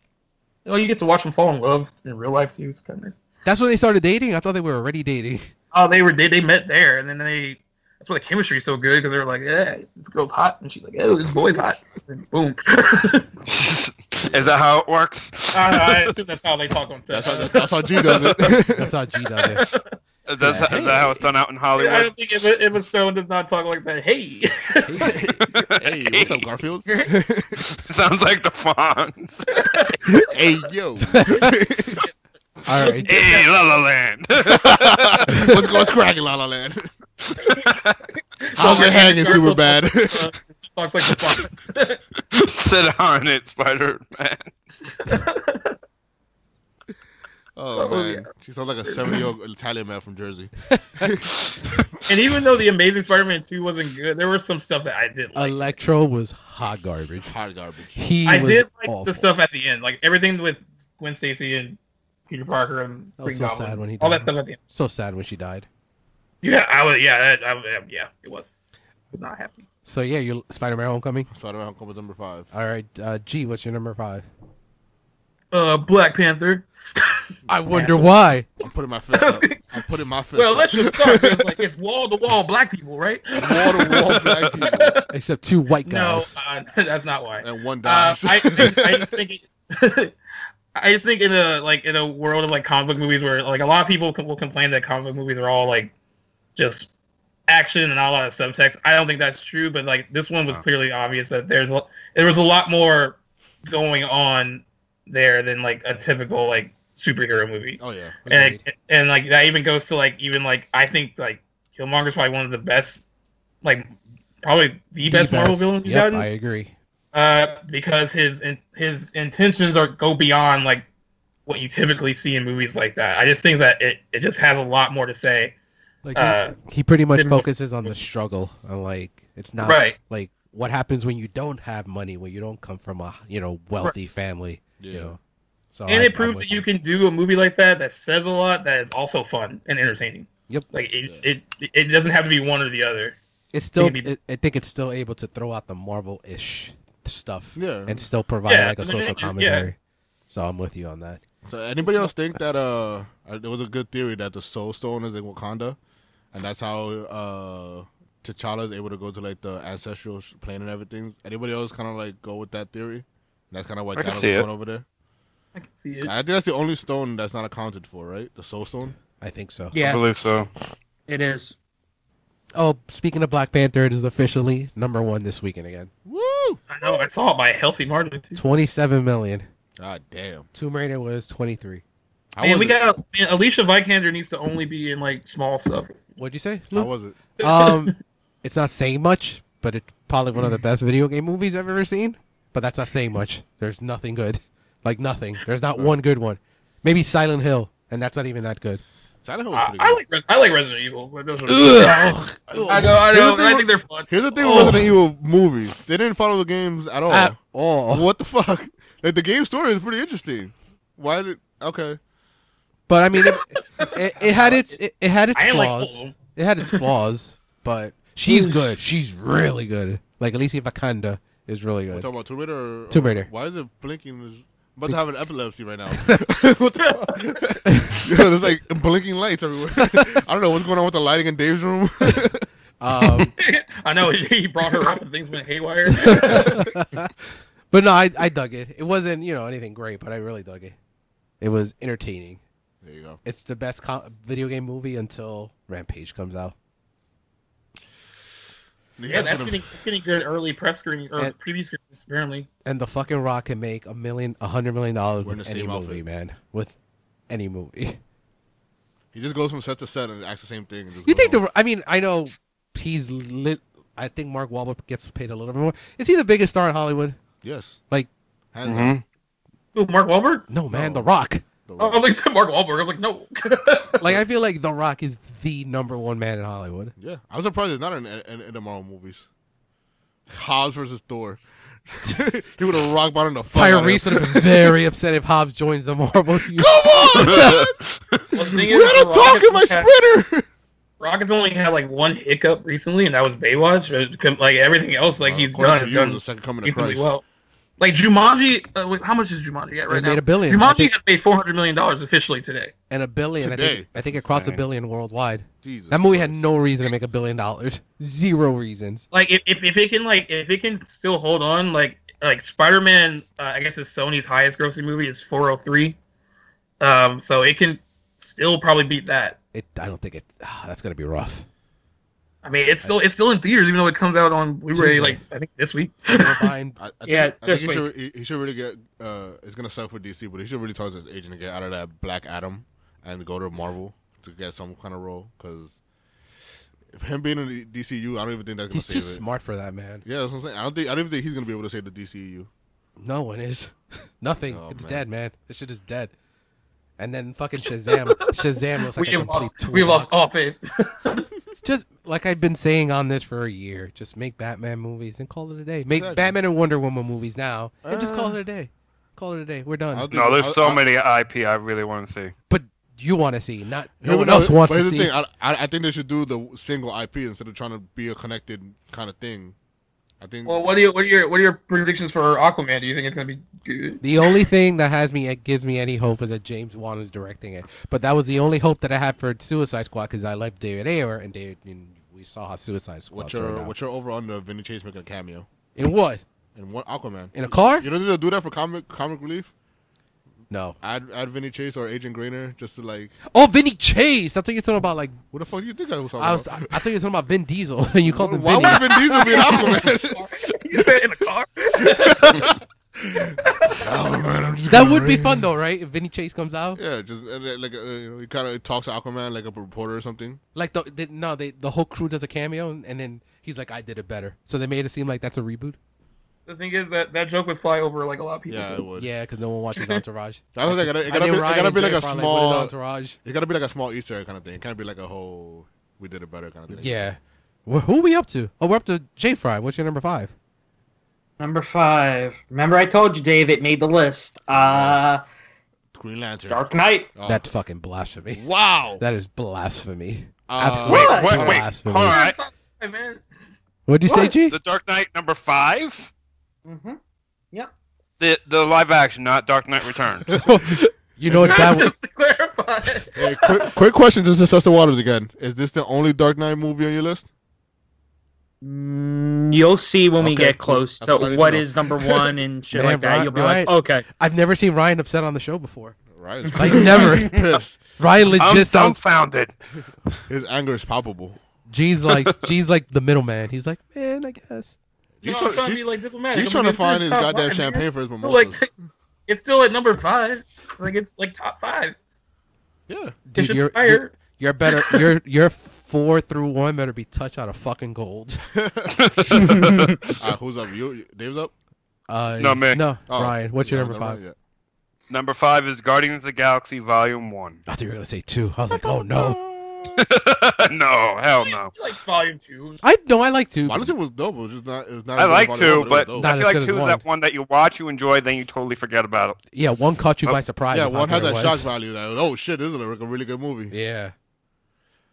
[SPEAKER 3] you know, you get to watch them fall in love in real life too. It's kind of nice.
[SPEAKER 1] That's when they started dating. I thought they were already dating.
[SPEAKER 3] Oh, they were they, they met there, and then they that's why the chemistry is so good because they were like, yeah, this girl's hot, and she's like, oh, this boy's hot, and boom.
[SPEAKER 4] is that how it works?
[SPEAKER 3] I, I assume that's how they talk on set.
[SPEAKER 2] That's how that's how G does it.
[SPEAKER 1] That's how G does it.
[SPEAKER 4] That's,
[SPEAKER 1] Yeah.
[SPEAKER 4] Is that how it's done out in
[SPEAKER 3] I
[SPEAKER 4] Hollywood?
[SPEAKER 3] don't think Emma, Emma Stone does not talk like that. Hey,
[SPEAKER 2] hey, what's up, Garfield?
[SPEAKER 4] Sounds like the Fonz.
[SPEAKER 2] hey, yo.
[SPEAKER 1] All right.
[SPEAKER 4] hey, La La Land.
[SPEAKER 2] what's going cracking, La La Land? How's your hanging, super bad?
[SPEAKER 3] Uh, she talks like the fuck.
[SPEAKER 4] Sit on it, Spider Man.
[SPEAKER 2] Oh,
[SPEAKER 3] Oh,
[SPEAKER 2] man,
[SPEAKER 3] yeah.
[SPEAKER 2] she sounds like a seventy-year-old Italian man from Jersey.
[SPEAKER 3] And even though the Amazing Spider-Man two wasn't good, there was some stuff that I did like.
[SPEAKER 1] Electro was hot garbage.
[SPEAKER 2] Hot garbage.
[SPEAKER 1] He
[SPEAKER 3] I
[SPEAKER 1] was
[SPEAKER 3] did like
[SPEAKER 1] awful.
[SPEAKER 3] the stuff at the end, like everything with Gwen Stacy and Peter Parker and
[SPEAKER 1] That was
[SPEAKER 3] Green
[SPEAKER 1] so
[SPEAKER 3] Goblin,
[SPEAKER 1] sad when he
[SPEAKER 3] all
[SPEAKER 1] died.
[SPEAKER 3] that stuff at the end.
[SPEAKER 1] So sad when she died.
[SPEAKER 3] Yeah, I was. Yeah, that, I, was- yeah, it was. I was not happy.
[SPEAKER 1] So yeah, your Spider-Man Homecoming.
[SPEAKER 2] Spider-Man: Homecoming number five.
[SPEAKER 1] All right, uh, G. What's your number five?
[SPEAKER 3] Uh, Black Panther.
[SPEAKER 1] I wonder why.
[SPEAKER 2] I'm putting my fist up. I'm putting my fist
[SPEAKER 3] Well,
[SPEAKER 2] up.
[SPEAKER 3] let's just start. It's like it's wall to wall black people, right?
[SPEAKER 2] wall to wall black people,
[SPEAKER 1] Except two white
[SPEAKER 3] No,
[SPEAKER 1] guys.
[SPEAKER 3] uh, that's not why.
[SPEAKER 2] and one
[SPEAKER 3] Uh,
[SPEAKER 2] dies.
[SPEAKER 3] I, think- I just think. It, I just think in a like in a world of like comic book movies where like a lot of people com- will complain that comic book movies are all like just action and not a lot of subtext. I don't think that's true, but like this one was
[SPEAKER 4] Wow.
[SPEAKER 3] clearly obvious that there's a, there was a lot more going on there than like a typical like superhero movie.
[SPEAKER 2] Oh yeah.
[SPEAKER 3] And,
[SPEAKER 1] Agreed.
[SPEAKER 3] and like that even goes to like even like I think like Killmonger's probably one of the best, like probably the, best, Marvel villain you've
[SPEAKER 1] Yep,
[SPEAKER 3] gotten
[SPEAKER 1] I agree.
[SPEAKER 3] uh, because his in, his intentions are go beyond like what you typically see in movies like that. I just think that it, it just has a lot more to say.
[SPEAKER 1] Like he-
[SPEAKER 3] Uh,
[SPEAKER 1] he, pretty much
[SPEAKER 3] it was-
[SPEAKER 1] focuses on the struggle and like it's not
[SPEAKER 3] right,
[SPEAKER 1] like what happens when you don't have money when you don't come from a you know wealthy family. You know, so
[SPEAKER 3] and
[SPEAKER 1] I-
[SPEAKER 3] it
[SPEAKER 1] I'm
[SPEAKER 3] proves
[SPEAKER 1] with
[SPEAKER 3] that you can do a movie like that that says a lot that is also fun and entertaining.
[SPEAKER 1] Yep.
[SPEAKER 3] Like it
[SPEAKER 2] Yeah.
[SPEAKER 3] it, it doesn't have to be one or the other.
[SPEAKER 1] It's still.
[SPEAKER 3] can be-
[SPEAKER 1] It, I think it's still able to throw out the Marvel ish stuff
[SPEAKER 2] Yeah.
[SPEAKER 1] and still provide
[SPEAKER 3] Yeah,
[SPEAKER 1] like a
[SPEAKER 3] I mean,
[SPEAKER 1] social
[SPEAKER 3] yeah.
[SPEAKER 1] commentary. So I'm with you on that.
[SPEAKER 2] So anybody else think that uh uh, there was a good theory that the Soul Stone is in Wakanda, and that's how uh T'Challa is able to go to like the ancestral sh- plane and everything. Anybody else kind of like go with that theory? And that's kind of what
[SPEAKER 4] I can
[SPEAKER 2] Thanos was
[SPEAKER 4] see it.
[SPEAKER 2] going over there.
[SPEAKER 3] I can see it.
[SPEAKER 2] I think that's the only stone that's not accounted for, right? The Soul Stone.
[SPEAKER 1] I think so.
[SPEAKER 4] I
[SPEAKER 5] Yeah,
[SPEAKER 4] believe so.
[SPEAKER 5] it is.
[SPEAKER 1] Oh, speaking of Black Panther, it is officially number one this weekend again.
[SPEAKER 2] Woo!
[SPEAKER 3] I know. I saw it by a healthy margin. too.
[SPEAKER 1] Twenty-seven million.
[SPEAKER 2] God damn.
[SPEAKER 1] Tomb Raider was twenty-three.
[SPEAKER 2] How
[SPEAKER 3] Man,
[SPEAKER 2] was
[SPEAKER 3] we
[SPEAKER 2] it?
[SPEAKER 3] got man, Alicia Vikander needs to only be in like small stuff.
[SPEAKER 1] What'd you say?
[SPEAKER 2] How was it?
[SPEAKER 1] Um, it's not saying much, but it's probably one of the best video game movies I've ever seen. But that's not saying much. There's nothing good, like nothing. There's not one good one. Maybe Silent Hill, and that's not even that good.
[SPEAKER 2] Silent Hill was
[SPEAKER 3] I,
[SPEAKER 2] pretty
[SPEAKER 3] I
[SPEAKER 2] good.
[SPEAKER 3] like Res- I like Resident Evil. But those are
[SPEAKER 2] Ugh.
[SPEAKER 3] I know, I
[SPEAKER 2] Here's
[SPEAKER 3] know.
[SPEAKER 2] the thing
[SPEAKER 3] I
[SPEAKER 2] with-
[SPEAKER 3] think they're fun.
[SPEAKER 2] Here's the thing with
[SPEAKER 3] Oh.
[SPEAKER 2] Resident Evil movies. They didn't follow the games at all.
[SPEAKER 1] At all.
[SPEAKER 2] What the fuck? Like the game story is pretty interesting. Why did okay?
[SPEAKER 1] But I mean, it, it, it had its it, it had its
[SPEAKER 3] I ain't like
[SPEAKER 1] flaws.
[SPEAKER 3] all of 'em.
[SPEAKER 1] it had its flaws, but she's good. She's really good. Like Alicia Vikander is really good.
[SPEAKER 2] We're talking about Tomb Raider. Or,
[SPEAKER 1] Tomb Raider.
[SPEAKER 2] Why is it blinking? It's about to have an epilepsy right now. what the fuck? Yo, there's like blinking lights everywhere. I don't know what's going on with the lighting in Dave's room.
[SPEAKER 1] Um,
[SPEAKER 3] I know he brought her up and things went haywire.
[SPEAKER 1] but no, I I dug it. It wasn't you know anything great, but I really dug it. It was entertaining.
[SPEAKER 2] there you go.
[SPEAKER 1] it's the best co- video game movie until Rampage comes out.
[SPEAKER 3] yeah, that's
[SPEAKER 2] gonna-
[SPEAKER 3] getting, that's getting good early press screening or
[SPEAKER 1] And-
[SPEAKER 3] preview screenings apparently.
[SPEAKER 1] And the fucking Rock can make a million, a hundred million dollars
[SPEAKER 2] We're in
[SPEAKER 1] with
[SPEAKER 2] the
[SPEAKER 1] any
[SPEAKER 2] same
[SPEAKER 1] movie,
[SPEAKER 2] outfit.
[SPEAKER 1] man. With any movie,
[SPEAKER 2] he just goes from set to set and acts the same thing. and just
[SPEAKER 1] you
[SPEAKER 2] goes
[SPEAKER 1] think
[SPEAKER 2] on.
[SPEAKER 1] the? I mean, I know he's lit. I think Mark Wahlberg gets paid a little bit more. Is he the biggest star in Hollywood?
[SPEAKER 2] yes,
[SPEAKER 1] like-
[SPEAKER 2] Hands down.
[SPEAKER 1] Mm-hmm.
[SPEAKER 4] hmm
[SPEAKER 3] Ooh, Mark Wahlberg?
[SPEAKER 1] No, man.
[SPEAKER 2] No.
[SPEAKER 1] The Rock.
[SPEAKER 2] The
[SPEAKER 3] Oh,
[SPEAKER 2] Rock.
[SPEAKER 3] I'm like said Mark Wahlberg. I'm like no.
[SPEAKER 1] Like I feel like The Rock is the number one man in Hollywood.
[SPEAKER 2] Yeah, I'm surprised it's not in, in, in the Marvel movies. Hobbs versus Thor. he would have rock bottomed the fuck out of him.
[SPEAKER 1] Tyrese would have been very upset if Hobbs joins the Marvel. universe.
[SPEAKER 2] Come on, man!
[SPEAKER 3] Well, the thing
[SPEAKER 2] We had
[SPEAKER 3] the
[SPEAKER 2] him talking my
[SPEAKER 3] Rockets,
[SPEAKER 2] sprinter.
[SPEAKER 3] Rockets only had like one hiccup recently, and that was Baywatch. It com- Like everything else, like
[SPEAKER 2] Uh,
[SPEAKER 3] he's
[SPEAKER 2] according
[SPEAKER 3] done
[SPEAKER 2] to
[SPEAKER 3] is
[SPEAKER 2] you, it was
[SPEAKER 3] done
[SPEAKER 2] the second coming of
[SPEAKER 3] decently
[SPEAKER 2] Christ.
[SPEAKER 3] well. Like Jumanji, uh, wait, how much is Jumanji at
[SPEAKER 1] They
[SPEAKER 3] right
[SPEAKER 1] made
[SPEAKER 3] now?
[SPEAKER 1] a billion. I
[SPEAKER 3] Jumanji
[SPEAKER 1] think,
[SPEAKER 3] has made four hundred million dollars officially today.
[SPEAKER 1] and a billion. I
[SPEAKER 2] Today.
[SPEAKER 1] think, I think it crossed a
[SPEAKER 4] Insane.
[SPEAKER 1] billion worldwide.
[SPEAKER 2] Jesus
[SPEAKER 1] That movie had
[SPEAKER 2] Christ.
[SPEAKER 1] no reason to make a billion dollars. Zero reasons.
[SPEAKER 3] Like if, if, if it can like if it can still hold on, like like Spider Man, uh, I guess is Sony's highest grossing movie is four hundred three. Um, so it can still probably beat that.
[SPEAKER 1] It. I don't think it. ah, that's gonna be rough.
[SPEAKER 3] I mean, it's still it's still in theaters, even though it comes out on Blu-ray
[SPEAKER 1] Tuesday.
[SPEAKER 3] like I think this week.
[SPEAKER 1] We're buying-
[SPEAKER 2] I, I
[SPEAKER 5] Yeah,
[SPEAKER 2] think, I
[SPEAKER 5] this
[SPEAKER 2] think he, should, he, he should really get. Uh, it's gonna suck for DC, but he should really talk to his agent to get out of that Black Adam and go to Marvel to get some kind of role. Because him being in the DCU, I don't even think that's gonna
[SPEAKER 1] he's
[SPEAKER 2] save
[SPEAKER 1] too
[SPEAKER 2] it.
[SPEAKER 1] smart for that, man.
[SPEAKER 2] Yeah, that's what I'm saying. I don't think I don't even think he's gonna be able to save the DCU.
[SPEAKER 1] No one is. Nothing.
[SPEAKER 2] Oh,
[SPEAKER 1] it's
[SPEAKER 2] man.
[SPEAKER 1] dead, man. This shit is dead. And then fucking Shazam. Shazam looks like
[SPEAKER 3] we
[SPEAKER 1] a
[SPEAKER 3] have
[SPEAKER 1] complete
[SPEAKER 3] lost, we have lost
[SPEAKER 1] toolbox.
[SPEAKER 3] all faith.
[SPEAKER 1] Just like I've been saying on this for a year. Just make Batman movies and call it a day. Make
[SPEAKER 2] Exactly.
[SPEAKER 1] Batman and Wonder Woman movies now and just call
[SPEAKER 2] Uh.
[SPEAKER 1] it a day. Call it a day. We're done.
[SPEAKER 2] I'll do-
[SPEAKER 4] No, there's
[SPEAKER 2] I-
[SPEAKER 4] so
[SPEAKER 2] I-
[SPEAKER 4] many IP I really want to see.
[SPEAKER 1] but you want to see, not no
[SPEAKER 2] Yeah,
[SPEAKER 1] one
[SPEAKER 2] but
[SPEAKER 1] else wants
[SPEAKER 2] but
[SPEAKER 1] to
[SPEAKER 2] here's
[SPEAKER 1] see.
[SPEAKER 2] the thing. I, I I think they should do the single IP instead of trying to be a connected kind of thing. I think.
[SPEAKER 3] Well, what are your what are your what are your predictions for Aquaman? Do you think it's gonna be good?
[SPEAKER 1] The only thing that has me it gives me any hope is that James Wan is directing it. But that was the only hope that I had for Suicide Squad because I like David Ayer and David. And we saw how Suicide Squad
[SPEAKER 2] what's
[SPEAKER 1] turned
[SPEAKER 2] your
[SPEAKER 1] out.
[SPEAKER 2] what's your over under of Vinny Chase making a cameo
[SPEAKER 1] In what?
[SPEAKER 2] and what Aquaman
[SPEAKER 1] In a car?
[SPEAKER 2] You don't need to do that for comic comic relief.
[SPEAKER 1] No.
[SPEAKER 2] Add, add Vinny Chase or Agent Greener just to like.
[SPEAKER 1] Oh, Vinny Chase. I think you're talking about like
[SPEAKER 2] What the fuck do you think I was talking
[SPEAKER 1] I was. I, I think you're talking about Vin Diesel, and you
[SPEAKER 2] about?
[SPEAKER 1] called him E.
[SPEAKER 2] Why
[SPEAKER 1] Vinny.
[SPEAKER 2] would Vin Diesel be an Aquaman?
[SPEAKER 3] you said in a car.
[SPEAKER 2] Aquaman, I'm just
[SPEAKER 1] That
[SPEAKER 2] gonna
[SPEAKER 1] would be
[SPEAKER 2] raise-
[SPEAKER 1] fun though, right? If Vinny Chase comes out,
[SPEAKER 2] Yeah, just uh, like uh, you know, he kind of talks to Aquaman like a reporter or something.
[SPEAKER 1] like the, the no, they the whole crew does a cameo, and, and then he's like, "I did it better." So they made it seem like that's a reboot.
[SPEAKER 3] the thing is that that joke would fly over like a lot of people.
[SPEAKER 2] Yeah, it would.
[SPEAKER 1] Yeah, because no one watches Entourage.
[SPEAKER 2] I was like, it gotta,
[SPEAKER 1] I
[SPEAKER 2] it gotta
[SPEAKER 1] think
[SPEAKER 2] be, it
[SPEAKER 1] Ryan
[SPEAKER 2] gotta
[SPEAKER 1] and
[SPEAKER 2] be like
[SPEAKER 1] Jay
[SPEAKER 2] a
[SPEAKER 1] probably put it on
[SPEAKER 2] small,
[SPEAKER 1] Entourage.
[SPEAKER 2] it gotta be like a small Easter egg kind of thing. It can't be like a whole, we did it better kind of thing.
[SPEAKER 1] Yeah. Well, who are we up to? Oh, we're up to J Fry. What's your number five?
[SPEAKER 5] Number five. Remember, I told you, Dave, it made the list. Uh,
[SPEAKER 2] Green Lantern.
[SPEAKER 5] Dark Knight.
[SPEAKER 4] Uh,
[SPEAKER 2] Oh.
[SPEAKER 1] That's fucking blasphemy.
[SPEAKER 2] wow.
[SPEAKER 1] That is blasphemy.
[SPEAKER 2] Uh,
[SPEAKER 1] Absolute
[SPEAKER 5] What?
[SPEAKER 4] Wait, wait,
[SPEAKER 1] blasphemy.
[SPEAKER 4] hold on. Alright.
[SPEAKER 3] Top five, man.
[SPEAKER 1] What'd you say,
[SPEAKER 5] What?
[SPEAKER 1] G?
[SPEAKER 4] The Dark Knight number five.
[SPEAKER 5] Mm-hmm.
[SPEAKER 4] The the live action, not Dark Knight Returns.
[SPEAKER 1] Oh, you know what that was?
[SPEAKER 3] Just to clarify.
[SPEAKER 2] Hey, quick, quick question, just to test the waters again. Is this the only Dark Knight movie on your list?
[SPEAKER 5] Mm, you'll see when we
[SPEAKER 2] Okay,
[SPEAKER 5] get
[SPEAKER 2] cool.
[SPEAKER 5] close
[SPEAKER 2] That's
[SPEAKER 5] to
[SPEAKER 2] what I need to
[SPEAKER 5] what
[SPEAKER 2] know.
[SPEAKER 5] is number one and shit
[SPEAKER 1] Man,
[SPEAKER 5] like that.
[SPEAKER 1] right-
[SPEAKER 5] You'll be
[SPEAKER 1] right.
[SPEAKER 5] like, okay.
[SPEAKER 1] I've never seen Ryan upset on the show before.
[SPEAKER 2] Right. it's-
[SPEAKER 1] Like, never.
[SPEAKER 2] He's pissed.
[SPEAKER 1] Ryan
[SPEAKER 4] I'm
[SPEAKER 1] legit sounds.
[SPEAKER 4] um, dumbfounded.
[SPEAKER 2] His anger is palpable.
[SPEAKER 1] G's like G's like the middleman. He's like, man, I guess.
[SPEAKER 3] No,
[SPEAKER 2] He's,
[SPEAKER 3] I'm trying
[SPEAKER 2] trying,
[SPEAKER 3] to be like diplomatic.
[SPEAKER 2] he's
[SPEAKER 3] I'm
[SPEAKER 2] trying to
[SPEAKER 3] gonna
[SPEAKER 2] find
[SPEAKER 3] do
[SPEAKER 2] his
[SPEAKER 3] top
[SPEAKER 2] goddamn
[SPEAKER 3] five, man.
[SPEAKER 2] champagne for his
[SPEAKER 3] But,
[SPEAKER 2] mimosas.
[SPEAKER 3] Like, it's still at number five. Like it's like top five.
[SPEAKER 2] yeah.
[SPEAKER 1] Dude,
[SPEAKER 3] should
[SPEAKER 1] you're,
[SPEAKER 3] fire.
[SPEAKER 1] you're you're better. Your your four through one better be touched out of fucking gold.
[SPEAKER 2] All right, who's up? You, Dave's up.
[SPEAKER 1] Uh,
[SPEAKER 4] No, man.
[SPEAKER 1] No,
[SPEAKER 2] Oh,
[SPEAKER 1] Ryan. What's
[SPEAKER 2] yeah,
[SPEAKER 1] your number
[SPEAKER 2] never
[SPEAKER 1] five?
[SPEAKER 2] mind,
[SPEAKER 4] number five is Guardians of the Galaxy Volume One.
[SPEAKER 1] I thought you were gonna say two. I was like, oh no.
[SPEAKER 4] no, hell no.
[SPEAKER 3] Like volume two.
[SPEAKER 1] I no, I like two.
[SPEAKER 2] yeah. Well, I don't think it was dope. It was just not. It was not
[SPEAKER 4] I
[SPEAKER 2] as good
[SPEAKER 4] like
[SPEAKER 2] as
[SPEAKER 4] two,
[SPEAKER 2] Volume One,
[SPEAKER 4] but
[SPEAKER 2] it was dope.
[SPEAKER 1] Not
[SPEAKER 4] I
[SPEAKER 1] as
[SPEAKER 4] feel like
[SPEAKER 1] good as
[SPEAKER 4] two is
[SPEAKER 1] one.
[SPEAKER 4] that one that you watch, you enjoy, then you totally forget about it.
[SPEAKER 1] Yeah, one caught you by
[SPEAKER 4] Oh,
[SPEAKER 1] surprise.
[SPEAKER 2] Uh, yeah,
[SPEAKER 1] of how
[SPEAKER 2] one had
[SPEAKER 1] good
[SPEAKER 2] that
[SPEAKER 1] it
[SPEAKER 2] shock
[SPEAKER 1] was.
[SPEAKER 2] value. That oh shit, this is like a really good movie.
[SPEAKER 1] Yeah.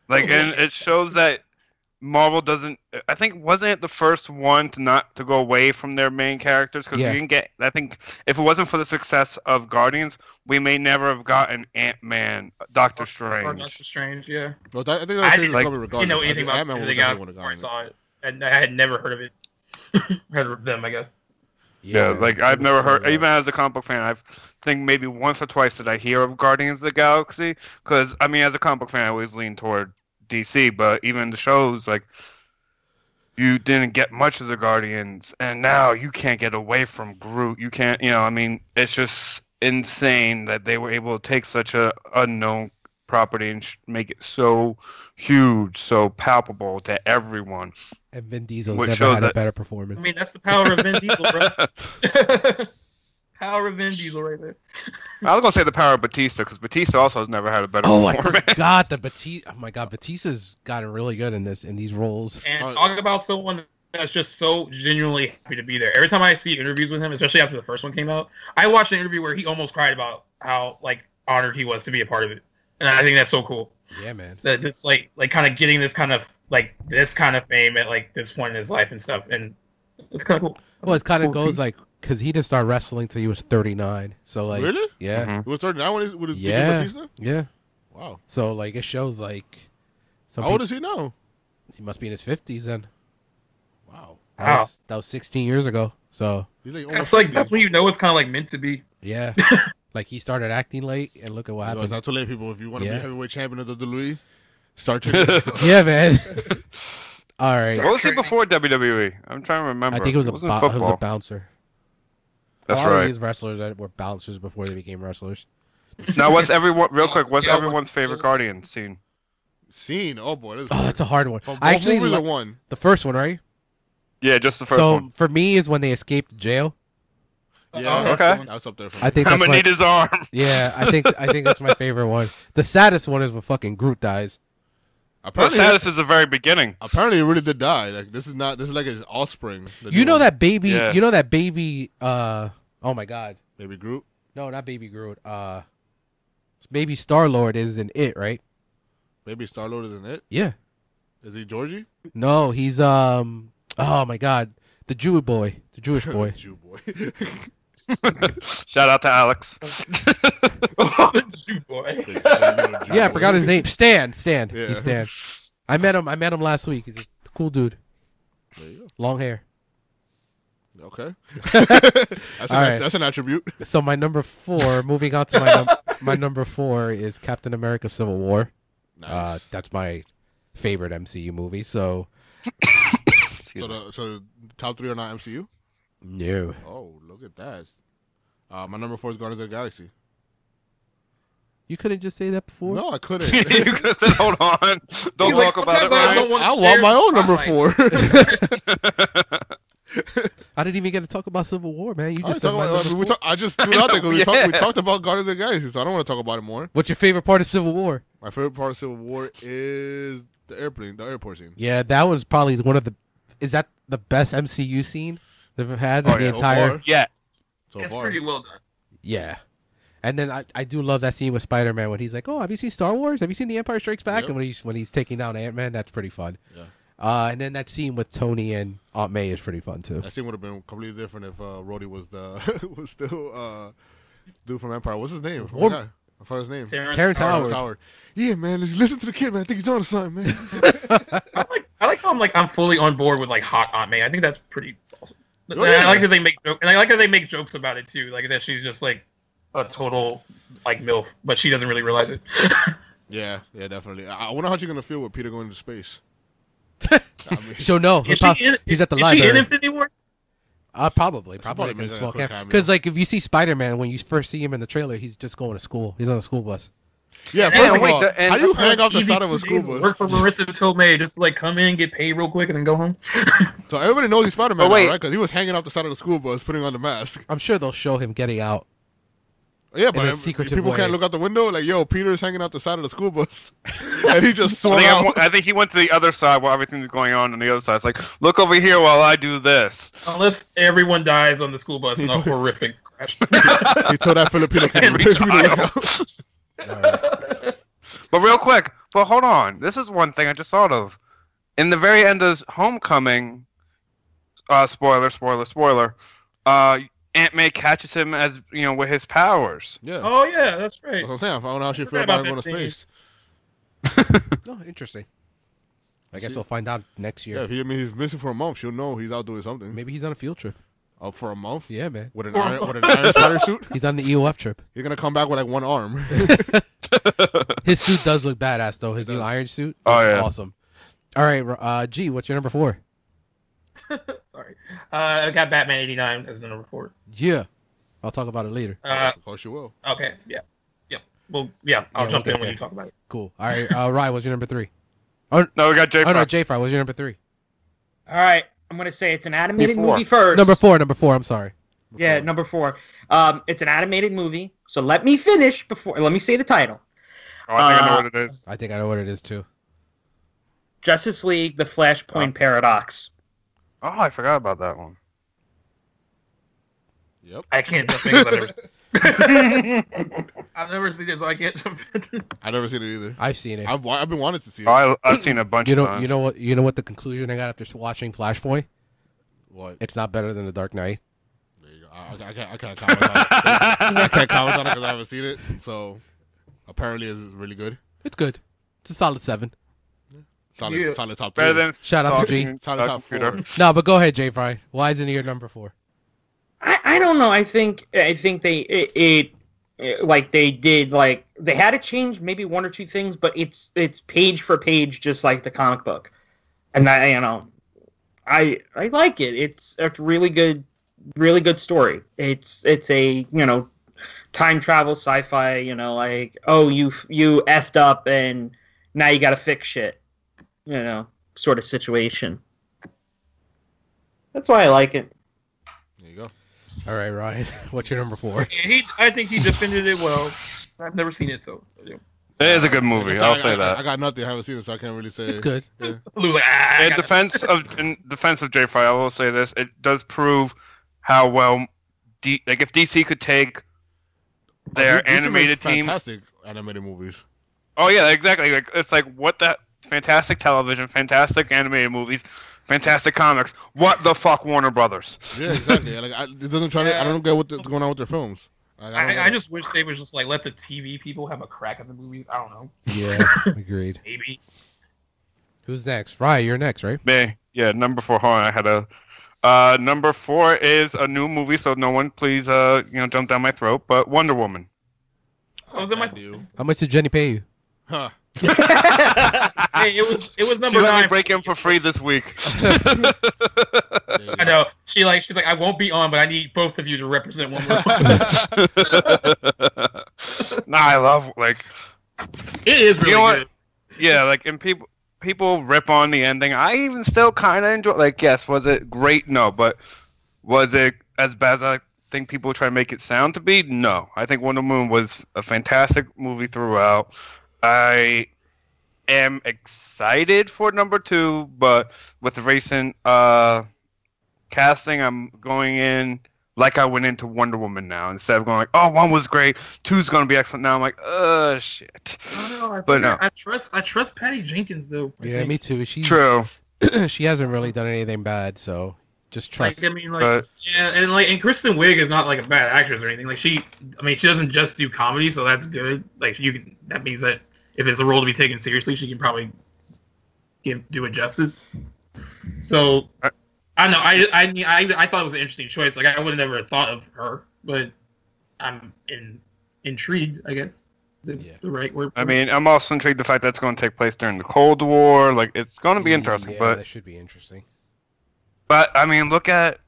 [SPEAKER 4] Like, and it shows that Marvel doesn't. I think wasn't it the first one to not to go away from their main characters because
[SPEAKER 1] Yeah.
[SPEAKER 4] we didn't get. I think if it wasn't for the success of Guardians, we may never have gotten Ant Man, Doctor
[SPEAKER 3] Or
[SPEAKER 4] Strange.
[SPEAKER 3] Doctor Strange. Yeah.
[SPEAKER 2] Well, that, I think
[SPEAKER 3] I
[SPEAKER 2] that's
[SPEAKER 3] didn't
[SPEAKER 2] like,
[SPEAKER 4] like-
[SPEAKER 2] regardless.
[SPEAKER 3] You know
[SPEAKER 2] I
[SPEAKER 3] anything
[SPEAKER 2] think
[SPEAKER 3] about
[SPEAKER 2] Ant-Man
[SPEAKER 3] Guardians of
[SPEAKER 2] would
[SPEAKER 3] the
[SPEAKER 2] definitely would've
[SPEAKER 3] Galaxy before I
[SPEAKER 2] gotten it.
[SPEAKER 3] saw it, and I had never heard of it. heard of them, I guess.
[SPEAKER 4] Yeah,
[SPEAKER 1] man,
[SPEAKER 4] like
[SPEAKER 1] it
[SPEAKER 4] I've
[SPEAKER 1] was
[SPEAKER 4] never
[SPEAKER 1] so
[SPEAKER 4] heard.
[SPEAKER 1] good.
[SPEAKER 4] Even as a comic book fan, I've think maybe once or twice did I hear of Guardians of the Galaxy. Because I mean, as a comic book fan, I always lean toward DC. But even the shows, like you didn't get much of the Guardians, and now you can't get away from Groot. You can't, you know. I mean, it's just insane that they were able to take such a unknown property and sh- make it so huge, so palpable to everyone.
[SPEAKER 1] And Vin Diesel's
[SPEAKER 4] Which
[SPEAKER 1] never
[SPEAKER 4] shows
[SPEAKER 1] had a
[SPEAKER 4] that-
[SPEAKER 1] better
[SPEAKER 3] I
[SPEAKER 1] performance.
[SPEAKER 3] mean, that's the power of Vin Diesel, bro. power of Vin Diesel right there.
[SPEAKER 4] I was gonna say the power of Batista because Batista also has never had a better.
[SPEAKER 1] oh, I
[SPEAKER 4] performance.
[SPEAKER 1] forgot that Batista. Oh my God, Batista's gotten really good in this in these roles.
[SPEAKER 3] And
[SPEAKER 2] Oh.
[SPEAKER 3] talk about someone that's just so genuinely happy to be there. Every time I see interviews with him, especially after the first one came out, I watched an interview where he almost cried about how like honored he was to be a part of it, and I think that's so cool.
[SPEAKER 1] Yeah, man.
[SPEAKER 3] That it's like like kind of getting this kind of like this kind of fame at like this point in his life and stuff, and it's kind of cool.
[SPEAKER 1] Well, it kind of
[SPEAKER 3] Cool
[SPEAKER 1] goes
[SPEAKER 3] too.
[SPEAKER 1] like because he didn't start wrestling till he was 39. So like,
[SPEAKER 2] Really? Mm-hmm.
[SPEAKER 1] yeah,
[SPEAKER 4] Mhm.
[SPEAKER 2] It was thirty nine when with
[SPEAKER 1] Yeah.
[SPEAKER 2] yeah. Batista.
[SPEAKER 1] yeah.
[SPEAKER 2] Wow.
[SPEAKER 1] So like, it shows like some
[SPEAKER 2] How old
[SPEAKER 1] people-
[SPEAKER 2] is he now?
[SPEAKER 1] he must be in his 50s then.
[SPEAKER 2] Wow.
[SPEAKER 1] That,
[SPEAKER 3] Wow.
[SPEAKER 1] was, that was 16 years ago. So
[SPEAKER 2] He's like almost
[SPEAKER 3] That's like
[SPEAKER 2] 60.
[SPEAKER 3] that's when you know it's kind of like meant to be.
[SPEAKER 1] yeah, like he started acting late, and look at what
[SPEAKER 2] You know,
[SPEAKER 1] happened.
[SPEAKER 2] it's not too late, people. If you want to
[SPEAKER 1] Yeah.
[SPEAKER 2] be heavyweight champion of the WWE, start training.
[SPEAKER 1] yeah, man. All right.
[SPEAKER 4] What was he before WWE? I'm trying to remember.
[SPEAKER 1] I think it was, a
[SPEAKER 4] wasn't
[SPEAKER 1] bo- it was a bouncer.
[SPEAKER 4] That's
[SPEAKER 1] a lot of
[SPEAKER 4] right.
[SPEAKER 1] these wrestlers that were bouncers before they became wrestlers.
[SPEAKER 4] Now, what's everyone? Real quick, what's
[SPEAKER 3] Yeah,
[SPEAKER 4] everyone's favorite Guardian scene?
[SPEAKER 2] Scene. Oh boy, this
[SPEAKER 1] Oh,
[SPEAKER 2] is
[SPEAKER 1] that's a hard one.
[SPEAKER 2] from both
[SPEAKER 1] I actually
[SPEAKER 2] movies
[SPEAKER 1] li-
[SPEAKER 2] or one.
[SPEAKER 1] the first one, right?
[SPEAKER 4] Yeah, just the first
[SPEAKER 1] so
[SPEAKER 4] one.
[SPEAKER 1] for me is when they escaped jail.
[SPEAKER 2] Yeah.
[SPEAKER 3] that's
[SPEAKER 4] Uh, Okay.
[SPEAKER 3] the one.
[SPEAKER 2] That's up there. For
[SPEAKER 1] I
[SPEAKER 2] me.
[SPEAKER 1] think
[SPEAKER 4] I'm
[SPEAKER 1] that's
[SPEAKER 4] gonna
[SPEAKER 1] my,
[SPEAKER 4] need his arm.
[SPEAKER 1] yeah, I think I think that's my favorite one. The saddest one is when fucking Groot dies.
[SPEAKER 4] But
[SPEAKER 2] apparently,
[SPEAKER 4] status is the very beginning.
[SPEAKER 2] apparently, he really did die. Like this is not. This is like his offspring. the
[SPEAKER 1] You
[SPEAKER 2] new
[SPEAKER 1] know
[SPEAKER 2] one.
[SPEAKER 1] that baby,
[SPEAKER 4] Yeah.
[SPEAKER 1] you know that baby uh oh my god.
[SPEAKER 2] baby group.
[SPEAKER 1] No, not baby Groot. Uh baby Star-Lord is in it, right?
[SPEAKER 2] Baby Star Lord isn't it?
[SPEAKER 1] Yeah.
[SPEAKER 2] Is he Georgie?
[SPEAKER 1] No, he's um oh my god, the Jew boy, the Jewish boy.
[SPEAKER 2] Jew boy.
[SPEAKER 4] Shout out to Alex.
[SPEAKER 3] Shoot, boy.
[SPEAKER 2] Big little Jew
[SPEAKER 1] yeah, I
[SPEAKER 2] boy.
[SPEAKER 1] forgot his name. Stan, Stan.
[SPEAKER 2] Yeah.
[SPEAKER 1] He's Stan. I met him I met him last week. He's a cool dude.
[SPEAKER 2] There you go.
[SPEAKER 1] Long hair.
[SPEAKER 2] Okay. that's, an,
[SPEAKER 1] All right.
[SPEAKER 2] that's an attribute.
[SPEAKER 1] So my number four, moving on to my num- my number four is Captain America: Civil War. Uh,
[SPEAKER 2] Nice.
[SPEAKER 1] that's my favorite MCU movie. So
[SPEAKER 4] Excuse
[SPEAKER 2] so,
[SPEAKER 4] me.
[SPEAKER 2] the, so the top three are not MCU.
[SPEAKER 1] no,
[SPEAKER 2] Oh, look at that. Uh, my number four is Guardians of the Galaxy.
[SPEAKER 1] you couldn't just say that before.
[SPEAKER 2] No, I couldn't.
[SPEAKER 4] you could have said, hold on. Don't
[SPEAKER 3] Dude, like,
[SPEAKER 4] talk about it,
[SPEAKER 3] sometimes I
[SPEAKER 2] I,
[SPEAKER 4] Ryan.
[SPEAKER 3] don't want
[SPEAKER 2] I
[SPEAKER 3] to
[SPEAKER 2] want my
[SPEAKER 3] share
[SPEAKER 2] own number
[SPEAKER 3] spotlight.
[SPEAKER 2] four.
[SPEAKER 1] I didn't even get to talk about Civil War, man. You
[SPEAKER 2] I, was
[SPEAKER 1] just said
[SPEAKER 2] talking
[SPEAKER 1] my
[SPEAKER 2] about,
[SPEAKER 1] number
[SPEAKER 2] we
[SPEAKER 1] four.
[SPEAKER 2] talk, I just threw it out there because we,
[SPEAKER 4] Yeah.
[SPEAKER 2] talked, we talked about Guardians of the Galaxy, so I don't want to talk about it more.
[SPEAKER 1] What's your favorite part of Civil War?
[SPEAKER 2] My favorite part of Civil War is the airplane, the airport scene.
[SPEAKER 1] Yeah, that was probably one of the. Is that the best MCU scene they've had in
[SPEAKER 4] Oh,
[SPEAKER 1] the
[SPEAKER 4] yeah.
[SPEAKER 2] so
[SPEAKER 1] entire?
[SPEAKER 2] far,
[SPEAKER 4] Yeah.
[SPEAKER 2] so
[SPEAKER 3] it's
[SPEAKER 2] far.
[SPEAKER 3] pretty well done.
[SPEAKER 1] Yeah. And then I, I do love that scene with Spider Man when he's like, "Oh, have you seen Star Wars? Have you seen The Empire Strikes Back?"
[SPEAKER 2] Yep.
[SPEAKER 1] And when he's when he's taking down Ant Man, that's pretty fun.
[SPEAKER 2] Yeah.
[SPEAKER 1] Uh, and then that scene with Tony and Aunt May is pretty fun too.
[SPEAKER 2] That scene would have been completely different if uh, Rhodey was the was still uh, dude from Empire. What's his name? Oh my
[SPEAKER 1] War-
[SPEAKER 2] God, I forgot his name.
[SPEAKER 3] Terrence
[SPEAKER 1] Terrence
[SPEAKER 3] Howard.
[SPEAKER 1] Howard.
[SPEAKER 2] Yeah, man. Listen, listen to the kid, man. I think he's on to something, man.
[SPEAKER 3] I like, I like how I'm like I'm fully on board with like hot Aunt May. I think that's pretty. Awesome.
[SPEAKER 2] Oh,
[SPEAKER 3] And
[SPEAKER 2] yeah.
[SPEAKER 3] I like that they make joke, and I like that they make jokes about it too. Like that she's just like a total like milf, but she doesn't really realize it.
[SPEAKER 2] yeah, yeah, definitely. I I wonder how you're gonna feel with Peter going into space. I mean,
[SPEAKER 1] So no, he'll
[SPEAKER 3] Is
[SPEAKER 1] prob-
[SPEAKER 3] she in,
[SPEAKER 1] he's at the
[SPEAKER 3] is she in
[SPEAKER 1] library.
[SPEAKER 3] Infinity War?
[SPEAKER 1] uh, probably, probably
[SPEAKER 2] She probably
[SPEAKER 1] like in
[SPEAKER 2] made
[SPEAKER 1] a
[SPEAKER 2] a
[SPEAKER 1] small
[SPEAKER 2] quick
[SPEAKER 1] camp.
[SPEAKER 2] cameo.
[SPEAKER 1] Because like if you see Spider Man when you first see him in the trailer, he's just going to school. He's on a school bus.
[SPEAKER 2] yeah,
[SPEAKER 4] Yeah,
[SPEAKER 2] first of
[SPEAKER 4] wait,
[SPEAKER 2] all,
[SPEAKER 4] the- and-
[SPEAKER 2] how do you hang off the
[SPEAKER 3] Easy
[SPEAKER 2] side of a
[SPEAKER 3] two
[SPEAKER 2] school
[SPEAKER 3] days of Work
[SPEAKER 2] bus?
[SPEAKER 3] for Marissa Tomei, just like come in, get paid real quick, and then go home.
[SPEAKER 2] So everybody knows he's Spider Man,
[SPEAKER 4] Oh, wait.
[SPEAKER 2] right? Because he was hanging off the side of the school bus, putting on the mask.
[SPEAKER 1] I'm sure they'll show him getting out.
[SPEAKER 2] Yeah,
[SPEAKER 1] a
[SPEAKER 2] but
[SPEAKER 1] secretive
[SPEAKER 2] people can't
[SPEAKER 1] way.
[SPEAKER 2] look out the window. Like, yo, Peter's hanging out the side of the school bus, and he just
[SPEAKER 4] I
[SPEAKER 2] swung
[SPEAKER 4] think, I,
[SPEAKER 2] out.
[SPEAKER 4] wa- I think he went to the other side while everything's going on on the other side. It's like, look over here while I do this.
[SPEAKER 3] Unless everyone dies on the school bus in a horrific crash.
[SPEAKER 2] he told that Filipino kid.
[SPEAKER 4] Every
[SPEAKER 2] "Peter, look
[SPEAKER 4] child.
[SPEAKER 2] out." Oh,
[SPEAKER 4] But real quick, but hold on. This is one thing I just thought of. In the very end of Homecoming, uh, spoiler, spoiler, spoiler. Uh, Aunt May catches him as you know with his powers.
[SPEAKER 2] Yeah.
[SPEAKER 3] oh yeah, that's
[SPEAKER 2] That's
[SPEAKER 3] right.
[SPEAKER 1] Uh-huh.
[SPEAKER 2] what I'm saying. I found out how she
[SPEAKER 3] forgot
[SPEAKER 2] feel
[SPEAKER 3] about
[SPEAKER 2] about him going
[SPEAKER 3] that
[SPEAKER 2] to
[SPEAKER 3] thing.
[SPEAKER 2] space.
[SPEAKER 1] Oh, interesting. I guess
[SPEAKER 2] See?
[SPEAKER 1] we'll find out next
[SPEAKER 2] Yeah,
[SPEAKER 1] year.
[SPEAKER 2] if he, I mean, he's missing for a month. She'll know he's out doing something.
[SPEAKER 1] Maybe he's on a field trip.
[SPEAKER 2] Uh, for a month?
[SPEAKER 1] Yeah, man.
[SPEAKER 2] With an
[SPEAKER 3] For a
[SPEAKER 2] iron, with an iron spider suit?
[SPEAKER 1] He's on the EOF trip.
[SPEAKER 2] You're going to come back with like one arm.
[SPEAKER 1] His suit does look badass though. His
[SPEAKER 2] It
[SPEAKER 1] new
[SPEAKER 2] does.
[SPEAKER 1] iron suit.
[SPEAKER 4] Oh,
[SPEAKER 1] is
[SPEAKER 4] yeah.
[SPEAKER 1] awesome. All right, uh, G, what's your number four?
[SPEAKER 3] Sorry, uh, I got Batman '89 as the number four.
[SPEAKER 1] Yeah, I'll talk about it later.
[SPEAKER 3] Uh,
[SPEAKER 2] of course you will.
[SPEAKER 3] okay, yeah, yeah. Well, yeah, I'll
[SPEAKER 1] Yeah,
[SPEAKER 3] jump
[SPEAKER 1] we'll get
[SPEAKER 3] in when
[SPEAKER 1] there.
[SPEAKER 3] you talk about it.
[SPEAKER 1] Cool. All right, uh, Ryan, what's your number three?
[SPEAKER 4] No, we got Jay.
[SPEAKER 1] Oh no,
[SPEAKER 4] Fox.
[SPEAKER 1] J Fry, what's your number three?
[SPEAKER 5] All right, I'm gonna say it's an animated
[SPEAKER 4] Before.
[SPEAKER 5] movie first.
[SPEAKER 1] Number four, number four. I'm sorry.
[SPEAKER 5] Yeah, number four. Um, it's an animated movie, so let me finish before. Let me say the title:
[SPEAKER 4] Oh, I think I know
[SPEAKER 5] uh,
[SPEAKER 4] what it is.
[SPEAKER 1] I think I know what it is too.
[SPEAKER 5] Justice League: The Flashpoint Paradox.
[SPEAKER 4] Oh, I forgot about that one.
[SPEAKER 2] Yep.
[SPEAKER 3] I can't jump in 'cause I've never. I've never seen it, so I can't jump in.
[SPEAKER 2] I've never seen it either.
[SPEAKER 1] I've seen it.
[SPEAKER 2] I've, wa- I've been wanting to see it.
[SPEAKER 4] Oh, I, I've seen a bunch
[SPEAKER 1] You
[SPEAKER 4] of
[SPEAKER 1] know,
[SPEAKER 4] times.
[SPEAKER 1] you know what, you know what the conclusion I got after s- watching Flashpoint?
[SPEAKER 2] What?
[SPEAKER 1] It's not better than The Dark Knight.
[SPEAKER 2] There you go. I, I, I can't, I can't comment on it. I can't comment on it because I haven't seen it. So apparently it's really good.
[SPEAKER 1] It's good. It's a solid seven.
[SPEAKER 2] Solid,
[SPEAKER 3] Yeah.
[SPEAKER 2] solid top three.
[SPEAKER 4] Better than
[SPEAKER 1] Shout out to G.
[SPEAKER 4] talking
[SPEAKER 2] Solid
[SPEAKER 4] to a
[SPEAKER 2] top four.
[SPEAKER 4] computer.
[SPEAKER 1] No, but go ahead, J Fry. Why isn't it your number four?
[SPEAKER 5] I, I don't know. I think I think they it, it, it like they did like they had to change maybe one or two things, but it's it's page for page just like the comic book, and I you know I I like it. It's a really good really good story. It's it's a you know time travel sci-fi. You know like oh you f- you effed up and now you got to fix shit. You know sort of situation. That's why I like it.
[SPEAKER 2] There you go.
[SPEAKER 1] All right, Ryan, what's your number four?
[SPEAKER 3] He, I think he defended it well. I've never seen it though.
[SPEAKER 4] It is a good movie.
[SPEAKER 2] So
[SPEAKER 4] I'll
[SPEAKER 2] I-
[SPEAKER 4] say
[SPEAKER 2] I-
[SPEAKER 4] that.
[SPEAKER 2] I got nothing. I haven't seen it, so I can't really say.
[SPEAKER 1] It's good.
[SPEAKER 3] Lou's like, "Ah, I
[SPEAKER 4] in
[SPEAKER 3] gotta-"
[SPEAKER 4] defense of in defense of J. Fry, I will say this: it does prove how well, D, like if DC could take
[SPEAKER 3] Oh,
[SPEAKER 4] their
[SPEAKER 2] These- these are
[SPEAKER 4] animated team.
[SPEAKER 2] Fantastic animated movies.
[SPEAKER 4] Oh yeah, exactly. Like it's like what the fantastic television, fantastic animated movies, fantastic comics. What the fuck, Warner Brothers?
[SPEAKER 2] Yeah, exactly. like I, it doesn't try to. I
[SPEAKER 3] Yeah.
[SPEAKER 2] don't get what the, what's going on with their films. Like, don't
[SPEAKER 3] I, I
[SPEAKER 2] know.
[SPEAKER 3] just wish they would just like let the TV people have a crack at the movies. I don't know,
[SPEAKER 1] Yeah, agreed.
[SPEAKER 3] maybe.
[SPEAKER 1] Who's next? Ryan, you're next, right?
[SPEAKER 4] Man, yeah, number four. Hold on, I had a Uh, number four is a new movie, so no one please uh you know jump down my throat. But Wonder Woman.
[SPEAKER 3] Oh, is it my-
[SPEAKER 2] I do.
[SPEAKER 1] How much did Jenny pay you?
[SPEAKER 2] Huh.
[SPEAKER 3] Hey, it was it was
[SPEAKER 4] She
[SPEAKER 3] number
[SPEAKER 4] let me
[SPEAKER 3] nine.
[SPEAKER 4] break in for free this week.
[SPEAKER 2] There you
[SPEAKER 3] I
[SPEAKER 2] go.
[SPEAKER 3] know. She like she's like I won't be on, but I need both of you to represent one more.
[SPEAKER 4] nah, I love like
[SPEAKER 3] it is really
[SPEAKER 4] You know what?
[SPEAKER 3] good.
[SPEAKER 4] yeah, like and people people rip on the ending. I even still kind of enjoy. Like, yes, was it great? No, but was it as bad as I think people try to make it sound to be? No, I think Wonder Woman was a fantastic movie throughout. I am excited for number two, but with the recent uh, casting, I'm going in. Like I went into Wonder Woman now instead of going like, oh, one was great, two's gonna be excellent. Now I'm like, oh shit.
[SPEAKER 3] I don't know. I,
[SPEAKER 4] But no.
[SPEAKER 3] I trust I trust Patty Jenkins though. I
[SPEAKER 1] Yeah,
[SPEAKER 3] think.
[SPEAKER 1] me too. She's
[SPEAKER 4] True.
[SPEAKER 1] she hasn't really done anything bad, so just trust.
[SPEAKER 3] Like, I mean, like,
[SPEAKER 4] But-
[SPEAKER 3] yeah, and like, and Kristen Wiig is not like a bad actress or anything. Like, she, I mean, she doesn't just do comedy, so that's good. Like, you can, that means that if it's a role to be taken seriously, she can probably give do it justice. So,
[SPEAKER 4] I-
[SPEAKER 3] I don't know. I, I, mean, I, I thought it was an interesting choice. Like, I would have never thought of her, but I'm in, intrigued. I guess is it
[SPEAKER 1] Yeah.
[SPEAKER 3] the right word.
[SPEAKER 4] I mean, I'm also intrigued the fact that's going to take place during the Cold War. Like, it's going to be interesting.
[SPEAKER 1] Yeah,
[SPEAKER 4] but
[SPEAKER 1] that should be interesting.
[SPEAKER 4] but I mean, look at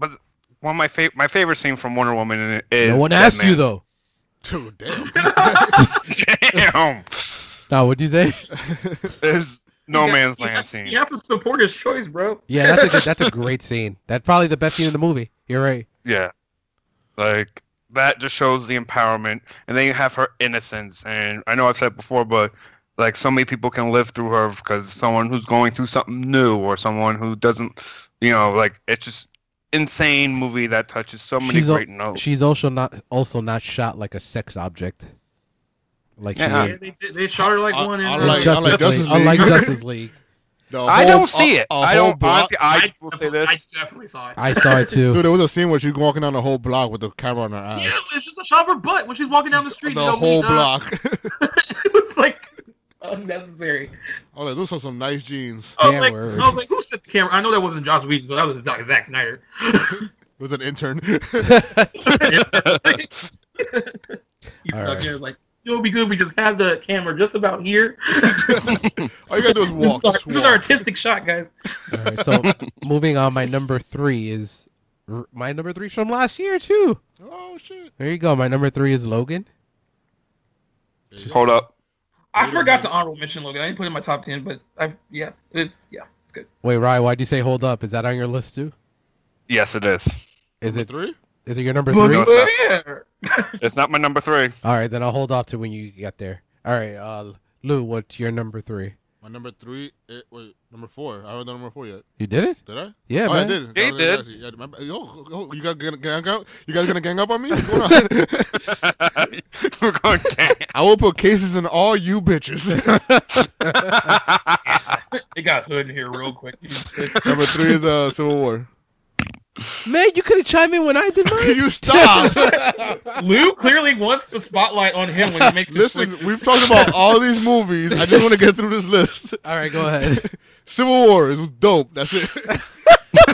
[SPEAKER 4] but one of my favorite my favorite scene from Wonder Woman in it is
[SPEAKER 1] no one
[SPEAKER 4] that
[SPEAKER 1] asked you
[SPEAKER 4] man-
[SPEAKER 1] though.
[SPEAKER 2] Dude, damn.
[SPEAKER 4] Damn,
[SPEAKER 1] No, what'd you say?
[SPEAKER 4] is No
[SPEAKER 3] You got-
[SPEAKER 4] Man's
[SPEAKER 3] you
[SPEAKER 4] Land
[SPEAKER 3] have-
[SPEAKER 4] scene.
[SPEAKER 3] You have to support his choice, bro.
[SPEAKER 1] Yeah, that's a good, that's a great scene. That's probably the best scene in the movie. You're right.
[SPEAKER 4] Yeah, like that just shows the empowerment, and then you have her innocence. And I know I've said before, but like so many people can live through her because someone who's going through something new or someone who doesn't, you know, like it's just insane movie that touches so many
[SPEAKER 1] She's a-
[SPEAKER 4] great notes.
[SPEAKER 1] She's also not also not shot like a sex object. Like she
[SPEAKER 4] Yeah.
[SPEAKER 1] is.
[SPEAKER 3] Yeah, they, did- they shot her like
[SPEAKER 2] I-
[SPEAKER 3] one in.
[SPEAKER 2] I
[SPEAKER 3] uh,
[SPEAKER 1] in
[SPEAKER 2] like-
[SPEAKER 1] Justice,
[SPEAKER 2] Justice
[SPEAKER 1] League. Unlike
[SPEAKER 2] League.
[SPEAKER 1] Justice League,
[SPEAKER 2] The
[SPEAKER 4] I
[SPEAKER 2] whole-
[SPEAKER 4] don't see it.
[SPEAKER 2] a- a
[SPEAKER 4] I
[SPEAKER 2] whole
[SPEAKER 4] don't.
[SPEAKER 2] block-
[SPEAKER 4] honestly, I will say
[SPEAKER 3] definitely-
[SPEAKER 4] this.
[SPEAKER 3] I definitely saw it.
[SPEAKER 1] I saw it too.
[SPEAKER 2] Dude, there was a scene where she's walking down the whole block with the camera on her
[SPEAKER 1] uh,
[SPEAKER 2] ass.
[SPEAKER 3] Yeah, it's just a shot of her butt when she's walking down the street. you know,
[SPEAKER 2] whole
[SPEAKER 3] we, uh,
[SPEAKER 2] block.
[SPEAKER 3] it was like um, unnecessary.
[SPEAKER 2] oh, like, those are some nice jeans.
[SPEAKER 3] I was
[SPEAKER 1] Yeah,
[SPEAKER 3] like,
[SPEAKER 1] word.
[SPEAKER 3] I was like, who set the camera? I know that wasn't Josh Whedon, so that was Doc Zack Snyder.
[SPEAKER 2] It was an intern.
[SPEAKER 3] He
[SPEAKER 1] All
[SPEAKER 3] stuck
[SPEAKER 1] right.
[SPEAKER 3] there, like, it would be good. We just have the camera just about here.
[SPEAKER 2] All you gotta do is
[SPEAKER 3] this,
[SPEAKER 2] walk.
[SPEAKER 3] is our,
[SPEAKER 2] just
[SPEAKER 3] this is an
[SPEAKER 2] walk.
[SPEAKER 3] artistic shot, guys.
[SPEAKER 1] All right, so moving on, my number three is r- my number three from last year too.
[SPEAKER 2] Oh shit!
[SPEAKER 1] There you go. My number three is Logan.
[SPEAKER 4] Hold up.
[SPEAKER 3] I
[SPEAKER 2] Wait a
[SPEAKER 3] forgot
[SPEAKER 2] minute.
[SPEAKER 3] to honorable mention Logan. I didn't put it in my top ten, but I yeah, it, yeah.
[SPEAKER 1] Wait, Ryan, why'd you say hold up? Is that on your list too?
[SPEAKER 4] Yes, it is.
[SPEAKER 1] Is it
[SPEAKER 2] three?
[SPEAKER 1] is it your number
[SPEAKER 4] Logan.
[SPEAKER 1] three?
[SPEAKER 4] No,
[SPEAKER 1] All
[SPEAKER 4] it's not.
[SPEAKER 3] Where?
[SPEAKER 4] It's not my number three.
[SPEAKER 1] right, then I'll hold off to when you get there. All right, uh, Lou, what's your number three?
[SPEAKER 2] My number three. It, wait, number four. I haven't done number four yet.
[SPEAKER 1] You did it?
[SPEAKER 2] Did I?
[SPEAKER 1] Yeah,
[SPEAKER 2] oh,
[SPEAKER 1] man.
[SPEAKER 2] I did.
[SPEAKER 4] Yeah,
[SPEAKER 2] That
[SPEAKER 4] you
[SPEAKER 2] was
[SPEAKER 4] did.
[SPEAKER 2] actually- yeah, my- yo, yo, you guys gonna gang up? You guys gonna gang up on me? What's going on?
[SPEAKER 4] We're going down.
[SPEAKER 2] I will put cases in all you bitches.
[SPEAKER 3] It got hood in here real quick.
[SPEAKER 2] number three is uh, Civil War.
[SPEAKER 1] Man, you could have chimed in when I did mine.
[SPEAKER 2] you stop?
[SPEAKER 3] Lou clearly wants the spotlight on him when he makes this
[SPEAKER 2] Listen, we've talked about all these movies. I just want to get through this list.
[SPEAKER 1] All right, go ahead.
[SPEAKER 2] Civil War is dope. That's it.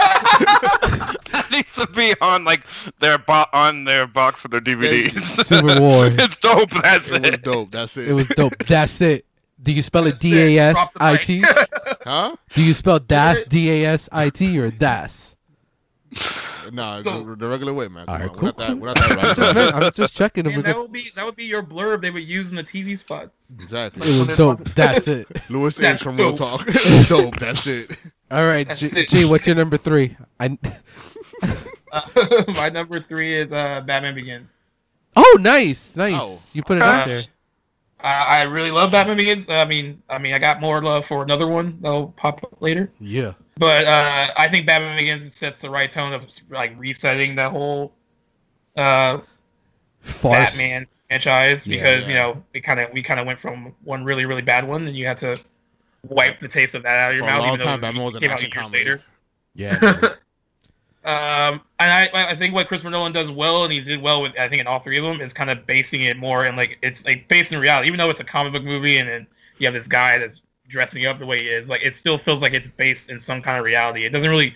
[SPEAKER 4] that needs to be on like their bo- on their box for their DVDs.
[SPEAKER 1] Civil War.
[SPEAKER 4] it's dope. That's
[SPEAKER 2] It was
[SPEAKER 4] it.
[SPEAKER 2] dope. That's it.
[SPEAKER 1] It was dope. That's it. Do you spell it
[SPEAKER 3] That's it.
[SPEAKER 1] D A S
[SPEAKER 3] Drop the
[SPEAKER 1] I T?
[SPEAKER 2] huh?
[SPEAKER 1] Do you spell das D A S I T or das?
[SPEAKER 2] Nah,
[SPEAKER 3] Dope.
[SPEAKER 2] the, the regular way, man. Come
[SPEAKER 1] All right,
[SPEAKER 2] on.
[SPEAKER 1] cool,
[SPEAKER 2] We're not that. We're not that right.
[SPEAKER 1] Man, I'm just checking if
[SPEAKER 3] And
[SPEAKER 1] we
[SPEAKER 3] that
[SPEAKER 1] could.
[SPEAKER 3] would be that would be your blurb they would use in the TV spots.
[SPEAKER 2] Exactly.
[SPEAKER 1] It was dope. That's it.
[SPEAKER 2] Louis H
[SPEAKER 3] That's
[SPEAKER 2] from Real
[SPEAKER 3] dope.
[SPEAKER 2] Talk. It's dope. That's it.
[SPEAKER 1] All right,
[SPEAKER 3] That's
[SPEAKER 1] G,
[SPEAKER 3] it.
[SPEAKER 1] G, what's your number three? I
[SPEAKER 3] Uh, my number three is uh, Batman Begins.
[SPEAKER 1] oh, nice, nice.
[SPEAKER 2] Oh.
[SPEAKER 1] You put it out there.
[SPEAKER 3] I, I really love Batman Begins. I mean, I mean, I got more love for another one that'll pop up later.
[SPEAKER 1] Yeah.
[SPEAKER 3] But uh, I think Batman Begins sets the right tone of like resetting that whole uh,
[SPEAKER 1] Farce.
[SPEAKER 3] Batman franchise
[SPEAKER 1] Yeah,
[SPEAKER 3] because you
[SPEAKER 2] yeah.
[SPEAKER 3] know we kind of we kind of went from one really really bad one and you had to wipe the taste of that out of your
[SPEAKER 2] For
[SPEAKER 3] mouth.
[SPEAKER 2] a long
[SPEAKER 3] even though
[SPEAKER 2] time,
[SPEAKER 3] it
[SPEAKER 2] Batman was an
[SPEAKER 3] came out
[SPEAKER 2] action
[SPEAKER 3] years
[SPEAKER 2] comedy.
[SPEAKER 3] later.
[SPEAKER 1] Yeah. man.
[SPEAKER 3] Um, and I, I think what Christopher Nolan does well, and he did well with, I think, in all three of them, is kind of basing it more and like it's like based in reality, even though it's a comic book movie, and then you have this guy that's dressing up the way it is, like it still feels like it's based in some kind of reality. It doesn't really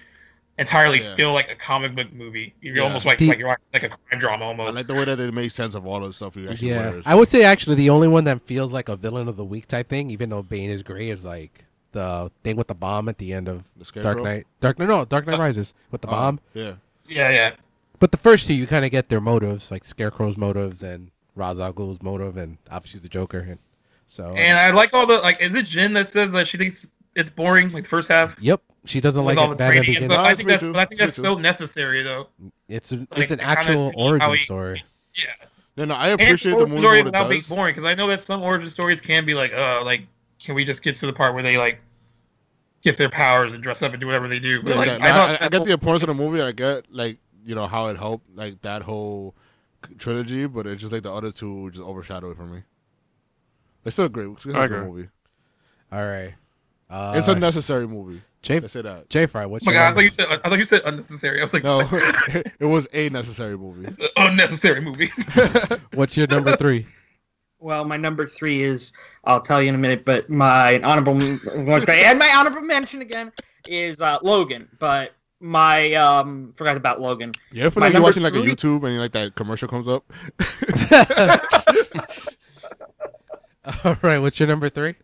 [SPEAKER 3] entirely
[SPEAKER 2] Yeah.
[SPEAKER 3] feel like a comic book movie. You're
[SPEAKER 2] Yeah.
[SPEAKER 3] almost like
[SPEAKER 1] The-
[SPEAKER 3] like you're watching like a crime drama
[SPEAKER 2] I
[SPEAKER 3] almost.
[SPEAKER 2] like the way that it makes sense of all the stuff he actually
[SPEAKER 1] yeah,
[SPEAKER 2] wears.
[SPEAKER 1] I would say actually the only one that feels like a villain of the week type thing, even though Bane is great, is like the thing with the bomb at the end of
[SPEAKER 2] the
[SPEAKER 1] Dark
[SPEAKER 2] Scarecrow?
[SPEAKER 1] Knight. Dark no, no, Dark Knight Rises with the
[SPEAKER 2] Oh,
[SPEAKER 1] bomb.
[SPEAKER 2] Yeah.
[SPEAKER 3] Yeah, yeah.
[SPEAKER 1] But the first two, you kind of get their motives, like Scarecrow's motives and Ra's al Ghul's motive, and obviously the Joker. And so,
[SPEAKER 2] Oh.
[SPEAKER 3] And I like all the like. Is it Jen that says that she thinks it's boring, like first half,
[SPEAKER 1] yep, she doesn't
[SPEAKER 3] with
[SPEAKER 1] like
[SPEAKER 3] all the
[SPEAKER 1] it bad at the beginning.
[SPEAKER 3] training and stuff?
[SPEAKER 2] No,
[SPEAKER 3] I
[SPEAKER 2] it's
[SPEAKER 3] think
[SPEAKER 2] me
[SPEAKER 3] that's
[SPEAKER 2] too.
[SPEAKER 3] I think
[SPEAKER 2] It's me
[SPEAKER 3] that's so necessary though.
[SPEAKER 1] It's an
[SPEAKER 3] Like,
[SPEAKER 1] it's an
[SPEAKER 3] I kinda
[SPEAKER 1] actual
[SPEAKER 3] see how
[SPEAKER 1] origin
[SPEAKER 3] he-
[SPEAKER 1] story.
[SPEAKER 3] Yeah,
[SPEAKER 2] No, no, I
[SPEAKER 3] And it's
[SPEAKER 2] appreciate
[SPEAKER 3] an
[SPEAKER 2] the
[SPEAKER 3] origin
[SPEAKER 2] movie
[SPEAKER 3] story
[SPEAKER 2] what it
[SPEAKER 3] without being
[SPEAKER 2] does.
[SPEAKER 3] boring because I know that some origin stories can be like, uh, like can we just get to the part where they like get their powers and dress up and do whatever they do? But
[SPEAKER 2] Yeah,
[SPEAKER 3] like,
[SPEAKER 2] that-
[SPEAKER 3] I,
[SPEAKER 2] I,
[SPEAKER 3] thought oh
[SPEAKER 2] I, I
[SPEAKER 3] that
[SPEAKER 2] get
[SPEAKER 3] whole-
[SPEAKER 2] the importance of the movie. I get like you know how it helped like that whole c- trilogy, but it's just like the other two just overshadow it for me. It's still great. It's still a
[SPEAKER 4] I
[SPEAKER 2] good
[SPEAKER 4] agree.
[SPEAKER 2] movie.
[SPEAKER 1] All right, uh,
[SPEAKER 2] It's a necessary movie.
[SPEAKER 1] Jay
[SPEAKER 2] They say that.
[SPEAKER 1] Jay Fry. What's
[SPEAKER 3] Oh my
[SPEAKER 1] your
[SPEAKER 3] god, I thought
[SPEAKER 1] number?
[SPEAKER 3] you said I thought you said unnecessary. I was like,
[SPEAKER 2] No,
[SPEAKER 3] no,
[SPEAKER 2] it was a necessary movie.
[SPEAKER 3] it's an unnecessary movie.
[SPEAKER 1] what's your number three?
[SPEAKER 5] Well, my number three is I'll tell you in a minute, but my honorable and my honorable mention again is uh, Logan. But my um forgot about Logan.
[SPEAKER 2] You ever feel
[SPEAKER 5] My
[SPEAKER 2] like you're
[SPEAKER 5] number
[SPEAKER 2] watching like a
[SPEAKER 5] three-
[SPEAKER 2] YouTube and like that commercial comes up?
[SPEAKER 1] All right, what's your number three?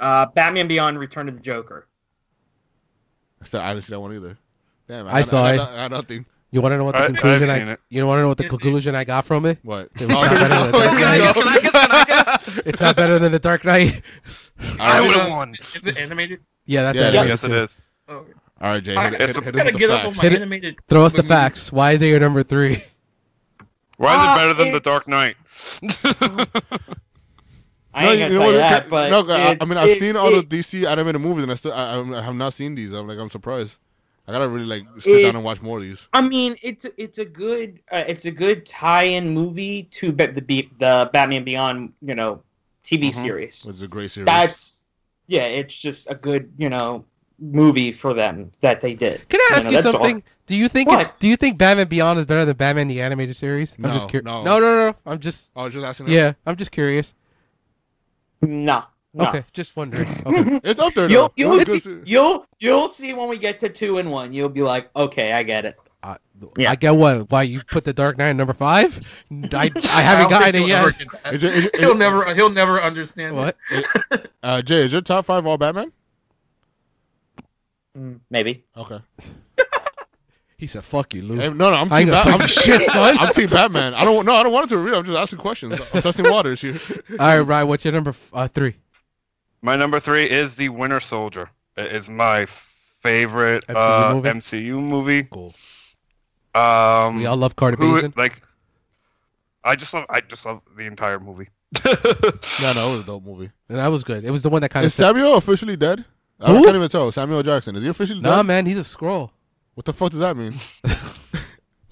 [SPEAKER 5] Uh, Batman Beyond: Return of the Joker.
[SPEAKER 2] I still I didn't see that one either. Damn,
[SPEAKER 1] I
[SPEAKER 2] got-
[SPEAKER 1] saw
[SPEAKER 2] I
[SPEAKER 1] it.
[SPEAKER 2] got, I got nothing.
[SPEAKER 1] You want to know what the
[SPEAKER 4] I- I've
[SPEAKER 1] conclusion
[SPEAKER 4] seen
[SPEAKER 1] I,
[SPEAKER 4] it.
[SPEAKER 1] you want to know what the
[SPEAKER 3] It- it-
[SPEAKER 1] conclusion I got from it?
[SPEAKER 2] What?
[SPEAKER 1] It was not better than
[SPEAKER 2] Oh,
[SPEAKER 1] Dark
[SPEAKER 2] here
[SPEAKER 1] Knight.
[SPEAKER 2] we go.
[SPEAKER 4] Can I get- can I get-
[SPEAKER 1] It's not better than the Dark Knight.
[SPEAKER 4] I
[SPEAKER 3] Alright.
[SPEAKER 4] would have won.
[SPEAKER 3] Is it animated?
[SPEAKER 1] Yeah, that's
[SPEAKER 2] Yeah,
[SPEAKER 1] it.
[SPEAKER 2] yeah.
[SPEAKER 4] Yes, it is.
[SPEAKER 3] Oh, okay.
[SPEAKER 2] All right, Jay.
[SPEAKER 3] I-
[SPEAKER 2] Hit, it- hit,
[SPEAKER 4] it's-
[SPEAKER 2] hit
[SPEAKER 3] I
[SPEAKER 2] us
[SPEAKER 3] gotta
[SPEAKER 2] with the
[SPEAKER 3] get up on
[SPEAKER 2] facts.
[SPEAKER 1] Hit
[SPEAKER 3] my
[SPEAKER 1] it.
[SPEAKER 3] animated.
[SPEAKER 1] Throw us the
[SPEAKER 3] movie.
[SPEAKER 1] facts. Why is it your number three?
[SPEAKER 4] Why is
[SPEAKER 5] Ah,
[SPEAKER 4] it better than the
[SPEAKER 5] it's-
[SPEAKER 4] Dark Knight?
[SPEAKER 5] I ain't gonna tell you
[SPEAKER 2] what,
[SPEAKER 5] that, but
[SPEAKER 2] no, I, I
[SPEAKER 5] it's-
[SPEAKER 2] mean, I've
[SPEAKER 5] it-
[SPEAKER 2] seen all
[SPEAKER 5] it-
[SPEAKER 2] the DC animated movies, and I still I, I have not seen these. I'm like, I'm surprised. I gotta really like sit down and
[SPEAKER 5] It's-
[SPEAKER 2] watch more of these.
[SPEAKER 5] I mean, it's it's a good uh, it's a good tie-in movie to Ba- the Be- the Batman Beyond you know TV
[SPEAKER 4] Mhm.
[SPEAKER 5] series.
[SPEAKER 2] Which is a great Mm-hmm. series.
[SPEAKER 5] That's yeah, it's just a good you know movie for them that they did.
[SPEAKER 1] Can I
[SPEAKER 5] You
[SPEAKER 1] ask
[SPEAKER 5] know,
[SPEAKER 1] you,
[SPEAKER 5] that's all.
[SPEAKER 1] something? Do you think
[SPEAKER 5] What?
[SPEAKER 1] it's, do you think Batman Beyond is better than Batman the animated series? I'm
[SPEAKER 2] No,
[SPEAKER 1] just curious.
[SPEAKER 2] no.
[SPEAKER 1] no, no, no. I'm just
[SPEAKER 2] oh, just asking.
[SPEAKER 1] yeah. I'm just curious.
[SPEAKER 5] No, no.
[SPEAKER 1] Okay, just wondering. Okay.
[SPEAKER 2] it's up there.
[SPEAKER 5] You'll
[SPEAKER 2] though.
[SPEAKER 5] you'll
[SPEAKER 2] It's a good
[SPEAKER 5] see,
[SPEAKER 2] se-
[SPEAKER 5] you'll you'll see when we get to two and one. You'll be like, okay, I get it.
[SPEAKER 1] I,
[SPEAKER 5] Yeah.
[SPEAKER 1] I get what why you put the Dark Knight at number five. I, I haven't
[SPEAKER 3] don't think
[SPEAKER 1] gotten it
[SPEAKER 3] he'll
[SPEAKER 1] yet.
[SPEAKER 3] ever get that.
[SPEAKER 2] Is your- is your-
[SPEAKER 3] He'll never he'll never understand
[SPEAKER 1] What?
[SPEAKER 2] uh, Jay, is your top five all Batman?
[SPEAKER 5] Mm, Maybe.
[SPEAKER 2] Okay.
[SPEAKER 1] He said, "Fuck you, Lou."
[SPEAKER 2] Hey, no, no, I'm
[SPEAKER 1] I ain't
[SPEAKER 2] team.
[SPEAKER 1] gonna
[SPEAKER 2] Ba-
[SPEAKER 1] talk
[SPEAKER 2] I'm,
[SPEAKER 1] shit, son.
[SPEAKER 2] I'm team Batman. I don't. No, I don't want it to read. I'm just asking questions. I'm testing waters here.
[SPEAKER 1] All right, Ryan. What's your number f- uh, three?
[SPEAKER 4] My number three is the Winter Soldier. It is my favorite
[SPEAKER 1] MCU
[SPEAKER 4] uh,
[SPEAKER 1] movie?
[SPEAKER 4] MCU movie.
[SPEAKER 1] Cool.
[SPEAKER 4] Um,
[SPEAKER 1] We all love Carter
[SPEAKER 4] who-
[SPEAKER 1] Beeson.
[SPEAKER 4] like, I just love. I just love the entire movie.
[SPEAKER 2] No, no, it was a dope movie.
[SPEAKER 1] And that was good. It was the one that kind of
[SPEAKER 2] Is
[SPEAKER 1] said,
[SPEAKER 2] Samuel officially dead? I
[SPEAKER 1] Who?
[SPEAKER 2] can't even tell. Samuel Jackson is he officially
[SPEAKER 1] "Nah,
[SPEAKER 2] dead?
[SPEAKER 1] man, he's a scroll."
[SPEAKER 2] What the fuck does that mean?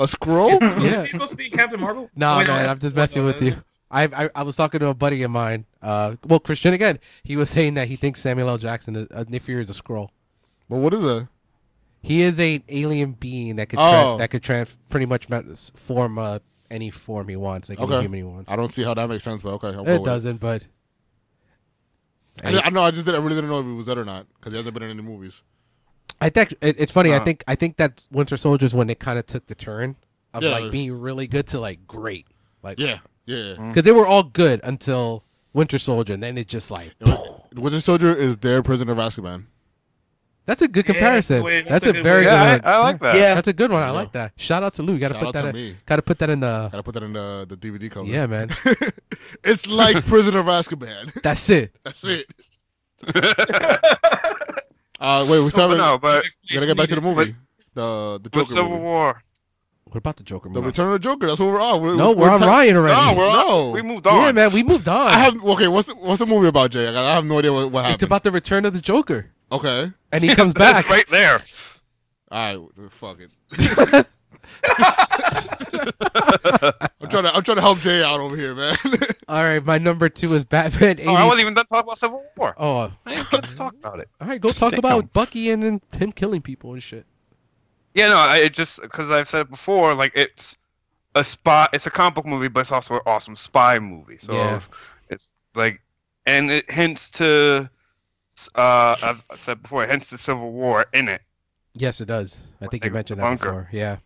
[SPEAKER 2] a scroll?
[SPEAKER 1] Yeah.
[SPEAKER 3] Is he supposed to be Captain Marvel?
[SPEAKER 2] Oh,
[SPEAKER 1] No,
[SPEAKER 3] Wait, Uh,
[SPEAKER 1] man,
[SPEAKER 3] no.
[SPEAKER 1] I'm just messing with you. I, I I was talking to a buddy of mine. Uh, well, Christian again. He was saying that he thinks Samuel L. Jackson, is, uh, Nick Fury, is a scroll.
[SPEAKER 2] But what is it?
[SPEAKER 1] He is a alien being that could tra-
[SPEAKER 2] Oh.
[SPEAKER 1] that could tran pretty much met- s- form uh, any form he wants, like
[SPEAKER 2] Okay.
[SPEAKER 1] any human he wants.
[SPEAKER 2] I don't see how that makes sense, but okay, I'll go
[SPEAKER 1] It
[SPEAKER 2] with
[SPEAKER 1] doesn't, but
[SPEAKER 2] I, di- I know. I just didn't, I really didn't know if he was dead or not because he hasn't been in any movies.
[SPEAKER 1] I think it, it's funny. I
[SPEAKER 4] Uh.
[SPEAKER 1] think I think that Winter Soldier is when it kind of took the turn of
[SPEAKER 2] Yeah.
[SPEAKER 1] like being really good to like great, like
[SPEAKER 2] Yeah, yeah. yeah.
[SPEAKER 1] because they were all good until Winter Soldier, and then it just like
[SPEAKER 2] Winter Soldier is their prisoner of Azkaban.
[SPEAKER 1] that's a good
[SPEAKER 3] Yeah,
[SPEAKER 1] comparison.
[SPEAKER 3] wait, that's
[SPEAKER 1] that's
[SPEAKER 3] a
[SPEAKER 1] a
[SPEAKER 3] good
[SPEAKER 1] very
[SPEAKER 3] way.
[SPEAKER 1] good.
[SPEAKER 4] yeah,
[SPEAKER 1] one.
[SPEAKER 4] I, I like that.
[SPEAKER 5] Yeah.
[SPEAKER 1] That's a good one. I
[SPEAKER 2] Yeah.
[SPEAKER 1] like that. Shout out to Lou. You gotta
[SPEAKER 2] Shout
[SPEAKER 1] put
[SPEAKER 2] out
[SPEAKER 1] that.
[SPEAKER 2] to
[SPEAKER 1] In,
[SPEAKER 2] me.
[SPEAKER 1] gotta put that in the.
[SPEAKER 2] Gotta put that in the, the DVD cover.
[SPEAKER 1] Yeah, man.
[SPEAKER 2] it's like Prisoner of Azkaban.
[SPEAKER 1] That's it.
[SPEAKER 2] That's it. Uh, wait, we're
[SPEAKER 4] no,
[SPEAKER 2] talking.
[SPEAKER 4] no, but
[SPEAKER 2] gotta get back to the
[SPEAKER 4] But-
[SPEAKER 2] movie. The the
[SPEAKER 4] with
[SPEAKER 2] Joker.
[SPEAKER 4] Civil
[SPEAKER 2] movie.
[SPEAKER 4] War,
[SPEAKER 1] What about the Joker?
[SPEAKER 2] The
[SPEAKER 1] Movie?
[SPEAKER 2] Return of the Joker. That's what we're on. We're,
[SPEAKER 1] no, we're, on
[SPEAKER 2] ta-
[SPEAKER 1] Ryan already.
[SPEAKER 4] No, we're on-
[SPEAKER 2] No.
[SPEAKER 4] we moved
[SPEAKER 1] yeah,
[SPEAKER 4] on.
[SPEAKER 1] man. We moved on.
[SPEAKER 2] I have okay. What's the, what's the movie about, Jay? I, I have no idea what, what
[SPEAKER 1] it's
[SPEAKER 2] happened.
[SPEAKER 1] about the return of the Joker,
[SPEAKER 2] okay.
[SPEAKER 1] and he comes back.
[SPEAKER 4] That's right there.
[SPEAKER 2] All right. Fuck it. I'm trying to I'm trying to help Jay out over here, man.
[SPEAKER 1] All right, my number two is Batman. 80.
[SPEAKER 4] Oh, I wasn't even done talking about Civil War.
[SPEAKER 1] oh, all
[SPEAKER 4] I didn't get to talk about it.
[SPEAKER 1] right. Go talk
[SPEAKER 4] Damn.
[SPEAKER 1] about Bucky and, and him killing people and shit.
[SPEAKER 4] Yeah, no, I, it just because I've said it before, like it's a spy, it's a comic book movie, but it's also an awesome spy movie. So
[SPEAKER 1] Yeah.
[SPEAKER 4] it's like, and it hints to uh, I've said before, hence the Civil War in it.
[SPEAKER 1] Yes, it does. I think you
[SPEAKER 4] Like,
[SPEAKER 1] mentioned that
[SPEAKER 4] bunker.
[SPEAKER 1] before. Yeah,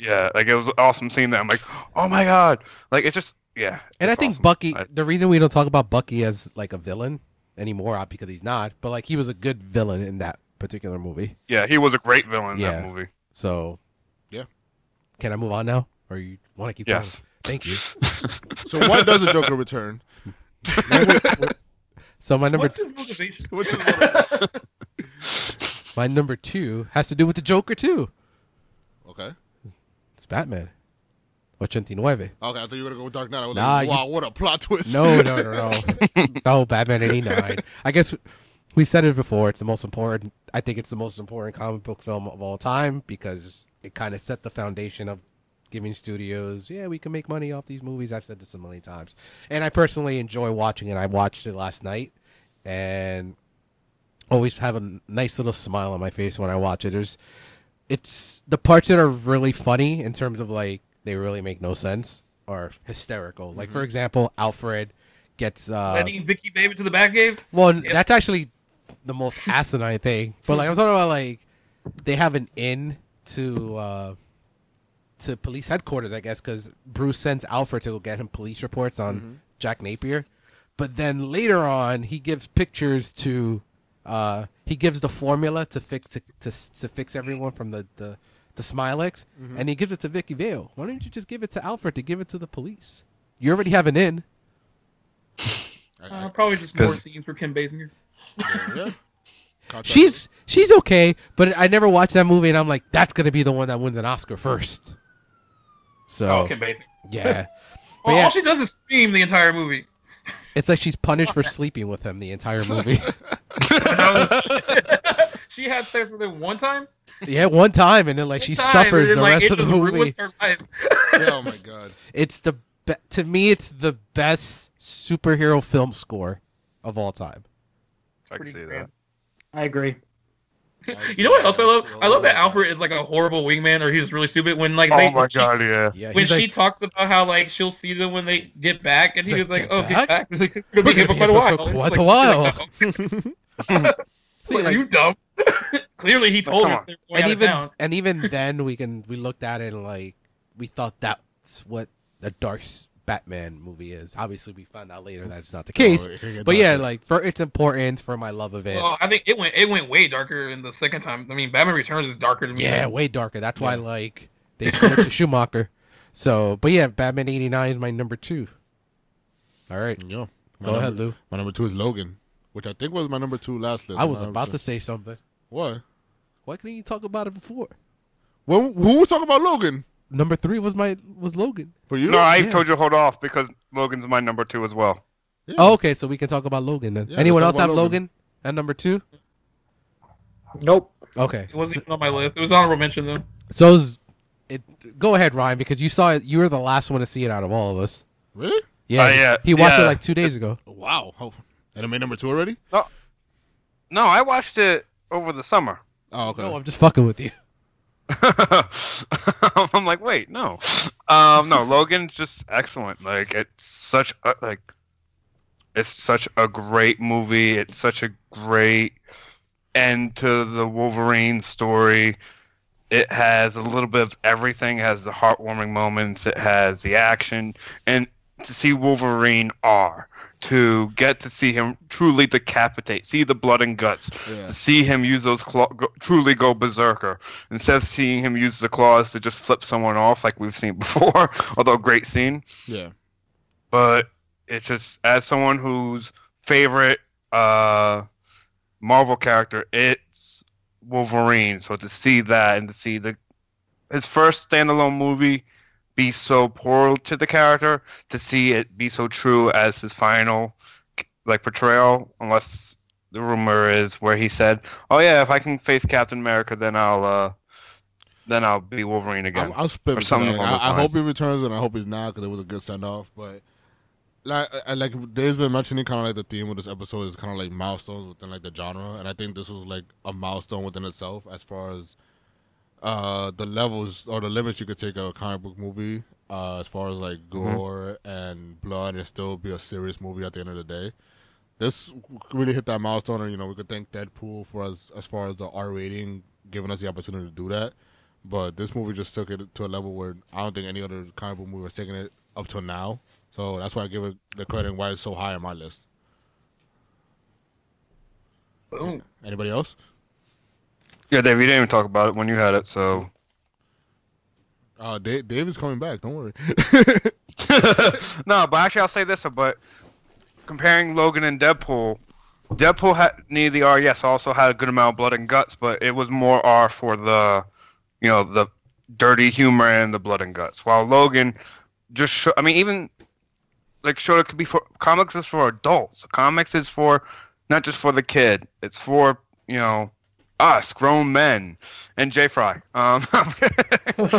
[SPEAKER 4] Yeah, like it was awesome seeing that. I'm like, oh my god, like it's just yeah.
[SPEAKER 1] and I
[SPEAKER 4] it's
[SPEAKER 1] think
[SPEAKER 4] awesome.
[SPEAKER 1] Bucky.
[SPEAKER 4] I-
[SPEAKER 1] The reason we don't talk about Bucky as like a villain anymore, uh, because he's not, but like he was a good villain in that particular movie.
[SPEAKER 4] yeah, he was a great villain in
[SPEAKER 1] Yeah.
[SPEAKER 4] that movie.
[SPEAKER 1] So,
[SPEAKER 2] Yeah.
[SPEAKER 1] Can I move on now, or you want to keep? going?
[SPEAKER 4] Yes.
[SPEAKER 1] Thank you.
[SPEAKER 2] So why does the Joker return?
[SPEAKER 1] So my number
[SPEAKER 3] What's his motivation?
[SPEAKER 2] What's his
[SPEAKER 1] my number two has to do with the Joker too.
[SPEAKER 2] Okay.
[SPEAKER 1] It's Batman. 89.
[SPEAKER 2] Okay, I thought you were gonna go with Dark Knight. I was
[SPEAKER 1] Nah,
[SPEAKER 2] like,
[SPEAKER 1] you-
[SPEAKER 2] wow, what a plot twist.
[SPEAKER 1] No, no, no, no. no, Batman 89. I guess we've said it before. It's the most important. I think it's the most important comic book film of all time because it kind of set the foundation of giving studios, yeah, we can make money off these movies. I've said this a million times. And I personally enjoy watching it. I watched it last night and always have a nice little smile on my face when I watch it. There's it's the parts that are really funny in terms of like they really make no sense are hysterical. Like for example, Alfred gets uh
[SPEAKER 3] Letting Vicky Babe into the Batcave?
[SPEAKER 1] well,
[SPEAKER 3] Yep.
[SPEAKER 1] that's actually the most asinine thing. But like I'm talking about like they have an in to uh to police headquarters, I guess, because Bruce sends Alfred to go get him police reports on Jack Napier. But then later on, he gives pictures to uh he gives the formula to fix to to, to fix everyone from the the the Smilex, and he gives it to Vicky Vale. Why don't you just give it to Alfred to give it to the police? You already have an in.
[SPEAKER 2] I- I-
[SPEAKER 3] Uh, probably just more
[SPEAKER 4] 'Cause-
[SPEAKER 3] scenes for Kim Basinger.
[SPEAKER 2] yeah. Contract.
[SPEAKER 1] She's she's okay, but I never watched that movie, and I'm like, that's gonna be the one that wins an Oscar first. So
[SPEAKER 3] Oh, Kim Basinger.
[SPEAKER 1] yeah, But
[SPEAKER 3] Well,
[SPEAKER 1] yeah.
[SPEAKER 3] all she does is scream the entire movie.
[SPEAKER 1] it's like she's punished for sleeping with him the entire movie.
[SPEAKER 3] she had sex with him one time.
[SPEAKER 1] yeah, one time, and then like she
[SPEAKER 3] One time,
[SPEAKER 1] suffers
[SPEAKER 3] and
[SPEAKER 1] the
[SPEAKER 3] like,
[SPEAKER 1] rest
[SPEAKER 3] it
[SPEAKER 1] of the
[SPEAKER 3] just ruins
[SPEAKER 1] movie.
[SPEAKER 3] her life.
[SPEAKER 2] Yeah, oh my god.
[SPEAKER 1] It's the be- to me, it's the best superhero film score of all time.
[SPEAKER 4] I can
[SPEAKER 3] Pretty
[SPEAKER 4] see
[SPEAKER 3] grand.
[SPEAKER 4] that.
[SPEAKER 5] I
[SPEAKER 2] I-
[SPEAKER 5] agree.
[SPEAKER 3] You know what else I love? I love that
[SPEAKER 2] Yeah.
[SPEAKER 3] Alfred is like a horrible wingman, or he's just really stupid. When like they,
[SPEAKER 4] Oh my
[SPEAKER 3] she-
[SPEAKER 4] god, yeah.
[SPEAKER 1] Yeah,
[SPEAKER 3] when
[SPEAKER 1] he's like,
[SPEAKER 3] she talks about how like she'll see them when they get back, and
[SPEAKER 1] He's
[SPEAKER 3] he was
[SPEAKER 1] like,
[SPEAKER 3] like,
[SPEAKER 1] "Get
[SPEAKER 3] "Oh,
[SPEAKER 1] back?
[SPEAKER 3] get back!" He's like, "It's gonna
[SPEAKER 1] We're
[SPEAKER 3] be here for
[SPEAKER 1] gonna
[SPEAKER 3] quite
[SPEAKER 1] be
[SPEAKER 3] a
[SPEAKER 1] here
[SPEAKER 3] while."
[SPEAKER 1] for
[SPEAKER 3] It's
[SPEAKER 1] quite a
[SPEAKER 3] like,
[SPEAKER 1] while.
[SPEAKER 3] "No."
[SPEAKER 1] see,
[SPEAKER 3] Like,
[SPEAKER 1] like-
[SPEAKER 3] you dumb. Clearly, he
[SPEAKER 4] But
[SPEAKER 3] told
[SPEAKER 4] come
[SPEAKER 3] her
[SPEAKER 4] on.
[SPEAKER 3] they're going
[SPEAKER 1] and
[SPEAKER 3] out of
[SPEAKER 1] even
[SPEAKER 3] town.
[SPEAKER 1] and even then we can we looked at it and like we thought that's what the dark s- batman movie is obviously we found out later that it's not the case
[SPEAKER 2] Oh, it could get
[SPEAKER 1] but yeah
[SPEAKER 2] darker.
[SPEAKER 1] like for its importance for my love of it
[SPEAKER 2] Oh,
[SPEAKER 3] Well, I think it went it went way darker in the second time. I mean, Batman Returns is darker than me.
[SPEAKER 1] yeah way darker that's why like they switched to schumacher so but yeah batman 89 is my number two all right
[SPEAKER 2] Yeah. My
[SPEAKER 1] go
[SPEAKER 2] number-
[SPEAKER 1] ahead lou
[SPEAKER 2] My number two is Logan, which I think was my number two last list.
[SPEAKER 1] i
[SPEAKER 2] I'm
[SPEAKER 1] was
[SPEAKER 2] not
[SPEAKER 1] about
[SPEAKER 2] sure.
[SPEAKER 1] to say something
[SPEAKER 2] What?
[SPEAKER 1] why couldn't you talk about it before
[SPEAKER 2] When, who was talking about Logan?
[SPEAKER 1] number three was my was logan
[SPEAKER 2] For you?
[SPEAKER 4] No, I
[SPEAKER 1] Yeah.
[SPEAKER 4] told you to hold off because Logan's my number two as well.
[SPEAKER 2] Yeah.
[SPEAKER 1] oh, okay so we can talk about logan then
[SPEAKER 2] Yeah, let's
[SPEAKER 1] anyone
[SPEAKER 2] talk
[SPEAKER 1] else
[SPEAKER 2] about
[SPEAKER 1] have logan.
[SPEAKER 2] Logan.
[SPEAKER 1] at number two
[SPEAKER 5] Nope.
[SPEAKER 1] okay
[SPEAKER 3] It wasn't even on my list. It was honorable mention though.
[SPEAKER 1] So is- it go ahead, Ryan, because you saw it. You were the last one to see it out of all of us.
[SPEAKER 2] Really?
[SPEAKER 1] Yeah,
[SPEAKER 4] Uh, yeah,
[SPEAKER 1] He watched it
[SPEAKER 4] yeah.
[SPEAKER 1] like two days ago.
[SPEAKER 2] Wow. Oh, and I made number two already?
[SPEAKER 4] No, I watched it over the summer.
[SPEAKER 2] Oh, okay.
[SPEAKER 1] No, I'm just fucking with you.
[SPEAKER 4] I'm like, wait, no, um, no. Logan's just excellent. Like, it's such a like, it's such a great movie. It's such a great end to the Wolverine story. It has a little bit of everything. It has the heartwarming moments. It has the action, and to see Wolverine R, to get to see him truly decapitate, see the blood and guts,
[SPEAKER 2] yeah.
[SPEAKER 4] to see him use those claw, go, truly go berserker instead of seeing him use the claws to just flip someone off like we've seen before although great scene
[SPEAKER 2] Yeah.
[SPEAKER 4] but it's just as someone whose favorite uh marvel character it's wolverine so to see that and to see the his first standalone movie be so poor to the character to see it be so true as his final like portrayal unless the rumor is where he said oh yeah if i can face captain america then i'll uh then i'll be wolverine again
[SPEAKER 2] I'm, I'm split
[SPEAKER 4] Or
[SPEAKER 2] between
[SPEAKER 4] something
[SPEAKER 2] that.
[SPEAKER 4] along those
[SPEAKER 2] I, I hope
[SPEAKER 4] lines.
[SPEAKER 2] he returns and I hope he's not because it was a good send off. But like, I, like Dave's been mentioning, kind of like the theme of this episode is kind of like milestones within like the genre, and I think this was like a milestone within itself as far as uh the levels or the limits you could take of a comic book movie uh, as far as like gore and blood and still be a serious movie at the end of the day. this really hit that milestone, and you know we could thank Deadpool for us as far as the R rating giving us the opportunity to do that. But this movie just took it to a level where I don't think any other comic book movie has taken it up till now. So that's why I give it the credit and why it's so high on my list.
[SPEAKER 3] Boom.
[SPEAKER 2] Anybody else?
[SPEAKER 4] Yeah, Dave, you didn't even talk about it when you had it, so.
[SPEAKER 2] Uh, Dave, Dave is coming back. Don't worry.
[SPEAKER 4] no, but actually, I'll say this, but comparing Logan and Deadpool, Deadpool had needed the R. Yes, also had a good amount of blood and guts, but it was more R for the, you know, the dirty humor and the blood and guts. While Logan, just show, I mean, even like showed it could be for comics is for adults. Comics is for not just for the kid. It's for you know us grown men and Jay Fry. Um,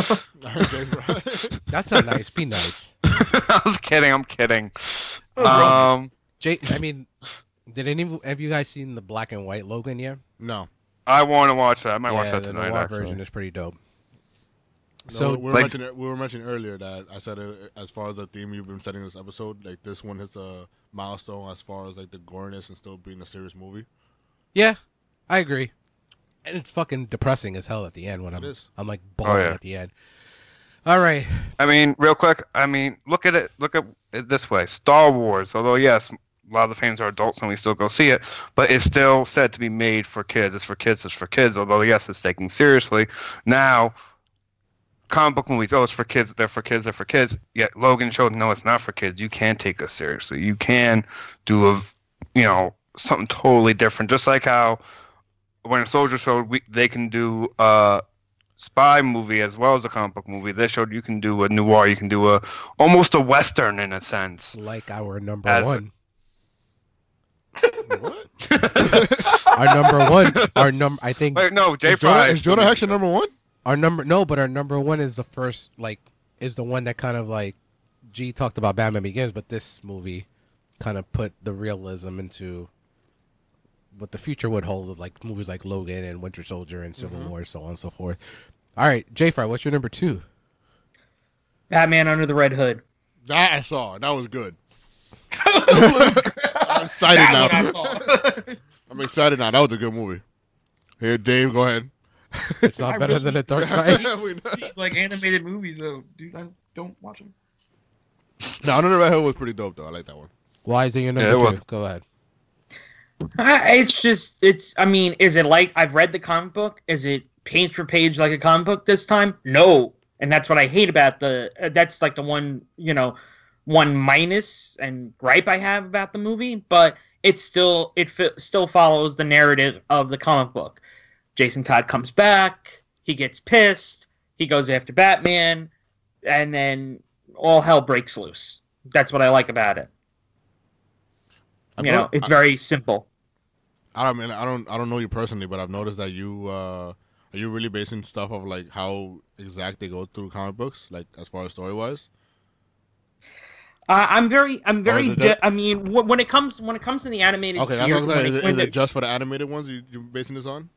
[SPEAKER 1] That's not nice. Be nice.
[SPEAKER 4] I was kidding. I'm kidding.
[SPEAKER 5] Oh, bro.
[SPEAKER 4] Um,
[SPEAKER 1] Jay, I mean, did any of- have you guys seen the black and white Logan yet?
[SPEAKER 2] no.
[SPEAKER 4] I want to watch that. I might watch
[SPEAKER 1] yeah,
[SPEAKER 4] that
[SPEAKER 1] the
[SPEAKER 4] tonight.
[SPEAKER 1] noir
[SPEAKER 4] actually.
[SPEAKER 1] version is pretty dope.
[SPEAKER 2] So
[SPEAKER 1] So-
[SPEAKER 2] we, were
[SPEAKER 4] Like-
[SPEAKER 2] mentioning, we were mentioning earlier that I said uh, as far as the theme you've been setting this episode, like this one hits a milestone as far as like the goriness and still being a serious movie.
[SPEAKER 1] Yeah, I agree. And it's fucking depressing as hell at the end when
[SPEAKER 2] It
[SPEAKER 1] I'm
[SPEAKER 2] is.
[SPEAKER 1] I'm like bawling
[SPEAKER 4] Oh, yeah.
[SPEAKER 1] at the end. All right,
[SPEAKER 4] I mean, real quick. I mean, look at it. Look at it this way. Star Wars. Although yes, a lot of the fans are adults and we still go see it, but it's still said to be made for kids. It's for kids. It's for kids. Although yes, it's taken seriously now. Comic book movies. Oh, it's for kids. They're for kids. They're for kids. Yet Logan showed no, it's not for kids. You can take us seriously. You can do a, you know, something totally different. Just like how when a soldier showed we, they can do uh spy movie as well as a comic book movie. They showed you can do a noir, you can do a almost a western in a sense.
[SPEAKER 1] like our number
[SPEAKER 4] As-
[SPEAKER 1] one,
[SPEAKER 2] what?
[SPEAKER 1] our number one, our number. I think
[SPEAKER 4] Wait, no, Jay
[SPEAKER 2] Is Jonah,
[SPEAKER 4] Fry.
[SPEAKER 2] is Jonah Hex your number one?
[SPEAKER 1] our number no, but our number one is the first like is the one that kind of like G talked about Batman Begins, but this movie kind of put the realism into what the future would hold, with, like movies like Logan and Winter Soldier and Civil
[SPEAKER 3] Mm-hmm.
[SPEAKER 2] Mhm.
[SPEAKER 1] War, so on and so forth. All right, J Fry, what's your number two?
[SPEAKER 5] Batman under the Red Hood.
[SPEAKER 2] That I saw. That was good. I'm
[SPEAKER 3] I'm
[SPEAKER 2] excited now.
[SPEAKER 3] now.
[SPEAKER 2] I'm excited now. That was a good movie. Here, Dave, go ahead.
[SPEAKER 1] It's not
[SPEAKER 3] I
[SPEAKER 1] better
[SPEAKER 3] really-
[SPEAKER 1] than a Dark Knight.
[SPEAKER 2] We know.
[SPEAKER 3] These like animated movies though, dude. I don't watch them.
[SPEAKER 2] no, Under the Red Hood was pretty dope though. I like that one.
[SPEAKER 1] Why is it your number
[SPEAKER 4] it
[SPEAKER 1] two?
[SPEAKER 4] was.
[SPEAKER 1] Go ahead.
[SPEAKER 5] I, it's just it's. I mean, is it like I've read the comic book? Is it page for page like a comic book this time? No, and that's what I hate about the. Uh, that's like the one you know, one minus and gripe I have about the movie. But it still it f- still follows the narrative of the comic book. Jason Todd comes back. He gets pissed. He goes after Batman, and then all hell breaks loose. That's what I like about it.
[SPEAKER 2] I
[SPEAKER 5] you know,
[SPEAKER 2] put-
[SPEAKER 5] it's very simple.
[SPEAKER 2] I don't mean I don't I don't know you personally, but I've noticed that you uh, are you really basing stuff of like how exact they go through comic books, like as far as story wise.
[SPEAKER 5] Uh, I'm very, I'm
[SPEAKER 2] Oh,
[SPEAKER 5] very.
[SPEAKER 2] the
[SPEAKER 5] di-
[SPEAKER 2] dep-
[SPEAKER 5] I mean, wh- when it comes, when it comes to the animated
[SPEAKER 2] Okay, that's what
[SPEAKER 5] series,
[SPEAKER 2] I'm
[SPEAKER 5] when
[SPEAKER 2] saying.
[SPEAKER 5] it-
[SPEAKER 2] Is, it-
[SPEAKER 5] when
[SPEAKER 2] is
[SPEAKER 5] the-
[SPEAKER 2] it just for the animated ones you, you're basing this on?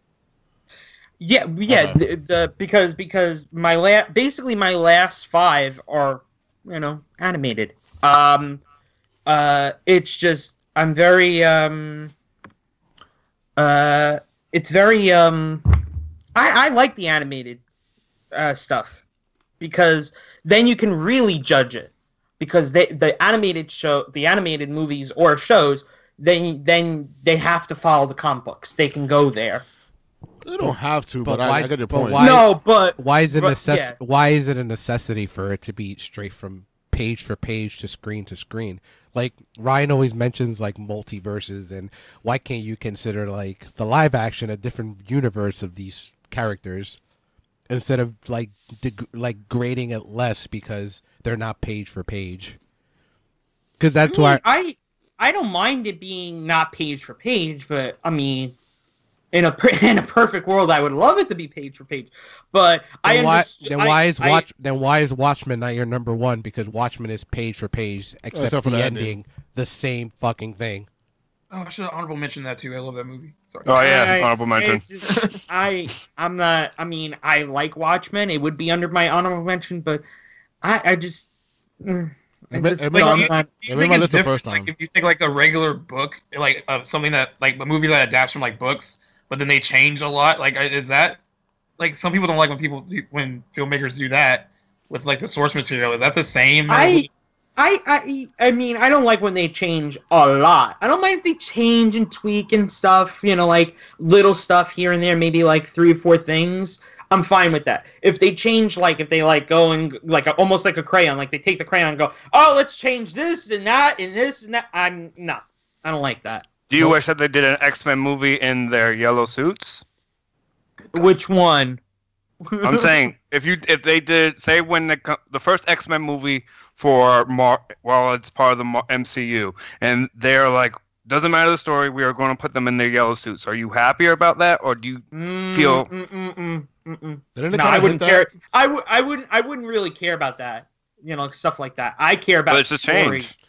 [SPEAKER 5] yeah, yeah,
[SPEAKER 2] Okay.
[SPEAKER 5] the, the because because my la- basically my last five are, you know, animated. Um, uh, it's just I'm very um, uh, it's very um, I I like the animated, uh, stuff, because then you can really judge it because they the animated show the animated movies or shows then then they have to follow the comic books they can go there
[SPEAKER 2] They don't have to, but,
[SPEAKER 1] But why-
[SPEAKER 2] I, I get your
[SPEAKER 1] but
[SPEAKER 2] point.
[SPEAKER 1] why-
[SPEAKER 5] no but
[SPEAKER 1] Why is it
[SPEAKER 5] Right,
[SPEAKER 1] necess-
[SPEAKER 5] yeah.
[SPEAKER 1] Why is it a necessity for it to be straight from page for page to screen to screen? Like Ryan always mentions, like multiverses, and why can't you consider like the live action a different universe of these characters instead of like deg- like grading it less because they're not page for page? Because that's why
[SPEAKER 5] I, mean, I I don't mind it being not page for page, but I mean, in a per- in a perfect world, I would love it to be page for page. But I
[SPEAKER 1] Then why,
[SPEAKER 5] underst-
[SPEAKER 1] then
[SPEAKER 5] I-
[SPEAKER 1] why is
[SPEAKER 5] I-
[SPEAKER 1] Watch? then why is Watchmen not your number one? Because Watchmen is page for page, except,
[SPEAKER 2] Except for
[SPEAKER 1] for the
[SPEAKER 2] the
[SPEAKER 1] ending,
[SPEAKER 2] ending.
[SPEAKER 1] the same fucking thing.
[SPEAKER 3] Oh, I should honorable mention that too. I love that movie. Sorry.
[SPEAKER 4] Oh yeah,
[SPEAKER 5] I-
[SPEAKER 4] honorable mention.
[SPEAKER 5] it's just- I I'm not. I mean, I like Watchmen. It would be under my honorable mention, but I I just mm,
[SPEAKER 2] It
[SPEAKER 5] It's
[SPEAKER 2] made, it made
[SPEAKER 5] like-
[SPEAKER 2] my,
[SPEAKER 5] on-
[SPEAKER 3] do you
[SPEAKER 2] it made
[SPEAKER 3] think
[SPEAKER 2] my
[SPEAKER 3] it's
[SPEAKER 2] list the
[SPEAKER 3] different,
[SPEAKER 2] first time.
[SPEAKER 3] Like, if you take like a regular book, like uh, something that like a movie that adapts from like books, but then they change a lot. Like, is that like some people don't like when people do, when filmmakers do that with like the source material? Is that the same?
[SPEAKER 5] I, I, I, I mean, I don't like when they change a lot. I don't mind if they change and tweak and stuff. You know, like little stuff here and there, maybe like three or four things. I'm fine with that. If they change, like if they like go and like almost like a crayon, like they take the crayon and go, oh, let's change this and that and this and that. I'm no, I don't like that.
[SPEAKER 4] Do you
[SPEAKER 2] Nope.
[SPEAKER 4] wish that they did an X Men movie in their yellow suits?
[SPEAKER 5] Which one?
[SPEAKER 4] I'm saying if you if they did say when the co- the first X Men movie for Mar well it's part of the Mar- MCU and they're like doesn't matter the story we are going to put them in their yellow suits. Are you happier about that or do you?
[SPEAKER 5] Mm,
[SPEAKER 4] Feel-
[SPEAKER 5] mm, mm, mm, mm, mm.
[SPEAKER 2] Didn't it kinda
[SPEAKER 5] No, I
[SPEAKER 2] hit
[SPEAKER 5] wouldn't
[SPEAKER 2] that?
[SPEAKER 5] care. I would. I wouldn't. I wouldn't really care about that. You know, stuff like that. I care about.
[SPEAKER 4] But it's a
[SPEAKER 5] story.
[SPEAKER 4] change.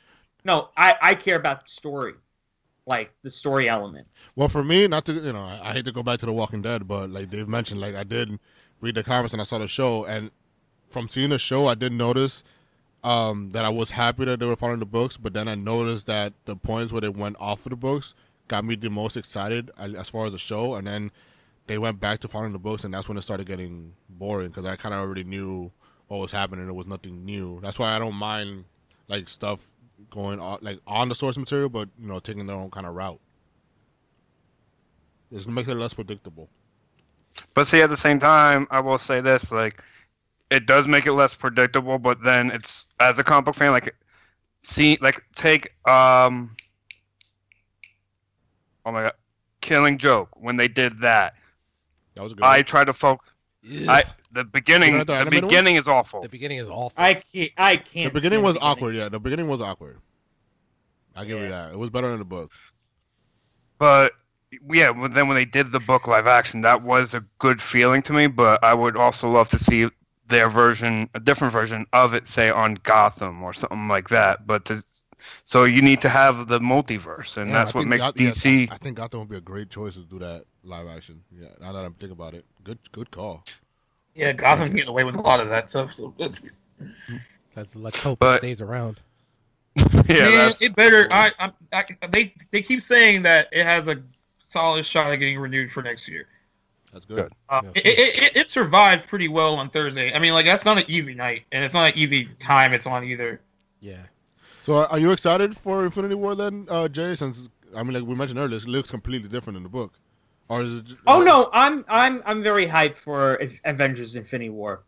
[SPEAKER 5] No, I I care about the story, like the story element.
[SPEAKER 2] Well, for me, not to you know, I, I hate to go back to The Walking Dead, but like they've mentioned, like I did read the comics and I saw the show, and from seeing the show, I did notice um, that I was happy that they were following the books, but then I noticed that the points where they went off of the books got me the most excited a- as far as the show, and then they went back to following the books, and that's when it started getting boring because I kind of already knew what was happening. It was nothing new. That's why I don't mind like stuff going on like on the source material, but you know, taking their own kind of route. It's gonna make it less predictable.
[SPEAKER 4] But see, at the same time, I will say this: like, it does make it less predictable. But then it's as a comic book fan, like, see, like take um, oh my god, Killing Joke when they did that.
[SPEAKER 2] That was a good.
[SPEAKER 4] I tried to focus. I the beginning,
[SPEAKER 2] You know the
[SPEAKER 4] the
[SPEAKER 2] animated one?
[SPEAKER 4] beginning is awful.
[SPEAKER 1] The beginning is awful.
[SPEAKER 5] I can't. I
[SPEAKER 2] one.
[SPEAKER 5] can't.
[SPEAKER 2] the beginning
[SPEAKER 5] stand
[SPEAKER 2] was
[SPEAKER 5] the
[SPEAKER 2] awkward. Yeah, the beginning was awkward. I give you
[SPEAKER 5] Yeah.
[SPEAKER 2] that. It was better than the book.
[SPEAKER 4] But yeah, but then when they did the book live action, that was a good feeling to me. But I would also love to see their version, a different version of it, say on Gotham or something like that. But to, so you need to have the multiverse, and
[SPEAKER 2] Yeah,
[SPEAKER 4] that's
[SPEAKER 2] I
[SPEAKER 4] what
[SPEAKER 2] think
[SPEAKER 4] makes
[SPEAKER 2] Goth- yeah,
[SPEAKER 4] DC.
[SPEAKER 2] I think Gotham would be a great choice to do that live action. Yeah, now that I'm thinking about it, good, good call.
[SPEAKER 3] yeah, Gotham's getting away with a lot of that stuff. So it's,
[SPEAKER 1] Let's let's hope it
[SPEAKER 4] But-
[SPEAKER 1] stays around.
[SPEAKER 4] yeah,
[SPEAKER 3] man,
[SPEAKER 4] that's,
[SPEAKER 3] it better. I, I, I, they they keep saying that it has a solid shot at getting renewed for next year.
[SPEAKER 2] That's good.
[SPEAKER 4] Good.
[SPEAKER 3] Uh,
[SPEAKER 1] Yeah,
[SPEAKER 3] it, it, it, it survived pretty well on Thursday. I mean, like that's not an easy night, and it's not an easy time it's on either.
[SPEAKER 1] Yeah.
[SPEAKER 2] So, are are you excited for Infinity War then, uh, Jay? Since I mean, like we mentioned earlier, it looks completely different in the book. Or is it? j-
[SPEAKER 5] Oh no, I'm I'm I'm very hyped for A- Avengers: Infinity War,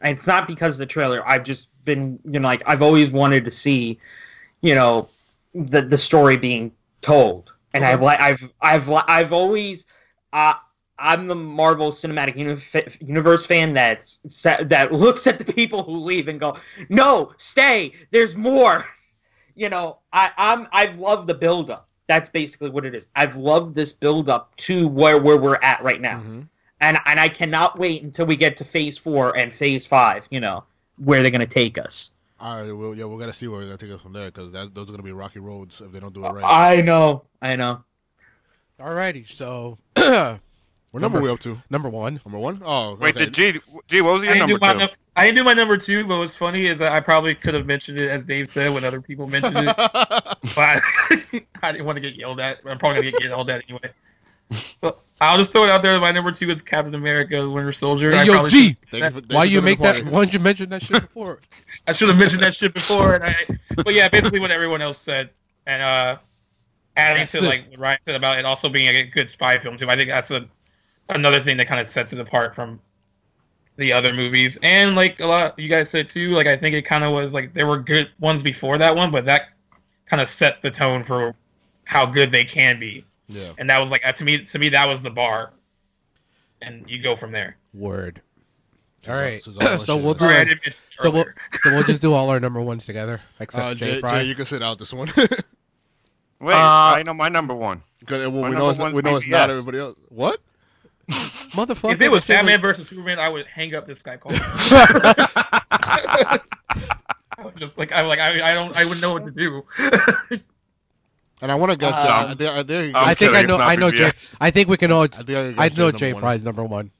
[SPEAKER 5] and it's not because of the trailer. I've just been you know like I've always wanted to see, you know, the the story being told, and I've li- I've I've li- I've always, uh, I'm the Marvel Cinematic Unif- Universe fan that that looks at the people who leave and go, no, stay. There's more. You know, I I'm I've loved the build up. That's basically what it is. I've loved this build up to where where we're at right now
[SPEAKER 2] Mhm.
[SPEAKER 5] and and I cannot wait until we get to phase four and phase five. You know where they're gonna take us.
[SPEAKER 2] All right, well, yeah, we're gonna see where we're gonna take us from there because those are gonna be rocky roads if they don't do it right.
[SPEAKER 5] I know, I know.
[SPEAKER 1] Alrighty. So
[SPEAKER 2] what number,
[SPEAKER 1] number-
[SPEAKER 2] we up to?
[SPEAKER 1] number one.
[SPEAKER 2] Number one? Oh,
[SPEAKER 4] wait,
[SPEAKER 2] okay.
[SPEAKER 4] did G, G, what was your
[SPEAKER 3] I didn't,
[SPEAKER 4] number
[SPEAKER 3] do my
[SPEAKER 4] two?
[SPEAKER 3] num- I didn't do my number two, but what's funny is that I probably could have mentioned it as Dave said when other people mentioned it, but I didn't want to get yelled at. I'm probably gonna get yelled at anyway. But I'll just throw it out there. My number two is Captain America: Winter Soldier.
[SPEAKER 1] Hey,
[SPEAKER 3] I
[SPEAKER 1] yo,
[SPEAKER 3] probably
[SPEAKER 1] G.
[SPEAKER 2] Thank you for- thank
[SPEAKER 1] Why
[SPEAKER 2] you
[SPEAKER 1] you
[SPEAKER 2] for
[SPEAKER 1] make
[SPEAKER 2] doing the
[SPEAKER 1] that?
[SPEAKER 2] podcast.
[SPEAKER 1] Why did you mention that shit before?
[SPEAKER 3] I should have mentioned that shit before. And I, but yeah, basically what everyone else said, and uh, adding
[SPEAKER 1] That's
[SPEAKER 3] to
[SPEAKER 1] it.
[SPEAKER 3] like what Ryan said about it also being a good spy film too. I think that's a another thing that kind of sets it apart from the other movies. And like a lot you guys said too, like I think it kind of was like there were good ones before that one, but that kind of set the tone for how good they can be.
[SPEAKER 2] Yeah.
[SPEAKER 3] And that was like uh, to me to me that was the bar, and you go from there.
[SPEAKER 1] Word.
[SPEAKER 2] This
[SPEAKER 1] All
[SPEAKER 2] is
[SPEAKER 1] right.
[SPEAKER 2] this is all
[SPEAKER 1] So
[SPEAKER 2] shit.
[SPEAKER 1] we'll do-
[SPEAKER 2] That's-
[SPEAKER 1] Alright.
[SPEAKER 3] Sorry, I didn't mention
[SPEAKER 1] So we'll
[SPEAKER 3] earlier.
[SPEAKER 1] so we'll just do all our number ones together, except
[SPEAKER 2] Uh,
[SPEAKER 1] Jay,
[SPEAKER 2] Jay,
[SPEAKER 1] Fry.
[SPEAKER 2] Jay, you can sit out this one because
[SPEAKER 4] Wait,
[SPEAKER 5] Uh,
[SPEAKER 4] I know my number one.
[SPEAKER 2] we
[SPEAKER 4] number
[SPEAKER 2] know it's,
[SPEAKER 4] one's
[SPEAKER 2] we know it's not
[SPEAKER 4] BBS.
[SPEAKER 2] everybody else. What?
[SPEAKER 1] Motherfucker.
[SPEAKER 3] If it was
[SPEAKER 1] the shit
[SPEAKER 3] Batman versus Superman, I would hang up this guy call. I would just like I'm like I, I don't I wouldn't know what to do.
[SPEAKER 2] And I want to guess.
[SPEAKER 5] Um,
[SPEAKER 2] Jay. I think I think,
[SPEAKER 4] I'm
[SPEAKER 1] I think I
[SPEAKER 4] kidding,
[SPEAKER 1] know.
[SPEAKER 4] it's not
[SPEAKER 1] I know. Jay,
[SPEAKER 4] BBS.
[SPEAKER 1] I think we can all.
[SPEAKER 2] I, think
[SPEAKER 1] I
[SPEAKER 2] guessed Jay
[SPEAKER 1] know
[SPEAKER 2] number
[SPEAKER 1] Jay
[SPEAKER 2] one.
[SPEAKER 1] Fry's number one.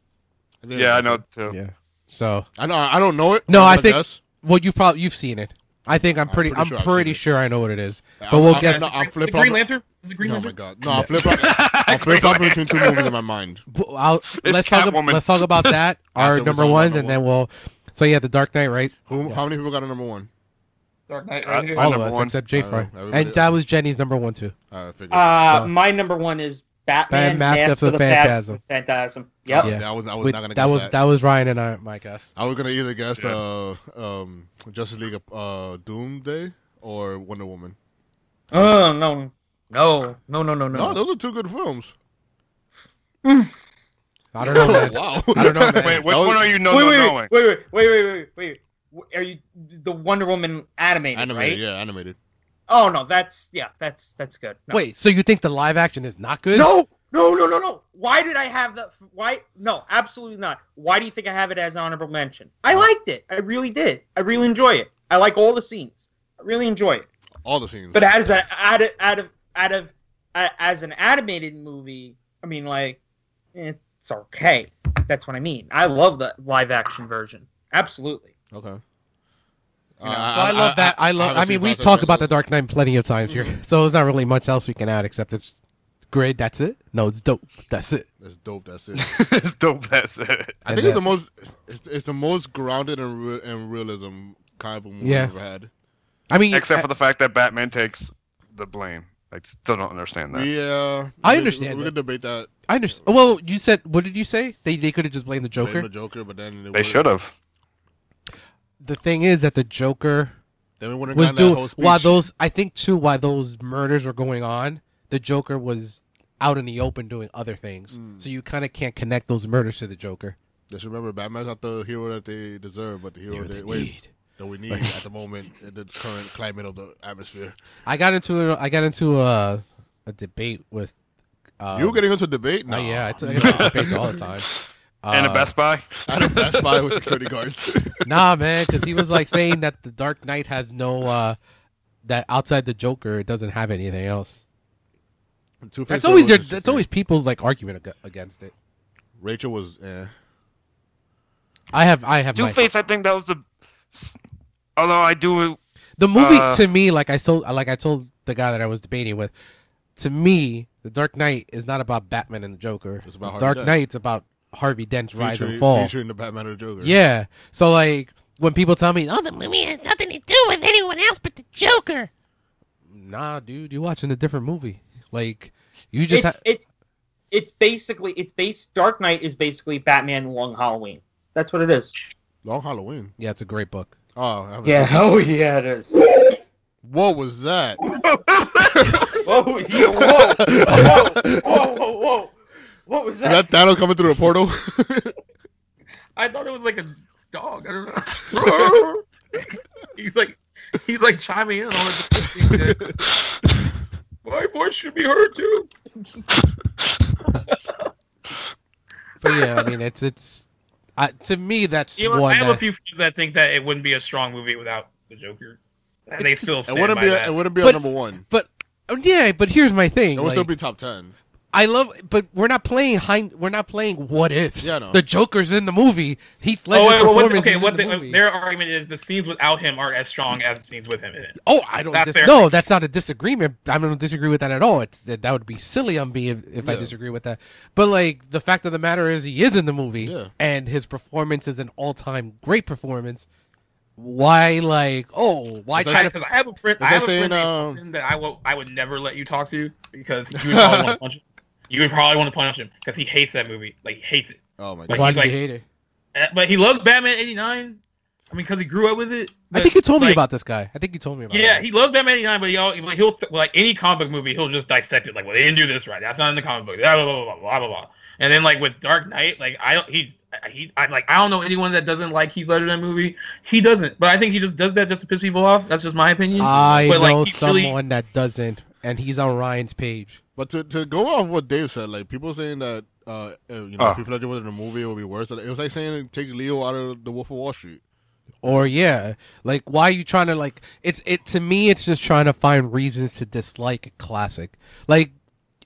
[SPEAKER 2] think
[SPEAKER 4] Yeah, I
[SPEAKER 2] guessed
[SPEAKER 4] know
[SPEAKER 2] it.
[SPEAKER 4] too.
[SPEAKER 1] Yeah. So
[SPEAKER 2] I know. I don't know it.
[SPEAKER 1] No,
[SPEAKER 2] I'm
[SPEAKER 1] I
[SPEAKER 2] gonna
[SPEAKER 1] think-
[SPEAKER 2] guess.
[SPEAKER 1] well, you probably you've seen it. I think I'm
[SPEAKER 2] I'm
[SPEAKER 1] pretty.
[SPEAKER 2] pretty
[SPEAKER 1] I'm preture
[SPEAKER 2] sure I've seen
[SPEAKER 1] pretty
[SPEAKER 2] it.
[SPEAKER 1] sure I know what it is.
[SPEAKER 2] But
[SPEAKER 1] we'll
[SPEAKER 2] I'm,
[SPEAKER 1] get-
[SPEAKER 2] I'm, no, I'm
[SPEAKER 3] The
[SPEAKER 2] flip
[SPEAKER 3] Green
[SPEAKER 2] flopping.
[SPEAKER 3] Lantern is the Green
[SPEAKER 2] Oh my
[SPEAKER 3] Lantern.
[SPEAKER 2] god! No, I'm flip flopping. I'm flip flopping between two movies in my mind.
[SPEAKER 1] B- I'll,
[SPEAKER 4] It's
[SPEAKER 1] let's talk. ab-
[SPEAKER 4] Catwoman.
[SPEAKER 1] Let's talk about that. Our
[SPEAKER 2] After we
[SPEAKER 1] number
[SPEAKER 2] saw
[SPEAKER 1] ones,
[SPEAKER 2] number
[SPEAKER 1] and then we'll. So yeah, the Dark Knight, right?
[SPEAKER 2] Who? How many people got a number one?
[SPEAKER 3] Dark Knight
[SPEAKER 4] Uh,
[SPEAKER 3] right here.
[SPEAKER 4] My
[SPEAKER 1] All of
[SPEAKER 4] number
[SPEAKER 1] us
[SPEAKER 4] one.
[SPEAKER 1] except Jay
[SPEAKER 2] I don't know.
[SPEAKER 1] Fry,
[SPEAKER 2] Everybody
[SPEAKER 1] and
[SPEAKER 2] else.
[SPEAKER 1] that was Jenny's number one too.
[SPEAKER 2] I figured.
[SPEAKER 5] Uh,
[SPEAKER 1] So-
[SPEAKER 5] my number one is Batman.
[SPEAKER 1] Batman, Mask of the
[SPEAKER 5] Phantas-
[SPEAKER 1] Phantasm.
[SPEAKER 5] Phantasm.
[SPEAKER 2] yeah.
[SPEAKER 5] Yep.
[SPEAKER 1] yeah.
[SPEAKER 2] I was, I was
[SPEAKER 1] With-
[SPEAKER 2] not gonna
[SPEAKER 1] that
[SPEAKER 2] guess
[SPEAKER 1] was
[SPEAKER 2] that.
[SPEAKER 1] that was Ryan and I, my guess.
[SPEAKER 2] I was gonna either guess
[SPEAKER 4] Yeah.
[SPEAKER 2] uh, um, Justice League uh, Doomsday or Wonder Woman.
[SPEAKER 5] Oh no, no, no, no, no, no.
[SPEAKER 2] No, those are two good films.
[SPEAKER 1] I don't know, man.
[SPEAKER 2] wow.
[SPEAKER 1] I don't know, man.
[SPEAKER 4] Wait, which
[SPEAKER 2] That was-
[SPEAKER 4] one are you no
[SPEAKER 5] wait,
[SPEAKER 4] no
[SPEAKER 5] wait,
[SPEAKER 4] knowing?
[SPEAKER 5] wait, wait, wait, wait, wait, wait, wait. Are you the Wonder Woman animated?
[SPEAKER 2] Animated,
[SPEAKER 5] right?
[SPEAKER 2] yeah, animated.
[SPEAKER 5] Oh no, that's yeah, that's that's good. No.
[SPEAKER 1] Wait, so you think the live action is not good?
[SPEAKER 5] no, no, no, no, no. Why did I have that? Why? No, absolutely not. Why do you think I have it as honorable mention? I liked it. I really did. I really enjoy it. I like all the scenes. I really enjoy it.
[SPEAKER 2] All the scenes.
[SPEAKER 5] But as a out of out of out of uh, as an animated movie, I mean, like eh, it's okay. That's what I mean. I love the live action version. Absolutely.
[SPEAKER 2] okay. Uh,
[SPEAKER 1] So I, love that. I, love. I, mean, we've talked about the Dark Knight plenty of times here,
[SPEAKER 2] Mm-hmm.
[SPEAKER 1] so there's not really much else we can add except it's great. That's it. No, it's dope. That's it.
[SPEAKER 2] That's dope. That's it.
[SPEAKER 4] it's dope. That's it.
[SPEAKER 2] I
[SPEAKER 1] And
[SPEAKER 2] think it's
[SPEAKER 1] that-
[SPEAKER 2] the most. It's, it's the most grounded and real and realism kind of movie
[SPEAKER 1] Yeah.
[SPEAKER 2] I've ever had.
[SPEAKER 1] I mean,
[SPEAKER 4] Except for the fact that Batman takes the blame. I still don't understand that.
[SPEAKER 2] Yeah,
[SPEAKER 1] I
[SPEAKER 2] we-
[SPEAKER 1] understand
[SPEAKER 2] We, we
[SPEAKER 1] that.
[SPEAKER 2] could debate that.
[SPEAKER 1] I understand. Well, you said what did you say? They they could have just blamed the
[SPEAKER 2] Joker,
[SPEAKER 1] Joker.
[SPEAKER 2] the Joker, but then it
[SPEAKER 4] They
[SPEAKER 2] would-
[SPEAKER 4] should have.
[SPEAKER 1] The thing is that the Joker
[SPEAKER 2] Then we wouldn't
[SPEAKER 1] was
[SPEAKER 2] have gotten that
[SPEAKER 1] doing
[SPEAKER 2] whole speech.
[SPEAKER 1] while those I think too while those murders were going on, the Joker was out in the open doing other things.
[SPEAKER 2] Mm.
[SPEAKER 1] So you kind of can't connect those murders to the Joker.
[SPEAKER 2] Just remember, Batman's not the hero that they deserve, but the hero
[SPEAKER 1] You're
[SPEAKER 2] they,
[SPEAKER 1] the
[SPEAKER 2] wait,
[SPEAKER 1] need.
[SPEAKER 2] that we need at the moment in the current climate of the atmosphere.
[SPEAKER 1] I got into a, I got into a, a debate with. Um,
[SPEAKER 2] you were getting into debate?
[SPEAKER 1] Oh
[SPEAKER 2] No,
[SPEAKER 1] yeah, I took I get into debates all the time.
[SPEAKER 4] and a
[SPEAKER 1] Uh,
[SPEAKER 4] Best Buy.
[SPEAKER 2] At a Best Buy with security guards.
[SPEAKER 1] nah, man, because he was like saying that the Dark Knight has no uh that outside the Joker, it doesn't have anything else.
[SPEAKER 2] Two
[SPEAKER 1] That's always their, that's always people's like argument ag- against it.
[SPEAKER 2] Rachel was. Eh.
[SPEAKER 1] I have I have
[SPEAKER 4] Two
[SPEAKER 1] my,
[SPEAKER 4] Face. I think that was the. Although I do
[SPEAKER 1] the movie
[SPEAKER 4] uh,
[SPEAKER 1] to me like I told like I told the guy that I was debating with. To me, the Dark Knight is not about Batman and the Joker.
[SPEAKER 2] It's about
[SPEAKER 1] The
[SPEAKER 2] Harvey
[SPEAKER 1] Dark
[SPEAKER 2] Dent.
[SPEAKER 1] Knight's about Harvey Dent's rise
[SPEAKER 2] featuring,
[SPEAKER 1] and fall.
[SPEAKER 2] featuring the Batman and the Joker.
[SPEAKER 1] Yeah. So like when people tell me, "Oh, the movie has nothing to do with anyone else but the Joker," nah, dude, you're watching a different movie. Like you just
[SPEAKER 5] it's
[SPEAKER 1] ha-
[SPEAKER 5] it's it's basically it's based. Dark Knight is basically Batman Long Halloween. That's what it is.
[SPEAKER 2] Long Halloween.
[SPEAKER 1] yeah, it's a great book.
[SPEAKER 2] Oh, I haven't-
[SPEAKER 5] Oh yeah, it is.
[SPEAKER 2] What was that?
[SPEAKER 5] Whoa. Yeah, whoa. Whoa. Whoa. Whoa. Whoa. What was
[SPEAKER 2] Is
[SPEAKER 5] that?
[SPEAKER 2] that Thanos coming through the portal?
[SPEAKER 3] I thought it was like a dog. I don't know. he's like, he's like chiming in on it. My voice should be heard too.
[SPEAKER 1] But yeah, I mean, it's it's I, to me that's
[SPEAKER 3] You know, I
[SPEAKER 1] one.
[SPEAKER 3] have a
[SPEAKER 2] uh,
[SPEAKER 1] That,
[SPEAKER 3] few friends that think that it wouldn't be a strong movie without the Joker, and they still
[SPEAKER 2] it
[SPEAKER 3] stand
[SPEAKER 2] wouldn't
[SPEAKER 3] by
[SPEAKER 2] be. A,
[SPEAKER 3] that.
[SPEAKER 2] it wouldn't be a
[SPEAKER 1] But-
[SPEAKER 2] number one.
[SPEAKER 1] but oh, yeah, but here's my thing.
[SPEAKER 2] It would still
[SPEAKER 1] like,
[SPEAKER 2] be top ten.
[SPEAKER 1] I love, but we're not playing. Hind, we're not playing what ifs.
[SPEAKER 2] Yeah, I know.
[SPEAKER 1] The Joker's in the movie. Heath
[SPEAKER 3] Oh,
[SPEAKER 1] Ledger's
[SPEAKER 3] wait, well, what-
[SPEAKER 1] performance
[SPEAKER 3] okay.
[SPEAKER 1] is
[SPEAKER 3] What uh,
[SPEAKER 1] in the
[SPEAKER 3] the,
[SPEAKER 1] movie.
[SPEAKER 3] their argument is the scenes without him aren't as strong as the scenes with him in it.
[SPEAKER 1] Oh, I don't.
[SPEAKER 3] Not
[SPEAKER 1] Dis-
[SPEAKER 3] fair.
[SPEAKER 1] no, that's not a disagreement. I don't disagree with that at all. It's that, that would be silly on me if, if I
[SPEAKER 2] Yeah.
[SPEAKER 1] disagree with that. But like the fact of the matter is, he is in the movie,
[SPEAKER 2] Yeah.
[SPEAKER 1] and his performance is an all-time great performance. Why, like, oh, why
[SPEAKER 2] Is that-
[SPEAKER 1] try to?
[SPEAKER 3] Because I have a friend,
[SPEAKER 2] Is
[SPEAKER 3] I
[SPEAKER 2] that
[SPEAKER 3] have a
[SPEAKER 2] saying?
[SPEAKER 3] friend named
[SPEAKER 2] Um,
[SPEAKER 3] Austin that I will, I would never let you talk to because you would probably want to punch him. You would probably want to punch him because he hates that movie. Like he hates it.
[SPEAKER 2] oh my
[SPEAKER 3] like,
[SPEAKER 2] god.
[SPEAKER 1] Why
[SPEAKER 3] he's
[SPEAKER 1] did
[SPEAKER 3] like-
[SPEAKER 1] you hate it?
[SPEAKER 3] Uh, But he loves Batman '89. I mean, because he grew up with it.
[SPEAKER 1] I
[SPEAKER 3] But,
[SPEAKER 1] think you told me
[SPEAKER 3] like,
[SPEAKER 1] about this guy. I think you told me about.
[SPEAKER 3] Yeah,
[SPEAKER 1] him.
[SPEAKER 3] he loves Batman '89, but he all, but he'll like any comic book movie, he'll just dissect it. Like, well, they didn't do this right. That's not in the comic book. Blah blah blah blah blah blah. blah. And then like with Dark Knight, like I don't he. He, I like. I don't know anyone that doesn't like Heath Ledger in that movie. He doesn't, but I think he just does that just to piss people off. That's just my opinion.
[SPEAKER 1] I
[SPEAKER 3] but, like,
[SPEAKER 1] know
[SPEAKER 3] he
[SPEAKER 1] someone
[SPEAKER 3] really-
[SPEAKER 1] that doesn't, and he's on Ryan's page.
[SPEAKER 2] But to, to go off what Dave said, like people saying that uh, uh, you know
[SPEAKER 4] Oh.
[SPEAKER 5] Ah.
[SPEAKER 2] if Heath Ledger was in a movie, it would be worse. It was like saying take Leo out of the Wolf of Wall Street.
[SPEAKER 1] Or yeah, like why are you trying to like? It's it to me. It's just trying to find reasons to dislike a classic. Like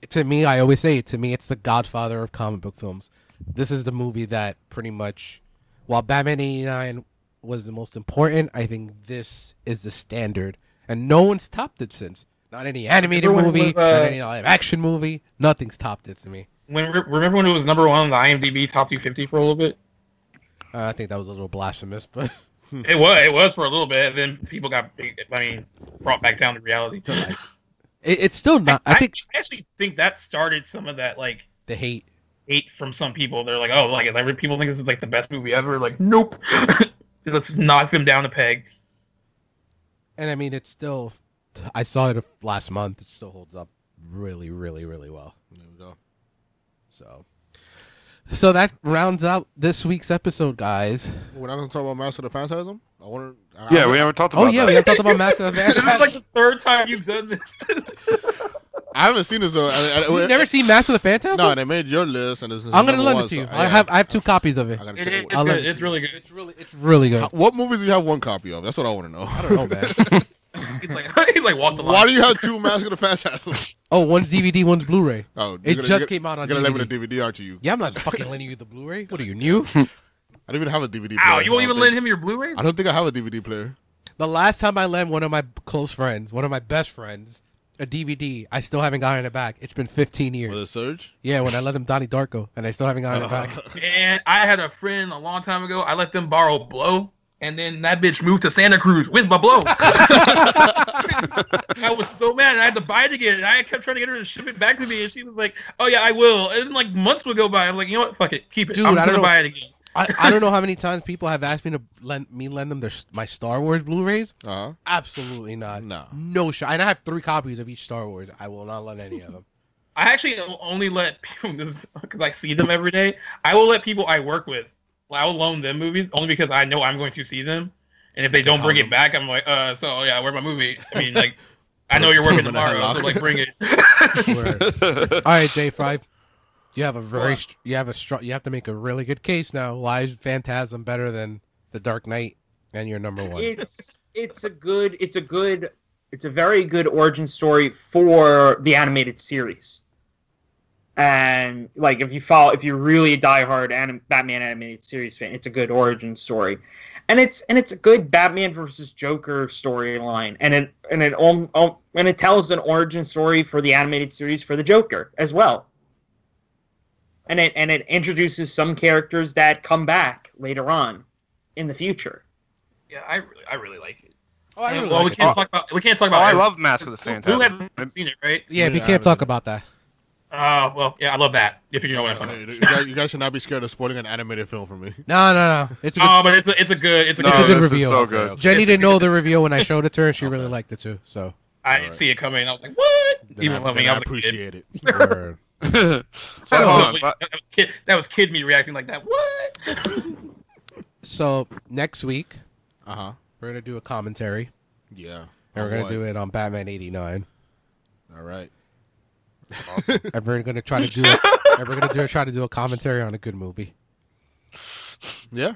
[SPEAKER 1] to me, I always say to me, it's the Godfather of comic book films. This is the movie that pretty much, while Batman '89 was the most important. I think this is the standard, and no one's topped it since. Not any animated
[SPEAKER 3] Everyone
[SPEAKER 1] movie,
[SPEAKER 3] was, uh,
[SPEAKER 1] not any live action movie. Nothing's topped it to me.
[SPEAKER 3] When re- remember when it was number one on the IMDb top 250 for a little bit?
[SPEAKER 1] Uh, I think that was a little blasphemous, but
[SPEAKER 3] It was it was for a little bit. And then people got I mean brought back down to reality.
[SPEAKER 1] to like- it, it's still not. I think
[SPEAKER 3] I actually think that started some of that like
[SPEAKER 1] the hate.
[SPEAKER 3] hate from some people. They're like, oh, like every people think this is like the best movie ever. Like, nope. Let's knock them down a peg.
[SPEAKER 1] And I mean, it's still. I saw it last month. It still holds up really, really, really well.
[SPEAKER 2] There we go.
[SPEAKER 1] So, so that rounds out this week's episode, guys.
[SPEAKER 2] We're not gonna talk about Master of the Phantasm. I want to.
[SPEAKER 4] Yeah, we haven't talked about
[SPEAKER 1] Oh yeah,
[SPEAKER 4] that.
[SPEAKER 1] we haven't talked about Master of
[SPEAKER 3] this is
[SPEAKER 1] the
[SPEAKER 3] like the third time you've done this.
[SPEAKER 2] I haven't seen this. Though. I, I,
[SPEAKER 1] You've never seen Master of the Phantasm?
[SPEAKER 2] No, they made your list, and this is
[SPEAKER 1] I'm gonna
[SPEAKER 2] number
[SPEAKER 1] lend
[SPEAKER 2] one,
[SPEAKER 1] it to you.
[SPEAKER 2] so-
[SPEAKER 1] I have I have two copies of it.
[SPEAKER 2] I gotta
[SPEAKER 3] It-
[SPEAKER 2] check
[SPEAKER 3] it-
[SPEAKER 2] it.
[SPEAKER 3] it's,
[SPEAKER 1] I love
[SPEAKER 3] good.
[SPEAKER 1] it.
[SPEAKER 3] it's really good.
[SPEAKER 1] really it's really good.
[SPEAKER 2] How- What movies do you have one copy of? That's what I want to know.
[SPEAKER 1] I don't know, man.
[SPEAKER 3] He's like, he's like walk the line.
[SPEAKER 2] Why do you have two Mask of the Phantasm?
[SPEAKER 1] Oh, one's DVD, one's Blu-ray.
[SPEAKER 2] Oh,
[SPEAKER 1] It
[SPEAKER 2] you're gonna-
[SPEAKER 1] just
[SPEAKER 2] you're-
[SPEAKER 1] came out on
[SPEAKER 2] You're gonna let
[SPEAKER 1] DVD.
[SPEAKER 2] me the DVD, aren't you?
[SPEAKER 1] Yeah, I'm not fucking lending you the Blu-ray. What are you new?
[SPEAKER 2] I don't even have a DVD.
[SPEAKER 3] Ow,
[SPEAKER 2] player, I
[SPEAKER 3] you won't
[SPEAKER 2] don't
[SPEAKER 3] even
[SPEAKER 2] think.
[SPEAKER 3] lend him your Blu-ray?
[SPEAKER 2] I don't think I have a DVD player.
[SPEAKER 1] The last time I lent one of my close friends, one of my best friends, a DVD, I still haven't gotten it back. It's been 15
[SPEAKER 2] With a
[SPEAKER 1] years.
[SPEAKER 2] Surge?
[SPEAKER 1] Yeah, when I let him Donnie Darko, and I still haven't gotten it back.
[SPEAKER 3] And I had a friend a long time ago. I let them borrow Blow, and then that bitch moved to Santa Cruz. Where's my Blow? I was so mad. and I had to buy it again. And I kept trying to get her to ship it back to me, and she was like, "Oh yeah, I will." And then, like months would go by. I'm like, you know what? Fuck it, keep it.
[SPEAKER 1] Dude,
[SPEAKER 3] I'm
[SPEAKER 1] I
[SPEAKER 3] just
[SPEAKER 1] don't
[SPEAKER 3] gonna
[SPEAKER 1] know-
[SPEAKER 3] buy it again.
[SPEAKER 1] I, I don't know how many times people have asked me to lend me lend them their s- my Star Wars Blu-rays.
[SPEAKER 2] Uh
[SPEAKER 1] Absolutely
[SPEAKER 2] huh.
[SPEAKER 1] not.
[SPEAKER 2] No.
[SPEAKER 1] No shot. And I have three copies of each Star Wars. I will not lend any of them.
[SPEAKER 3] I actually only let people because I see them every day. I will let people I work with. I will loan them movies only because I know I'm going to see them, and if they don't bring it back, I'm like, uh, so yeah, where's my movie? I mean, like, I know you're working
[SPEAKER 2] Put 'em in a
[SPEAKER 3] tomorrow, so
[SPEAKER 2] headlock.
[SPEAKER 3] like, bring it.
[SPEAKER 1] Word. All right, J. Fry, you have a very str- you have a strong you have to make a really good case now. Why is Phantasm better than The Dark Knight and your number one?
[SPEAKER 5] It's it's a good it's a good it's a very good origin story for the animated series. And like if you follow if you're really a diehard anim- Batman animated series fan, it's a good origin story. And it's and it's a good Batman versus Joker storyline and it and it um, um, and it tells an origin story for the animated series for the Joker as well. And it and it introduces some characters that come back later on in the future.
[SPEAKER 3] yeah, I really, I really like it.
[SPEAKER 1] Oh, I
[SPEAKER 3] And,
[SPEAKER 1] really
[SPEAKER 3] well, we
[SPEAKER 1] like it.
[SPEAKER 3] can't
[SPEAKER 4] Oh.
[SPEAKER 3] talk about we can't talk
[SPEAKER 4] Oh,
[SPEAKER 3] about.
[SPEAKER 4] I
[SPEAKER 3] every-
[SPEAKER 4] love Mask of the
[SPEAKER 3] who, who
[SPEAKER 4] Phantasm.
[SPEAKER 3] hasn't seen it, right?
[SPEAKER 1] Yeah, we
[SPEAKER 2] Yeah,
[SPEAKER 1] can't
[SPEAKER 2] I
[SPEAKER 1] talk
[SPEAKER 2] really-
[SPEAKER 1] about that.
[SPEAKER 3] Uh, well, yeah, I love that. If you know what I'm talking about.
[SPEAKER 2] You guys, you guys should not be scared of spoiling an animated film for me.
[SPEAKER 1] No, no, no. It's a good,
[SPEAKER 3] Oh, but it's a, it's a good, it's a
[SPEAKER 4] No,
[SPEAKER 1] It's a
[SPEAKER 3] good.
[SPEAKER 1] good
[SPEAKER 4] this
[SPEAKER 1] reveal.
[SPEAKER 4] is so good.
[SPEAKER 2] Okay,
[SPEAKER 1] Jenny didn't know the reveal when I showed it to her, and she really
[SPEAKER 2] Okay.
[SPEAKER 1] liked it too. So,
[SPEAKER 3] I didn't see it coming. I was like, what?
[SPEAKER 2] Then
[SPEAKER 3] Even
[SPEAKER 2] I,
[SPEAKER 3] loving,
[SPEAKER 2] then
[SPEAKER 3] I
[SPEAKER 2] I
[SPEAKER 3] was a kid.
[SPEAKER 2] appreciate it.
[SPEAKER 1] Word. Oh,
[SPEAKER 4] So, hold on,
[SPEAKER 3] Wait,
[SPEAKER 4] but-
[SPEAKER 3] that, was kid, that was kid me reacting like that. What?
[SPEAKER 1] so next week
[SPEAKER 2] Uh huh.
[SPEAKER 1] we're gonna do a commentary,
[SPEAKER 2] Yeah.
[SPEAKER 1] and we're gonna do it on Batman '89.
[SPEAKER 2] All right.
[SPEAKER 1] and we're gonna try to do, a, and we're gonna do try to do a commentary on a good movie.
[SPEAKER 2] Yeah.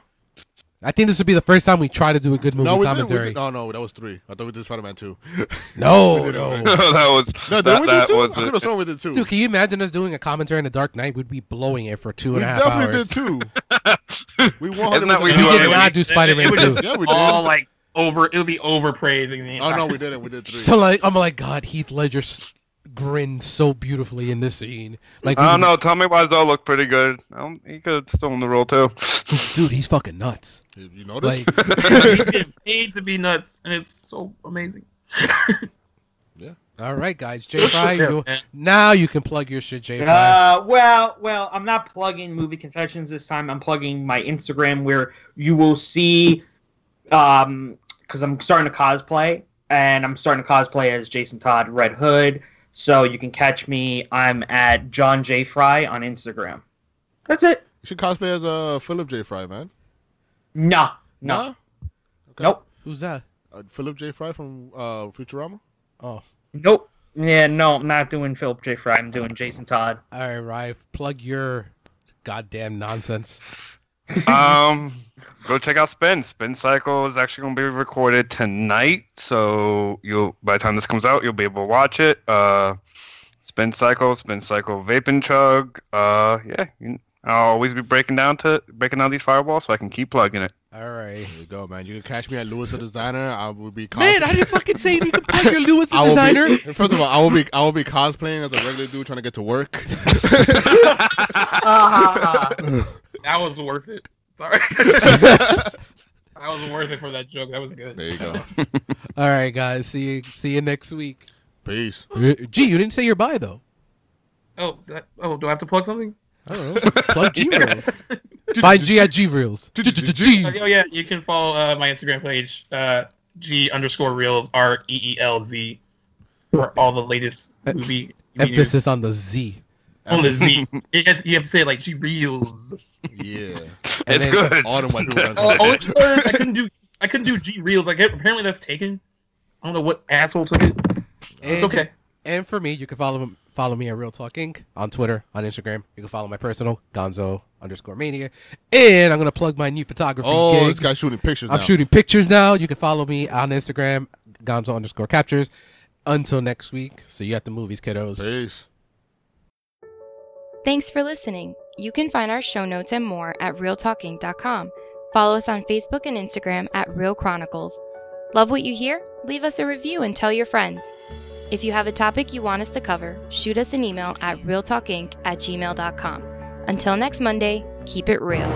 [SPEAKER 1] I think this would be the first time we try to do a good movie
[SPEAKER 2] No, we did, we
[SPEAKER 1] commentary.
[SPEAKER 2] did. No, no, that was three. I thought we did Spider Man two.
[SPEAKER 1] No,
[SPEAKER 2] We did it
[SPEAKER 1] no.
[SPEAKER 2] already.
[SPEAKER 4] that was
[SPEAKER 2] No, did
[SPEAKER 4] that,
[SPEAKER 2] we do
[SPEAKER 4] that
[SPEAKER 2] two?
[SPEAKER 4] was
[SPEAKER 2] I could have sworn we did two.
[SPEAKER 1] Dude, can you imagine us doing a commentary on The Dark Knight? We'd be blowing it for two
[SPEAKER 2] we
[SPEAKER 1] and a half hours.
[SPEAKER 2] definitely did two. We one
[SPEAKER 4] Isn't
[SPEAKER 2] hundred.
[SPEAKER 4] that what you
[SPEAKER 1] We
[SPEAKER 4] do
[SPEAKER 1] did
[SPEAKER 4] every
[SPEAKER 1] not
[SPEAKER 3] week?
[SPEAKER 1] do Spider-Man
[SPEAKER 3] It was
[SPEAKER 1] 2.
[SPEAKER 3] just-
[SPEAKER 2] Yeah, we did.
[SPEAKER 3] all like over. It would be over praising me.
[SPEAKER 2] Oh no, we didn't. We did three.
[SPEAKER 1] So like, I'm like, God, Heath Ledger s- grinned so beautifully in this scene. Like,
[SPEAKER 4] I
[SPEAKER 1] we-
[SPEAKER 4] don't know. Tommy Wiseau looked pretty good. Um, he could still in the role too.
[SPEAKER 1] dude, he's fucking nuts.
[SPEAKER 2] You
[SPEAKER 1] Like,
[SPEAKER 2] notice?
[SPEAKER 3] He's getting paid to be nuts, and it's so amazing.
[SPEAKER 1] all right, guys, J Five,
[SPEAKER 3] Yeah,
[SPEAKER 1] you,
[SPEAKER 3] man.
[SPEAKER 1] now you can plug your shit, J Five.
[SPEAKER 5] Uh, well, well, I'm not plugging movie confessions this time. I'm plugging my Instagram where you will see, um, because I'm starting to cosplay and I'm starting to cosplay as Jason Todd Red Hood. So you can catch me. I'm at John J Fry on Instagram. That's it.
[SPEAKER 2] You should cosplay as uh, Philip J. Fry, man.
[SPEAKER 5] No, no,
[SPEAKER 2] Nah? Okay.
[SPEAKER 5] nope,
[SPEAKER 1] Who's that?
[SPEAKER 2] Uh, Philip J. Fry from uh, Futurama.
[SPEAKER 1] Oh,
[SPEAKER 5] nope. Yeah, no, I'm not doing Philip J Fry. I'm doing Jason Todd.
[SPEAKER 1] all right, Rive, plug your goddamn nonsense.
[SPEAKER 4] um, go check out Spin. Spin Cycle is actually going to be recorded tonight, so you'll by the time this comes out, you'll be able to watch it. Uh, Spin Cycle, Spin Cycle Vape and Chug. Uh, yeah, you, I'll always be breaking down to breaking down these fireballs so I can keep plugging it.
[SPEAKER 1] All right.
[SPEAKER 2] There you go, man. You can catch me at Lewis the Designer. I will be
[SPEAKER 1] Man, I didn't fucking say you can plug your Lewis
[SPEAKER 2] I
[SPEAKER 1] the
[SPEAKER 2] will
[SPEAKER 1] designer.
[SPEAKER 2] Be, first of all, I will be I will be cosplaying as a regular dude trying to get to work.
[SPEAKER 3] That was worth it. Sorry. that was worth it for that joke. That was good.
[SPEAKER 2] There you go.
[SPEAKER 1] All right, guys. See you. See you next week.
[SPEAKER 2] Peace.
[SPEAKER 1] Gee, you didn't say your bye though.
[SPEAKER 3] Oh, that, oh, do I have to plug something?
[SPEAKER 1] I don't know. Plug G reels. Find G at G reels. G.
[SPEAKER 3] Oh yeah, you can follow uh, my Instagram page, uh, G underscore reels R E E L Z, for all the latest
[SPEAKER 2] E-
[SPEAKER 3] movie. news.
[SPEAKER 1] Emphasis on the Z.
[SPEAKER 3] On the Z. It has- you have to say it like G reels.
[SPEAKER 2] Yeah.
[SPEAKER 1] And
[SPEAKER 4] it's
[SPEAKER 1] then-
[SPEAKER 4] good.
[SPEAKER 2] All the white people. are
[SPEAKER 3] Oh,
[SPEAKER 2] gonna
[SPEAKER 3] oh,
[SPEAKER 2] say
[SPEAKER 3] it's- uh, I couldn't do I couldn't do G reels. Like apparently that's taken. I don't know what asshole took it.
[SPEAKER 1] And,
[SPEAKER 3] It's okay.
[SPEAKER 1] And for me, you can follow follow me at Real Talk Inc. on Twitter, on Instagram. You can follow my personal Gonzo underscore Mania. And I'm gonna plug my new photography.
[SPEAKER 2] Oh,
[SPEAKER 1] gig.
[SPEAKER 2] this guy's shooting pictures
[SPEAKER 1] I'm
[SPEAKER 2] now.
[SPEAKER 1] shooting pictures now. You can follow me on Instagram, Gonzo underscore captures. Until next week, see you at the movies, kiddos.
[SPEAKER 2] Peace.
[SPEAKER 6] Thanks for listening. You can find our show notes and more at realtalking.com. Follow us on Facebook and Instagram at Real Chronicles. Love what you hear? Leave us a review and tell your friends. If you have a topic you want us to cover, shoot us an email at realtalkinc at gmail.com. Until next Monday, keep it real.